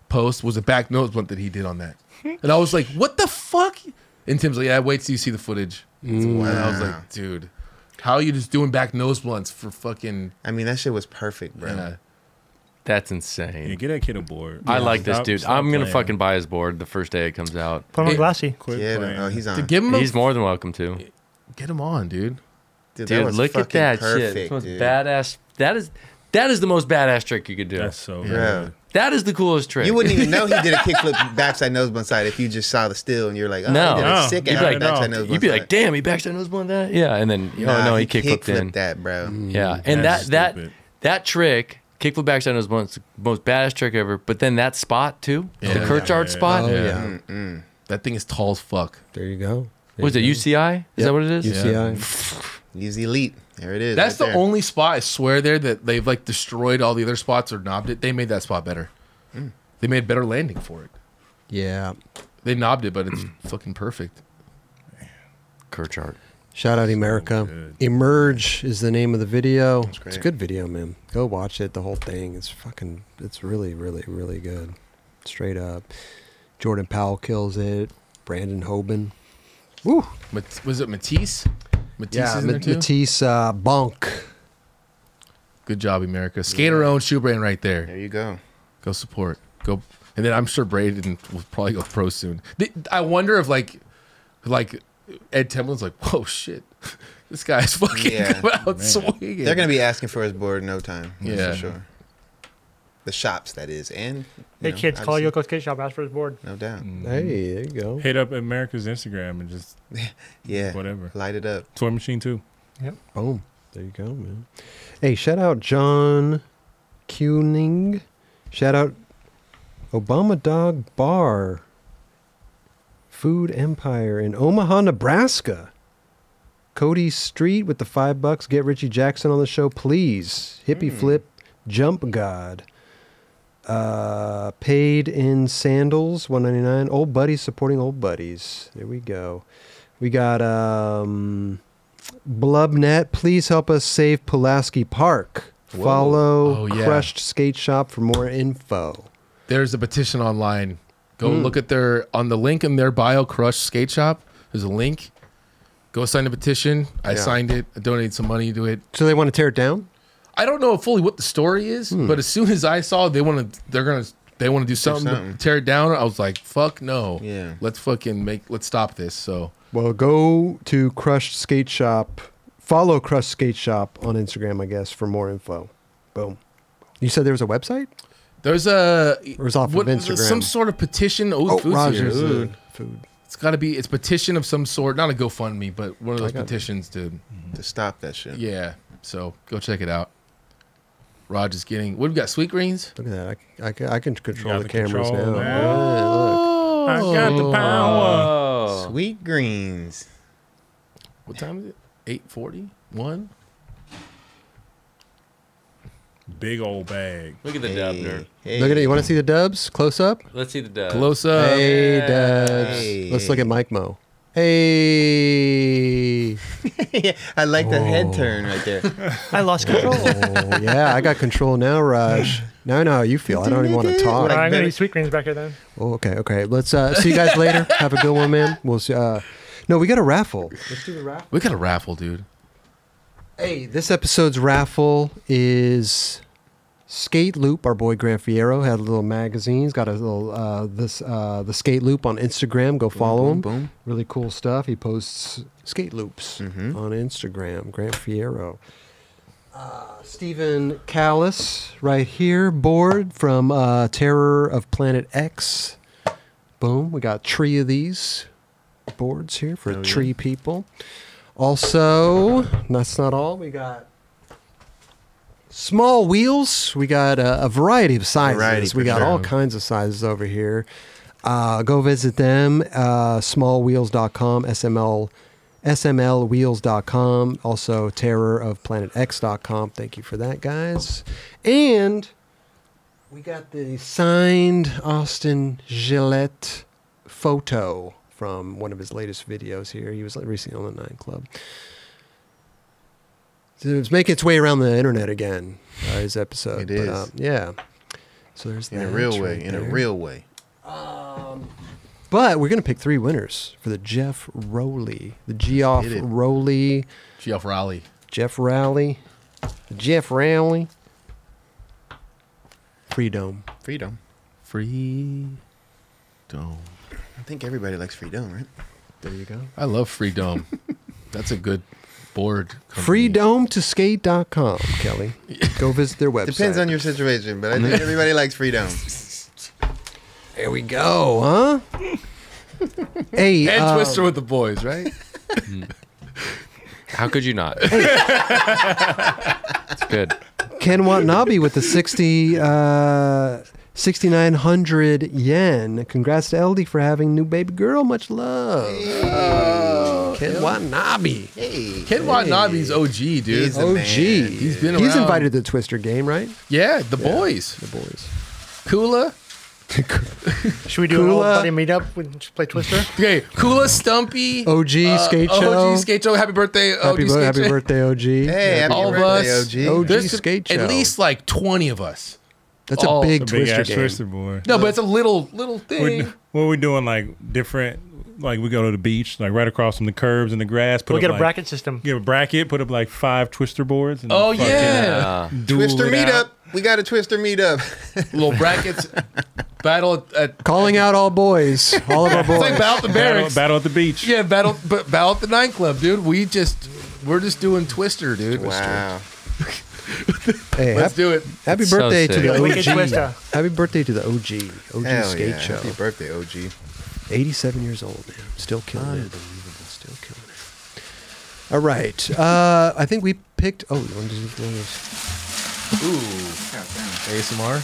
post was a back nose blunt that he did on that, and I was like, "What the fuck?" And Tim's like, "Yeah, wait till you see the footage." And I was like, "Dude, how are you just doing back nose blunts for fucking?" I mean, that shit was perfect, bro. Uh, That's Yeah, insane. get that kid a board. I like this Stop- dude. stop I'm gonna playing. fucking buy his board the first day it comes out. put him on It- glassy. Quit yeah, playing. no, oh, he's on. to give him He's a, more than welcome to. get him on, dude. dude, that Dude, was look at fucking that shit. It's perfect, the most dude. badass. That is that is the most badass trick you could do. That's so Bro. good. That is the coolest trick. You wouldn't even know he did a kickflip backside nose blunt side if you just saw the still and you're like, oh, he No. did a No. sick You'd ass be like, backside no. nose You'd blunt be like, side. damn, he backside nose blunt that. Yeah, and then Mm. oh Nah, no, he kickflipped in. that, bro. Mm-hmm. Yeah, and that That's that stupid. that trick Kickflip backside was one of the most baddest trick ever. But then that spot too, Yeah, the yeah, Kirchard yeah. spot. Oh yeah. That thing is tall as fuck. There you go. There Was it you UCI? Is Yep. that what it is? go. UCI? Use elite. There it is. That's right the there. only spot I swear there that they've like destroyed all the other spots or knobbed it. They made that spot better. They made better landing for it. Yeah. They knobbed it, but it's fucking perfect. Kirchard. Shout out America. Emerge is the name of the video. It's a great. good video, man. Go watch it. The whole thing. It's fucking. It's really, really, really good. Straight up. Jordan Powell kills it. Brandon Hoban. Woo. Mat- was it Matisse? Matisse is in there Mat- too. Matisse uh, Bonk. Good job, America. Skater owned shoe brand right there. There you go. Go support. Go, and then I'm sure Braden will probably go pro soon. Th- I wonder if like, like Ed Templin's like, whoa shit, this guy's fucking Yeah. coming out swinging. They're gonna be asking for his board in no time. That's Yeah. for sure. The shops that is, and you Hey know, kids, call obviously, Yoko's Kid Shop. Ask for his board. No doubt. Mm, Hey, there you go. Hit up America's Instagram and just Yeah. Whatever. Light it up. toy machine too. Boom. There you go, man. Hey, shout out John Cuning. Shout out Obama Dog Bar. Food Empire in Omaha, Nebraska. Cody Street with the five bucks. Get Richie Jackson on the show, please. Hmm. Hippie Flip, Jump God. Uh, paid in sandals, one ninety nine. Old buddies supporting old buddies. There we go. We got um, Blubnet, please help us save Pulaski Park. Follow Oh, yeah. Crushed Skate Shop for more info. there's a petition online. Go Hmm. look at their on the link in their bio. Crush Skate Shop. There's a link. Go sign the petition. I Yeah. signed it. I donated some money to it. So they want to tear it down? I don't know fully what the story is, Hmm. but as soon as I saw they want to, they're gonna, they want to do something, something. To tear it down. I was like, fuck no. Yeah. Let's fucking make. Let's stop this. So Well, go to Crushed Skate Shop. Follow Crushed Skate Shop on Instagram, I guess, for more info. Boom. You said there was a website? there's a Or it's off of Instagram. some sort of petition. Oh, food's Roger's here. uh, food. It's got to be it's petition of some sort, not a GoFundMe, but one of those got it. petitions to To stop that shit. Yeah. So go check it out. Raj is getting. What have we got? Sweet greens. Look at that. I, I, can- I can control got the the cameras control now. now. Yeah, look. I Oh. got the power. Oh. Sweet greens. What time is it? Eight forty one. Big old bag. Look at the Hey, dub nerd. hey. Look at it. You want to see the dubs close up? Let's see the dub. Close up. hey, dubs. Hey. Let's look at Mike Mo. Hey. I like the head turn right there. I lost control. Oh, yeah. I got control now, Raj. Now I know how you feel. I don't even want to All talk. right, I'm gonna better- eat sweet greens back here then. Oh, okay, okay. Let's uh, see you guys later. Have a good one, man. We'll see. Uh, no, we got a raffle. Let's do the raffle. We got a raffle, dude. Hey, this episode's raffle is Skate Loop. Our boy Grant Fierro had a little magazine. He's got a little uh, this uh, the Skate Loop on Instagram. Go follow him. boom. Really cool stuff. He posts skate loops Mm-hmm. on Instagram. Grant Fierro. Uh, Stephen Callis right here, board from uh, Terror of Planet X. Boom. We got three of these boards here for tree people. Also, that's not all. We got small wheels. We got a, a variety of sizes. Variety, for we got sure. all kinds of sizes over here. Uh, go visit them, uh, smallwheels.com, SML, smlwheels.com, also terrorofplanetx.com. Thank you for that, guys. And we got the signed Austin Gillette photo from one of his latest videos here. He was recently on the Nine Club. So it's making its way around the internet again. Uh, his episode. uh, It is. yeah. So there's In a that real right way. In a there. real way. But we're gonna pick three winners for the Jeff Rowley, the Geoff Hit it. Rowley, Geoff Raleigh. Jeff Rowley, the Jeff Rowley, Freedom. Freedom. Free dome. I think everybody likes freedom, right? There you go. I love free dome. That's a good board. company. freedometoskate.com, Kelly. Go visit their website. Depends on your situation, but I think everybody likes freedom. There we go, huh? hey, Head uh, twister with the boys, right? How could you not? it's good. Ken Watanabe with the 60, uh, 6,900 yen. Congrats to LD for having new baby girl. Much love. Ken Watanabe. Hey, Ken Watanabe's OG, dude. He's the OG. man. He's been He's around. invited to the Twister game, right? yeah, the boys. The boys. Kula. Should we do an old Kula. buddy meetup and just play Twister? Okay, Kula Stumpy. OG Skate Show. OG Uh, Skate Show. Happy birthday, OG Happy, Skate bo- happy Show. birthday, OG. Hey, happy All of birthday, us. OG. OG. There's Skate at Show. least like 20 of us. That's a Oh, big A big Twister ass game. twister boy. No, but it's a little little We're, thing. do- what we doing? Like different. Like we go to the beach, like right across from the curbs and the grass. Put We'll up, get a like- bracket system. Get a bracket. Put up like five twister boards. And Oh fucking yeah, Uh, duel Twister it meetup. out. We got a Twister meetup. little brackets battle at, at Calling out all boys. All of our it's like boys. battle at the Battle, barracks. battle at the beach. Yeah, battle but battle at the nightclub, dude. We just we're just doing Twister, dude. wow. Hey, Let's hap- do it. happy So birthday to sick. the Wicked Twister. OG. Happy birthday to the OG. OG Hell Skate yeah. Show. Happy birthday, OG. 87 years old, man. Still killing it. Still killing it. All right. Uh, I think we picked. Oh, you want to do one of those? ASMR.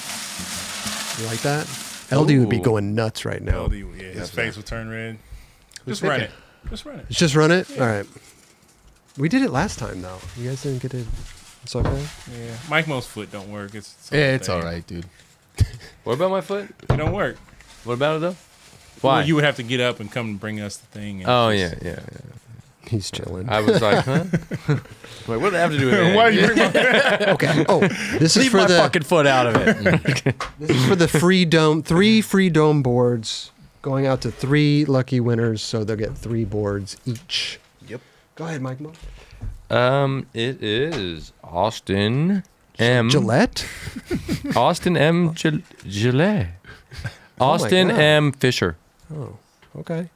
You like that? LD would be Ooh. going nuts right now. LD, yeah, his face will turn red. Just run it. picking? Just run it. Let's just run it. All right. We did it last time, though. You guys didn't get it. It's okay. Yeah. Mike Mo's foot don't work. It's, it's Yeah, it's thing. all right, dude. what about my foot? It don't work. What about it though? Why? Well, you would have to get up and come and bring us the thing. And oh yeah, just- yeah, yeah. He's chilling. I was like, huh? like, what do they have to do with it? Why you bring my okay. Oh, this is Leave for my the fucking foot out of it. this is for the free dome. Three free dome boards going out to three lucky winners, so they'll get three boards each. Yep. Go ahead, Mike. Mo. um, it is Austin M. Gillette. Austin M. Gil- Gillette. Austin Oh God. M. Fisher, Oh, okay.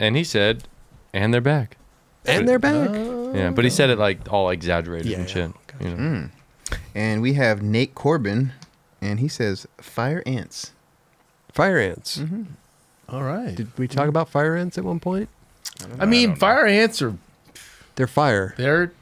and he said, "And they're back." And they're back. Yeah, but he said it like all exaggerated Yeah, Mm. and shit. You know? And we have Nate Corbin, and he says, "Fire ants." Fire ants. All right. Did we talk about fire ants at one point? I mean, fire ants are They're fire. they're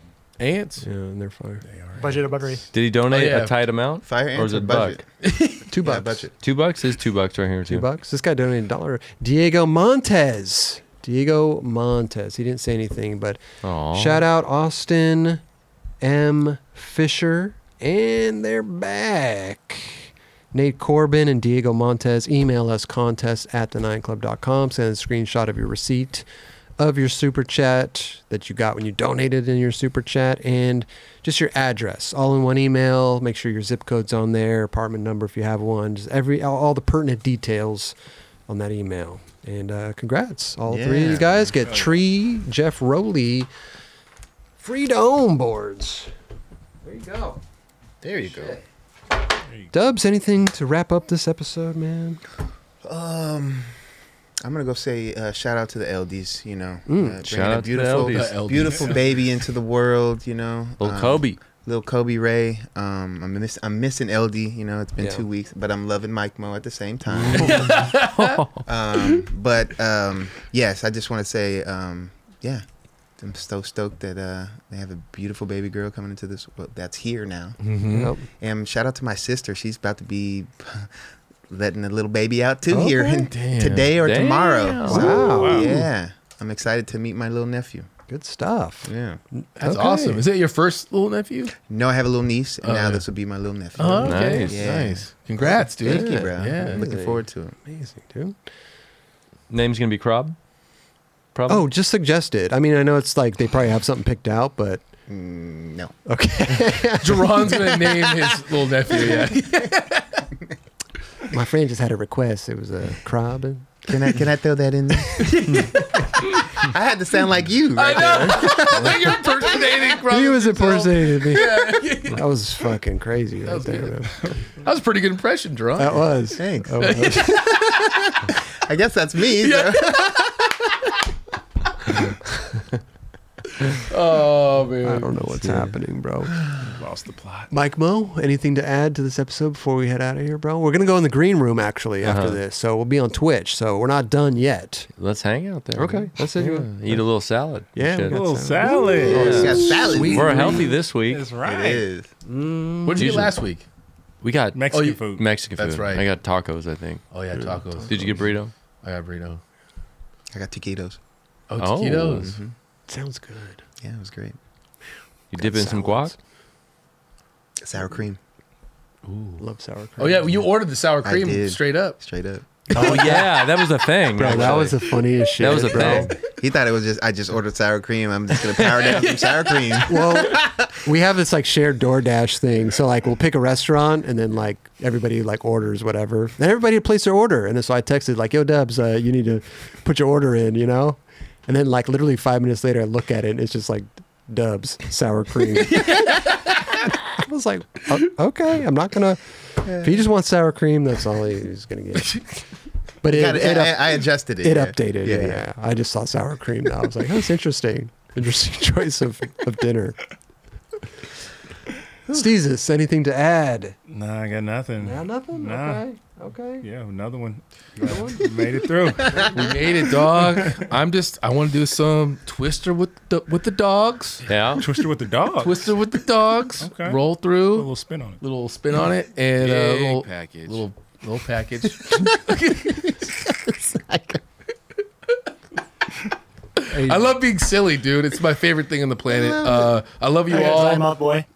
ants. Yeah, and they're fire. Budget of buttery. Did he donate Oh, yeah. a tight amount? Fire or ants was or it a budget? buck? Two Yeah, bucks. budget. Two bucks is two bucks right here too. Two bucks. This guy donated a dollar. Diego Montez. Diego Montez. He didn't say anything, but Aw. shout out Austin M. Fisher. And they're back. Nate Corbin and Diego Montez. Email us contest at the nineclub.com. Send a screenshot of your receipt, of your super chat that you got when you donated in your super chat, and just your address all in one email. Make sure your zip code's on there, apartment number if you have one, just every all, all the pertinent details on that email. And uh, congrats, all three of you Yeah. guys get Tree Jeff Rowley free dome boards. There you go. There you go. Dubs, anything to wrap up this episode, man? I'm gonna go say uh, shout out to the LDs. You know, uh, bringing Mm, Shout a out to the beautiful, LDs. The LDs. beautiful baby into the world. You know, Little Um, Kobe. little Kobe Ray. Um, I'm miss, I'm missing LD. You know, it's been Yeah. two weeks, but I'm loving Mike Mo at the same time. um, but um, yes, I just want to say, um, yeah, I'm so stoked that uh, they have a beautiful baby girl coming into this. Well, that's here now. Yep. And shout out to my sister. She's about to be letting the little baby out too here Okay. in today or Damn. tomorrow. Wow. Wow. Yeah. I'm excited to meet my little nephew. Good stuff. Yeah. That's Okay. awesome. Is that your first little nephew? No, I have a little niece, and Oh, now yeah. this will be my little nephew. Oh, okay. Nice. Yeah. Nice. Congrats, dude. Thank you, bro. Yeah. I'm looking forward to it. Amazing, dude. Name's gonna be Crob. Probably. Oh, just suggested. I mean, I know it's like they probably have something picked out, but Mm, no. okay. Jerron's gonna name his little nephew. Yeah. My friend just had a request. It was a crab. And Can I can I throw that in there? I had to sound like you. Right there. like you're impersonating. Robin he was Patel. impersonating me. That was fucking crazy right was there, good. man. That was a pretty good impression, Jerron. That was. Thanks. Oh, that was- I guess that's me. so- Oh man. Oh, I don't know what's happening, bro. Lost the plot. Mike Mo, anything to add to this episode before we head out of here, bro? We're gonna go in the green room actually after Uh-huh. this, so we'll be on Twitch. So we're not done yet. Let's hang out there. Okay, man. let's hit you Yeah, Eat a little salad. and Yeah, we shit. got- little salad. salad. Oh, it's got salad. We're healthy this week. That's It right. is. What did you eat Usually- last week? We got Mexican Oh, you- food. Mexican food. That's right. I got tacos, I think. Oh yeah, tacos. Did you get burrito? I got burrito. I got taquitos. Oh, Oh. taquitos. Mhm. Sounds good. Yeah, it was great. You Got dip in some salads. guac? Sour cream, Love sour cream. Oh yeah, well, you ordered the sour I cream did. straight up. straight up. Oh yeah, that was a thing. bro, that actually. was the funniest shit. that was a bro. thing. He thought it was just I just ordered sour cream. I'm just gonna power down some sour cream. well, we have this like shared DoorDash thing. So like we'll pick a restaurant and then like everybody like orders whatever. And everybody placed their order. And then so I texted like, "Yo, Dubs, uh, you need to put your order in," you know. And then like literally five minutes later, I look at it and it's just like Dubs sour cream. I was like, "O- okay, I'm not gonna. If he just wants sour cream, that's all he's gonna get. But it, Got it. it, up- I, I adjusted it. it yeah. updated. Yeah, yeah, I just saw sour cream. Now I was like, that's interesting. Interesting choice of, of dinner. Steezus, anything to add? Nah, I got nothing. nothing. Nah. Okay, Okay. Yeah, another one. Made it through. We made it, dog. I'm just. I want to do some twister with the with the dogs. Yeah. Twister with the dog. Twister with the dogs. Okay. Roll A through. little spin on it. little spin on it and a Big little package. little little package. I love being silly, dude. It's my favorite thing on the planet. Uh, I love you I gotta climb all. up, boy.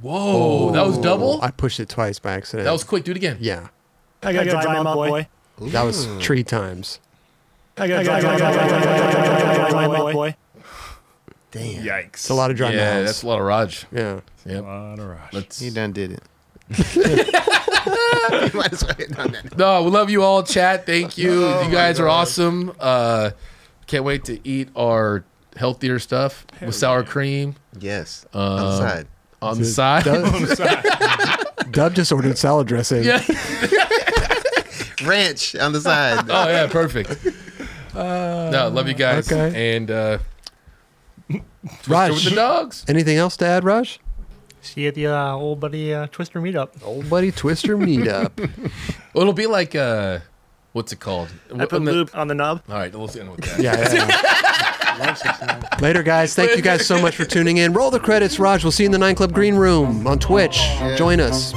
Whoa, that was double. I pushed it twice by accident. That was quick. Do it again. yeah. I gotta climb up, boy. That was three times. I gotta climb up, boy. Damn. Yikes. It's a lot of dry Yeah, mouths. that's a lot of Raj. yeah. A lot of rush. Let's He done did it. You might as well have done that. No, we love you all, chat. Thank you. you guys are awesome. Uh, can't wait to eat our healthier stuff with sour cream Yes. Outside. on the side. Dub, Dub just ordered salad dressing. yeah. Ranch on the side. Oh yeah, perfect. no, love you guys. okay. Ah, And uh, Raj, with the dogs. anything else to add, Raj? See you at the uh, old buddy uh, Twister meetup. Old buddy Twister meetup. Well, it'll be like uh, what's it called? I put On the- lube on the knob. All right, let's end with that. Yeah, yeah, yeah. Later, guys. Thank you guys so much for tuning in. Roll the credits, Raj. We'll see you in the Nine Club Green Room on Twitch. Join us.